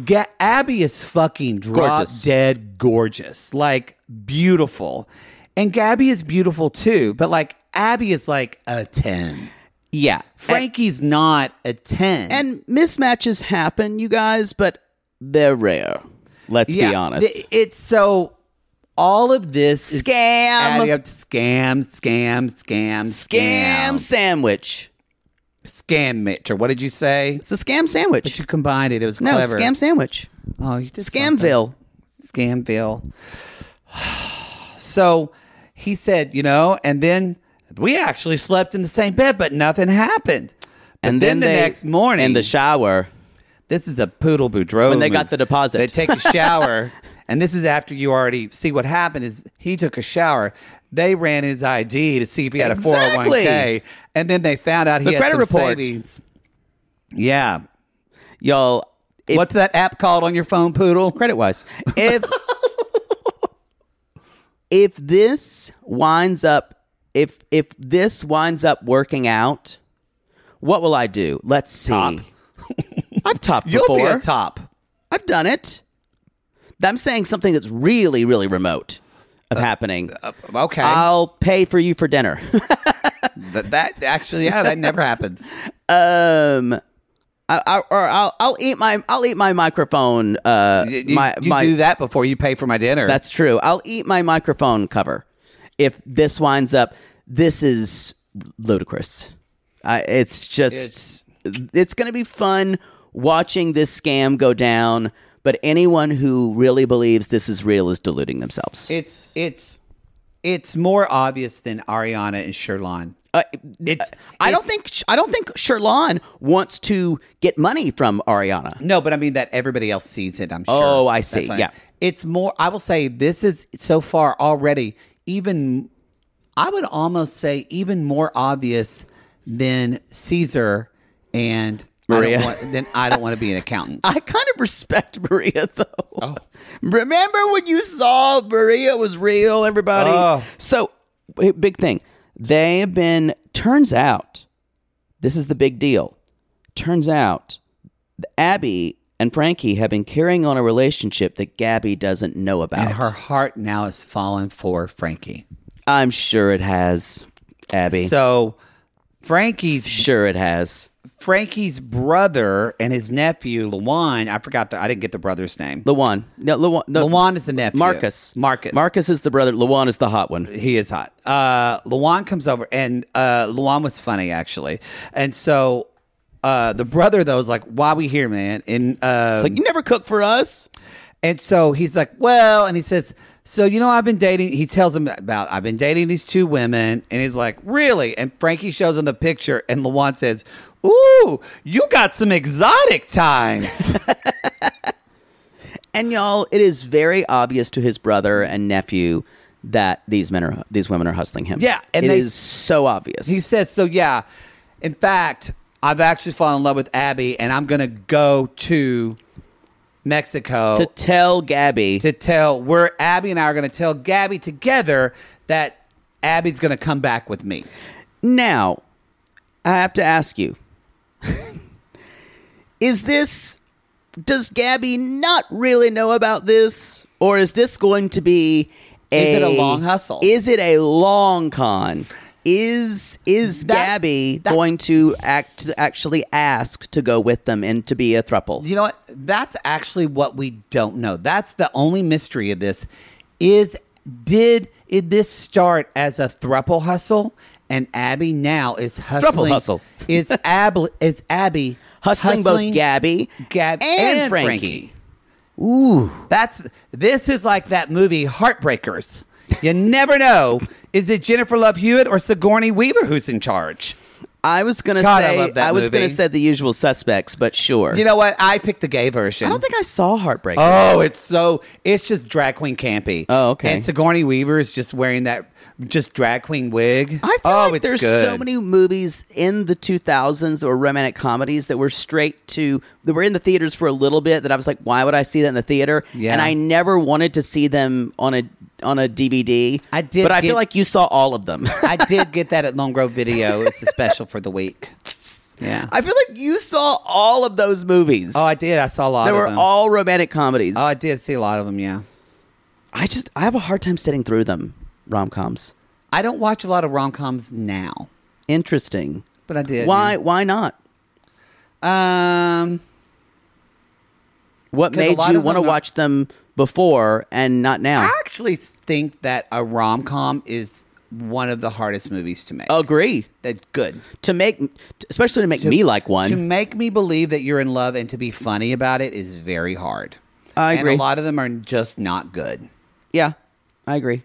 Speaker 2: Ga- Abby is fucking drop
Speaker 3: Gorgeous.
Speaker 2: dead gorgeous, like beautiful, and Gabby is beautiful too. But like Abby is like a ten.
Speaker 3: Yeah.
Speaker 2: Frankie's not a ten.
Speaker 3: And mismatches happen, you guys, but they're rare. Let's
Speaker 2: Yeah,
Speaker 3: be honest.
Speaker 2: th- it's so all of this is
Speaker 3: Scam.
Speaker 2: adding up to scam, scam, scam,
Speaker 3: scam
Speaker 2: scam,
Speaker 3: sandwich.
Speaker 2: scam, Mitch. Or what did you say?
Speaker 3: It's a scam sandwich.
Speaker 2: But you combined it. It was
Speaker 3: no,
Speaker 2: clever.
Speaker 3: scam sandwich.
Speaker 2: Oh, you did something.
Speaker 3: Scamville.
Speaker 2: Scamville. So he said, you know, and then we actually slept in the same bed, but nothing happened. But
Speaker 3: And
Speaker 2: then, the
Speaker 3: they-
Speaker 2: next morning,
Speaker 3: in the shower,
Speaker 2: this is a poodle boudreau.
Speaker 3: When they got
Speaker 2: move.
Speaker 3: the deposit.
Speaker 2: they take a shower, and this is after you already see what happened. Is he took a shower? They ran his ID to see if he had a four hundred one
Speaker 3: Exactly.
Speaker 2: k, and then they found out he
Speaker 3: The
Speaker 2: had
Speaker 3: credit
Speaker 2: some
Speaker 3: report.
Speaker 2: savings. Yeah,
Speaker 3: y'all. If,
Speaker 2: what's that app called on your phone, poodle?
Speaker 3: credit wise? If if this winds up, if if this winds up working out, what will I do? Let's see. I've topped
Speaker 2: You'll
Speaker 3: before.
Speaker 2: be a top.
Speaker 3: I've done it. I'm saying something that's really, really remote of happening.
Speaker 2: Uh, Okay,
Speaker 3: I'll pay for you for dinner.
Speaker 2: That, that actually, yeah, that never happens.
Speaker 3: um, I, I, or I'll, I'll eat my I'll eat my microphone. Uh,
Speaker 2: You, you-
Speaker 3: my,
Speaker 2: you
Speaker 3: my
Speaker 2: do that before you pay for my dinner.
Speaker 3: That's true. I'll eat my microphone cover if this winds up. This is ludicrous. I, it's just it's, going to be fun watching this scam go down. But anyone who really believes this is real is deluding themselves.
Speaker 2: it's it's it's more obvious than Ariana and Sherlon.
Speaker 3: Uh,
Speaker 2: It's
Speaker 3: I don't
Speaker 2: it's-
Speaker 3: think I don't think Sherlon wants to get money from Ariana.
Speaker 2: No, but I mean that everybody else sees it. I'm sure.
Speaker 3: Oh, I
Speaker 2: That's
Speaker 3: see.
Speaker 2: what
Speaker 3: Yeah.
Speaker 2: it's more. I will say this is so far already even. I would almost say even more obvious than Caesar and
Speaker 3: Maria.
Speaker 2: I don't want, then I don't want to be an accountant.
Speaker 3: I kind of respect Maria though.
Speaker 2: Oh.
Speaker 3: Remember when you saw Maria was real, everybody?
Speaker 2: Oh.
Speaker 3: So, b- big thing. They have been, turns out, this is the big deal. Turns out, Abby and Frankie have been carrying on a relationship that Gabby doesn't know about.
Speaker 2: and her heart now is fallen for Frankie.
Speaker 3: I'm sure it has, Abby.
Speaker 2: So Frankie's
Speaker 3: sure it has.
Speaker 2: Frankie's brother and his nephew Lawan. I forgot the I didn't get the brother's name.
Speaker 3: Lawan. No, Lawan. No,
Speaker 2: Lawan is the nephew.
Speaker 3: Marcus.
Speaker 2: Marcus.
Speaker 3: Marcus is the brother. Lawan is the hot one.
Speaker 2: He is hot. Uh, Lawan comes over, and uh, Lawan was funny actually. And so uh, the brother though is like, "Why we here, man?" And uh,
Speaker 3: It's like, you never cook for us.
Speaker 2: and so he's like, "Well," and he says, "So you know, I've been dating." He tells him about I've been dating these two women, and he's like, "Really?" And Frankie shows him the picture, and Lawan says, "Ooh, you got some exotic times."
Speaker 3: And y'all, it is very obvious to his brother and nephew that these men are these women are hustling him.
Speaker 2: Yeah, and
Speaker 3: and it is
Speaker 2: they-
Speaker 3: so obvious.
Speaker 2: He says, so yeah. In fact, I've actually fallen in love with Abby, and I'm gonna go to Mexico
Speaker 3: to
Speaker 2: to,
Speaker 3: tell Gabby.
Speaker 2: tell where Abby and I are gonna tell Gabby together that Abby's gonna come back with me.
Speaker 3: now, I have to ask you: Is this does Gabby not really know about this, or is this going to be? A,
Speaker 2: Is it a long hustle?
Speaker 3: Is it a long con? Is is
Speaker 2: That-
Speaker 3: Gabby
Speaker 2: that's-
Speaker 3: going to act to actually ask to go with them and to be a thruple?
Speaker 2: You know what? That's actually what we don't know. That's the only mystery of this. Is did it this start as a thruple hustle? And Abby now is hustling.
Speaker 3: hustle.
Speaker 2: Is Abby is Abby
Speaker 3: hustling, both Gabby,
Speaker 2: Gab
Speaker 3: and,
Speaker 2: and
Speaker 3: Frankie.
Speaker 2: Frankie. That's this is like that movie Heartbreakers. You never know. Is it Jennifer Love Hewitt or Sigourney Weaver who's in charge?
Speaker 3: I was gonna
Speaker 2: God, I
Speaker 3: say
Speaker 2: love that
Speaker 3: was gonna
Speaker 2: movie.
Speaker 3: say The Usual Suspects, but sure.
Speaker 2: You know what? I picked the gay version.
Speaker 3: I don't think I saw Heartbreak.
Speaker 2: Oh, it's so it's just drag queen campy.
Speaker 3: Oh, okay.
Speaker 2: And Sigourney Weaver is just wearing that just drag queen wig.
Speaker 3: I feel
Speaker 2: oh,
Speaker 3: like
Speaker 2: it's
Speaker 3: there's
Speaker 2: good.
Speaker 3: so many movies in the 2000s that were romantic comedies that were straight to that were in the theaters for a little bit. That I was like, why would I see that in the theater?
Speaker 2: Yeah.
Speaker 3: And I never wanted to see them on a on a DVD.
Speaker 2: I did
Speaker 3: but I
Speaker 2: get-
Speaker 3: feel like you saw all of them.
Speaker 2: I did get that at Lone Grove Video. It's a special for the week. Yeah.
Speaker 3: I feel like you saw all of those movies.
Speaker 2: oh, I did. I saw a lot
Speaker 3: they
Speaker 2: of
Speaker 3: were
Speaker 2: them.
Speaker 3: all romantic comedies.
Speaker 2: oh, I did see a lot of them. Yeah.
Speaker 3: I just I have a hard time sitting through them rom coms.
Speaker 2: I don't watch a lot of rom coms now,
Speaker 3: Interesting.
Speaker 2: but I did.
Speaker 3: Why why not?
Speaker 2: Um.
Speaker 3: What
Speaker 2: 'Cause a
Speaker 3: made
Speaker 2: lot
Speaker 3: you
Speaker 2: of
Speaker 3: want to
Speaker 2: them are-
Speaker 3: watch them before and not now?
Speaker 2: I actually think that a rom com is one of the hardest movies to make.
Speaker 3: Agree.
Speaker 2: that's good.
Speaker 3: To make especially to make me like
Speaker 2: To
Speaker 3: one.
Speaker 2: make me believe that you're in love and to be funny about it is very hard.
Speaker 3: I agree.
Speaker 2: And a lot of them are just not good.
Speaker 3: yeah. I agree.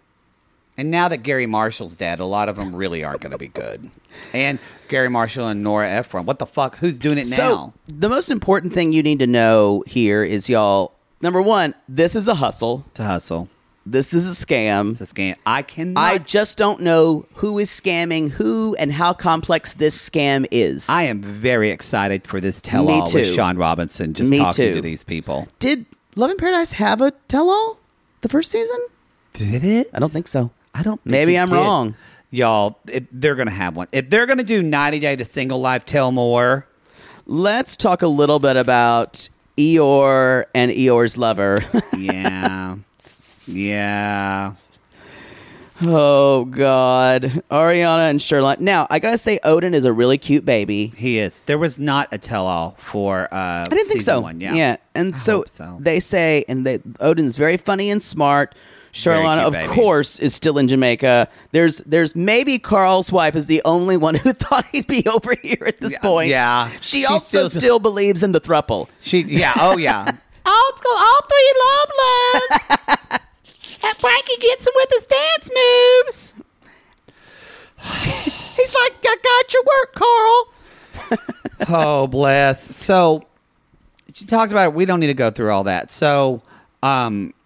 Speaker 2: And now that Gary Marshall's dead, a lot of them really aren't going to be good. And Gary Marshall and Nora Ephron. What the fuck? Who's doing it now?
Speaker 3: So the most important thing you need to know here is y'all number one, this is a hustle.
Speaker 2: To hustle.
Speaker 3: This is a scam.
Speaker 2: It's a scam. I cannot.
Speaker 3: I just don't know who is scamming who and how complex this scam is.
Speaker 2: I am very excited for this tell all
Speaker 3: too.
Speaker 2: with Sean Robinson just
Speaker 3: Me
Speaker 2: talking
Speaker 3: too.
Speaker 2: to these people.
Speaker 3: Did Love in Paradise have a tell all the first season?
Speaker 2: Did it?
Speaker 3: I don't think so.
Speaker 2: I don't. think
Speaker 3: Maybe
Speaker 2: it
Speaker 3: I'm
Speaker 2: did.
Speaker 3: wrong.
Speaker 2: y'all. It, they're gonna have one. If they're gonna do 90 Day to Single Life, tell more.
Speaker 3: Let's talk a little bit about Eeyore and Eeyore's lover.
Speaker 2: Yeah, yeah.
Speaker 3: oh, God. Ariana and Sherlock. Now, I got to say, Odin is a really cute baby.
Speaker 2: He is. There was not a tell all for. Uh,
Speaker 3: I didn't think so.
Speaker 2: One. Yeah,
Speaker 3: And
Speaker 2: I
Speaker 3: so,
Speaker 2: hope so.
Speaker 3: they say, and they, Odin's very funny and smart.
Speaker 2: Very
Speaker 3: Charlana,
Speaker 2: cute
Speaker 3: of
Speaker 2: baby.
Speaker 3: course, is still in Jamaica. There's, there's maybe Carl's wife is the only one who thought he'd be over here at this
Speaker 2: Yeah,
Speaker 3: point.
Speaker 2: yeah.
Speaker 3: she,
Speaker 2: She
Speaker 3: also still,
Speaker 2: still-
Speaker 3: believes in the thruple.
Speaker 2: She. Yeah. Oh yeah.
Speaker 3: All, all three Loveless. and Frankie gets him with his dance moves. He's like, I got your work, Carl.
Speaker 2: oh bless. So she talked about it. We don't need to go through all that. So. um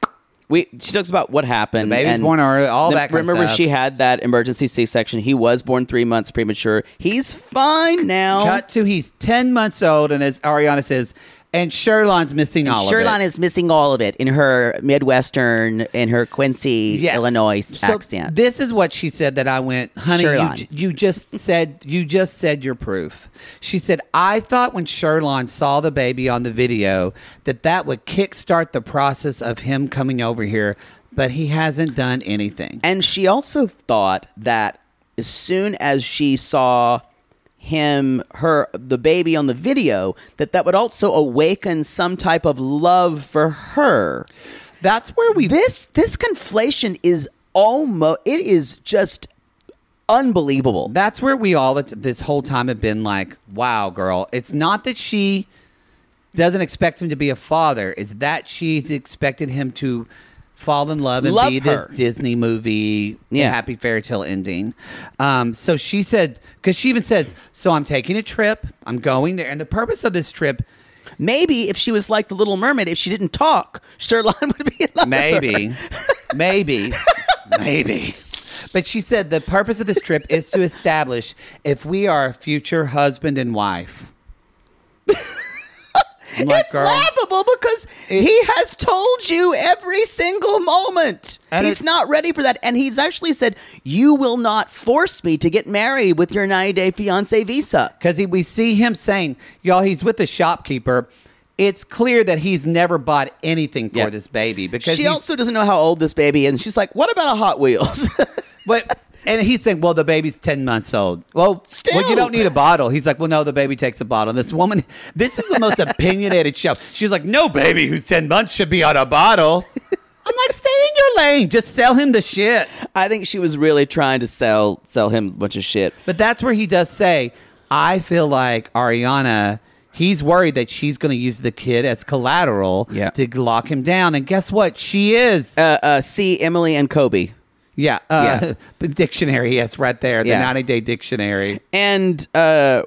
Speaker 3: We, she talks about what happened.
Speaker 2: The baby's
Speaker 3: and
Speaker 2: born early, all
Speaker 3: the-
Speaker 2: that kind of
Speaker 3: Remember,
Speaker 2: stuff.
Speaker 3: she had that emergency C-section. He was born three months premature. He's fine now.
Speaker 2: Cut to he's ten months old, and as Ariana says, and Sherlon's missing all of it.
Speaker 3: Sherlon is missing all of it in her Midwestern, in her Quincy,
Speaker 2: Yes.
Speaker 3: Illinois
Speaker 2: So
Speaker 3: accent.
Speaker 2: This is what she said that I went, honey. You,
Speaker 3: Sherlon.
Speaker 2: you just said you just said your proof. She said I thought when Sherlon saw the baby on the video that that would kickstart the process of him coming over here, but he hasn't done anything.
Speaker 3: And she also thought that as soon as she saw him, her, the baby on the video, that that would also awaken some type of love for her.
Speaker 2: That's where we.
Speaker 3: This this conflation is almost it is just unbelievable.
Speaker 2: that's where we all at this whole time have been like, wow, girl. It's not that she doesn't expect him to be a father, it's that she's expected him to fall in love and
Speaker 3: Love
Speaker 2: be
Speaker 3: her.
Speaker 2: this Disney movie
Speaker 3: Yeah.
Speaker 2: happy fairy tale ending. Um, so she said, because she even says, so I'm taking a trip, I'm going there. And the purpose of this trip,
Speaker 3: Maybe if she was like the Little Mermaid, if she didn't talk, Sherlon would be in love with her.
Speaker 2: maybe, maybe, maybe. But she said the purpose of this trip is to establish if we are a future husband and wife. I'm like,
Speaker 3: It's laughable because
Speaker 2: It-
Speaker 3: he has told you every single moment.
Speaker 2: And
Speaker 3: he's
Speaker 2: it-
Speaker 3: not ready for that. And he's actually said, You will not force me to get married with your 90 day fiance visa.
Speaker 2: Because we see him saying, y'all, he's with the shopkeeper. It's clear that he's never bought anything for
Speaker 3: Yeah.
Speaker 2: this baby because
Speaker 3: She
Speaker 2: he's-
Speaker 3: also doesn't know how old this baby is. And she's like, What about a Hot Wheels?
Speaker 2: But, and he's saying, well, the baby's ten months old. Well, well,
Speaker 3: Still.
Speaker 2: you don't need a bottle. He's like, well, no, the baby takes a bottle. And this woman, this is the most opinionated show. She's like, no baby who's ten months should be on a bottle. I'm like, stay in your lane. Just sell him the shit.
Speaker 3: I think she was really trying to sell sell him a bunch of shit.
Speaker 2: But that's where he does say, I feel like Ariana, he's worried that she's going to use the kid as collateral
Speaker 3: Yeah.
Speaker 2: to lock him down. And guess what? She is.
Speaker 3: Uh, uh, see uh, Emily and Kobe.
Speaker 2: Yeah. Uh,
Speaker 3: Yeah.
Speaker 2: dictionary. Yes, right there. The
Speaker 3: Yeah.
Speaker 2: 90 day dictionary.
Speaker 3: And uh, uh,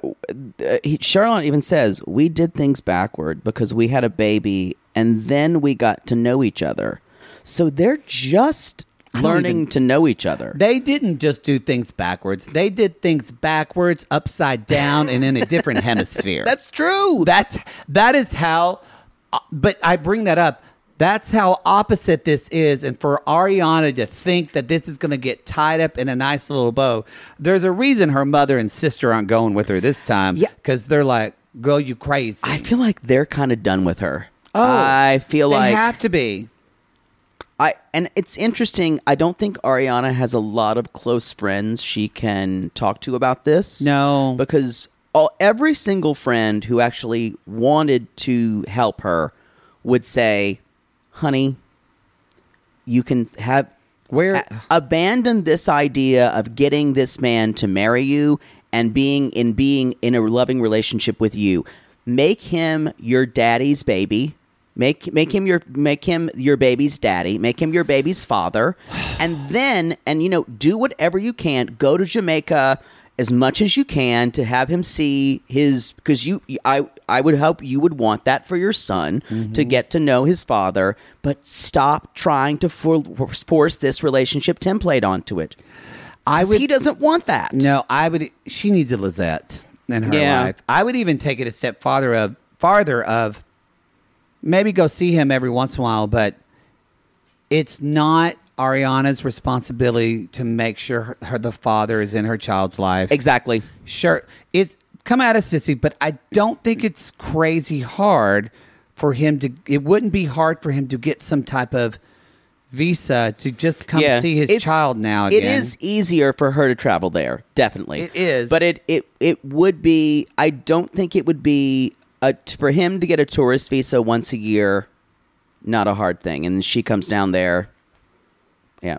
Speaker 3: he, Charlotte even says we did things backward because we had a baby and then we got to know each other. So they're just learning to know each other.
Speaker 2: They didn't just do things backwards. They did things backwards, upside down, and in a different hemisphere.
Speaker 3: That's true.
Speaker 2: That's that is how. uh, But I bring that up. That's how opposite this is, and for Ariana to think that this is going to get tied up in a nice little bow. There's a reason her mother and sister aren't going with her this time.
Speaker 3: Yeah.
Speaker 2: because they're like, "Girl, you crazy."
Speaker 3: I feel like they're kind of done with her. I feel
Speaker 2: they
Speaker 3: like
Speaker 2: have to be.
Speaker 3: I and it's interesting. I don't think Ariana has a lot of close friends she can talk to about this.
Speaker 2: No.
Speaker 3: because all every single friend who actually wanted to help her would say, "Honey, you can have
Speaker 2: Where-
Speaker 3: a- abandon this idea of getting this man to marry you and being in being in a loving relationship with you. Make him your daddy's baby. Make make him your make him your baby's daddy. Make him your baby's father. And then and you know do whatever you can. Go to Jamaica as much as you can to have him see his because you I I would hope you would want that for your son
Speaker 2: Mm-hmm.
Speaker 3: to get to know his father, but stop trying to for, force this relationship template onto it.
Speaker 2: I
Speaker 3: 'Cause
Speaker 2: would.
Speaker 3: he doesn't want that.
Speaker 2: No, I would. She needs a Lizette in her
Speaker 3: Yeah.
Speaker 2: life. I would even take it a step farther of farther of maybe go see him every once in a while, but it's not Ariana's responsibility to make sure her, her the father is in her child's life.
Speaker 3: exactly.
Speaker 2: Sure, it's come out of sissy, but I don't think it's crazy hard for him to. It wouldn't be hard for him to get some type of visa to just come see his
Speaker 3: it's-
Speaker 2: child now. Again.
Speaker 3: It is easier for her to travel there, definitely.
Speaker 2: It is.
Speaker 3: But it it it would be I don't think it would be a, for him to get a tourist visa once a year not a hard thing and she comes down there. Yeah.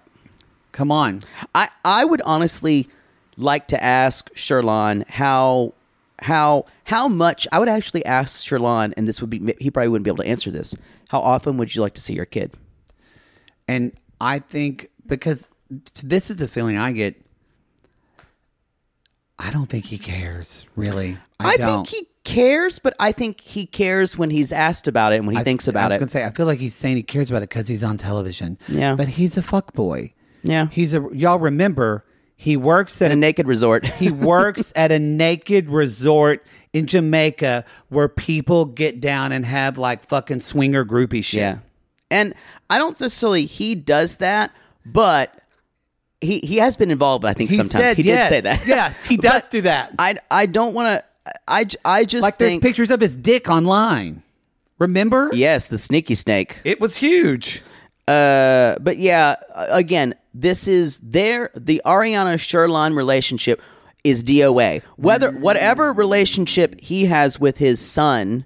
Speaker 2: Come on.
Speaker 3: I I would honestly like to ask Sherlon how how how much I would actually ask Sherlon, and this would be he probably wouldn't be able to answer this. How often would you like to see your kid?
Speaker 2: And I think because t- this is the feeling I get, I don't think he cares really. I, don't.
Speaker 3: think he cares, but I think he cares when he's asked about it and when he
Speaker 2: I-
Speaker 3: thinks about
Speaker 2: I was
Speaker 3: it.
Speaker 2: gonna say I feel like he's saying he cares about it because he's on television.
Speaker 3: Yeah.
Speaker 2: but he's a fuck boy.
Speaker 3: Yeah.
Speaker 2: he's a. Y'all remember he works at
Speaker 3: At a naked resort.
Speaker 2: he works at a naked resort in Jamaica where people get down and have like fucking swinger groupie shit.
Speaker 3: yeah, and I don't necessarily he does that, but he he has been involved. I think
Speaker 2: He
Speaker 3: sometimes
Speaker 2: said
Speaker 3: he
Speaker 2: yes.
Speaker 3: did say that.
Speaker 2: Yes, he does
Speaker 3: But
Speaker 2: do that.
Speaker 3: I I don't want to. I I just
Speaker 2: like
Speaker 3: think,
Speaker 2: there's pictures of his dick online. Remember?
Speaker 3: Yes, the sneaky snake.
Speaker 2: It was huge.
Speaker 3: Uh, but yeah, uh, again, this is their the Ariana Sherlon relationship is DOA. Whether whatever relationship he has with his son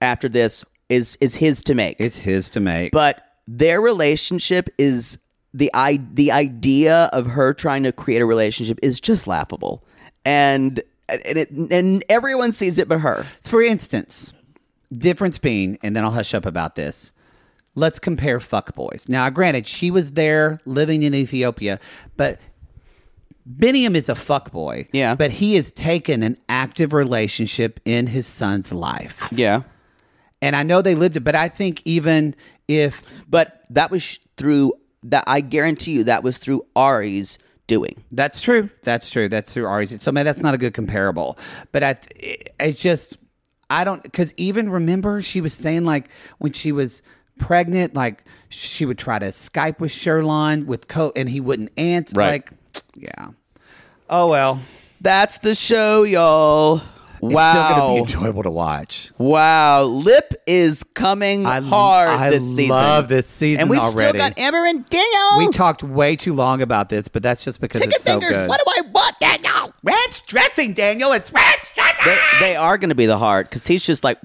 Speaker 3: after this is is his to make.
Speaker 2: It's his to make.
Speaker 3: but their relationship is the i the idea of her trying to create a relationship is just laughable, and and it, and everyone sees it but her.
Speaker 2: for instance, difference being, and then I'll hush up about this. Let's compare fuckboys. Now, granted, she was there living in Ethiopia, but Biniam is a fuckboy.
Speaker 3: Yeah.
Speaker 2: But he has taken an active relationship in his son's life.
Speaker 3: Yeah,
Speaker 2: And I know they lived it, but I think even if
Speaker 3: but that was sh- through that. I guarantee you that was through Ari's doing.
Speaker 2: That's true. That's true. That's true. Ari's. So man, that's not a good comparable. But I, it, it's just I don't because even remember she was saying like when she was pregnant, like she would try to Skype with Sherlon with Co and he wouldn't answer.
Speaker 3: Right.
Speaker 2: Like, yeah. Oh well.
Speaker 3: That's the show, y'all.
Speaker 2: It's still gonna be
Speaker 3: Wow.
Speaker 2: enjoyable to watch.
Speaker 3: Wow. Lip is coming
Speaker 2: I-
Speaker 3: hard
Speaker 2: I
Speaker 3: this season.
Speaker 2: love this season
Speaker 3: And we've
Speaker 2: already.
Speaker 3: still got Amber and Daniel.
Speaker 2: We talked way too long about this, but that's just because
Speaker 3: Chicken
Speaker 2: it's so
Speaker 3: Oh. fingers.
Speaker 2: good.
Speaker 3: What do I want, Daniel?
Speaker 2: ranch dressing, Daniel. It's ranch dressing.
Speaker 3: They, they are going to be the hard because he's just like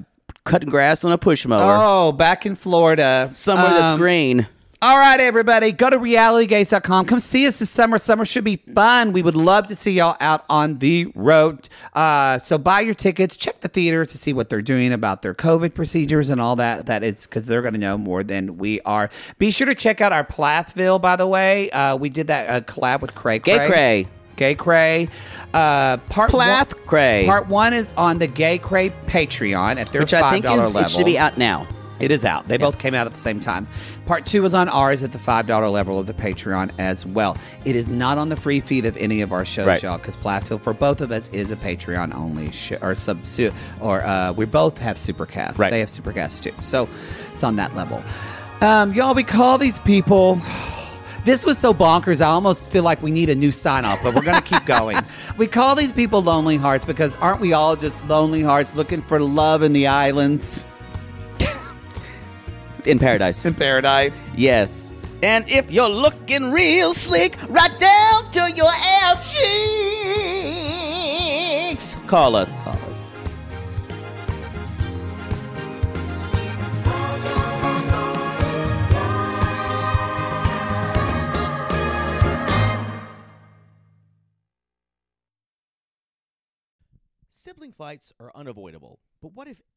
Speaker 3: cutting grass on a push mower
Speaker 2: Oh, back in Florida,
Speaker 3: somewhere that's
Speaker 2: Oh, Um,
Speaker 3: green.
Speaker 2: All right, everybody, go to realitygates.com. Come see us this summer. Summer should be fun. We would love to see y'all out on the road. Uh, so buy your tickets, check the theater to see what they're doing about their COVID procedures and all that. That is because they're going to know more than we are. Be sure to check out our Plathville, by the way. Uh, we did that uh, collab with Cray Cray.
Speaker 3: Gay Cray.
Speaker 2: Gay Cray. Uh, part
Speaker 3: Plath
Speaker 2: one-
Speaker 3: Cray.
Speaker 2: Part one is on the Gay Cray Patreon at their
Speaker 3: Which
Speaker 2: $5
Speaker 3: I think is,
Speaker 2: level.
Speaker 3: it should be out now.
Speaker 2: It is out. They both came out at the same time. Part two is on ours at the $5 level of the Patreon as well. It is not on the free feed of any of our shows,
Speaker 3: Right.
Speaker 2: y'all, because Plathville for both of us is a Patreon only show, or sub, su- or uh, we both have Supercast.
Speaker 3: Right.
Speaker 2: They have Supercast too. So it's on that level. Um, y'all, we call these people. This was so bonkers. I almost feel like we need a new sign off, but we're going to keep going. we call these people lonely hearts because aren't we all just lonely hearts looking for love in the islands?
Speaker 3: In paradise.
Speaker 2: in paradise.
Speaker 3: Yes. And if you're looking real slick, right down to your ass cheeks, call us.
Speaker 6: Sibling fights are unavoidable, but what if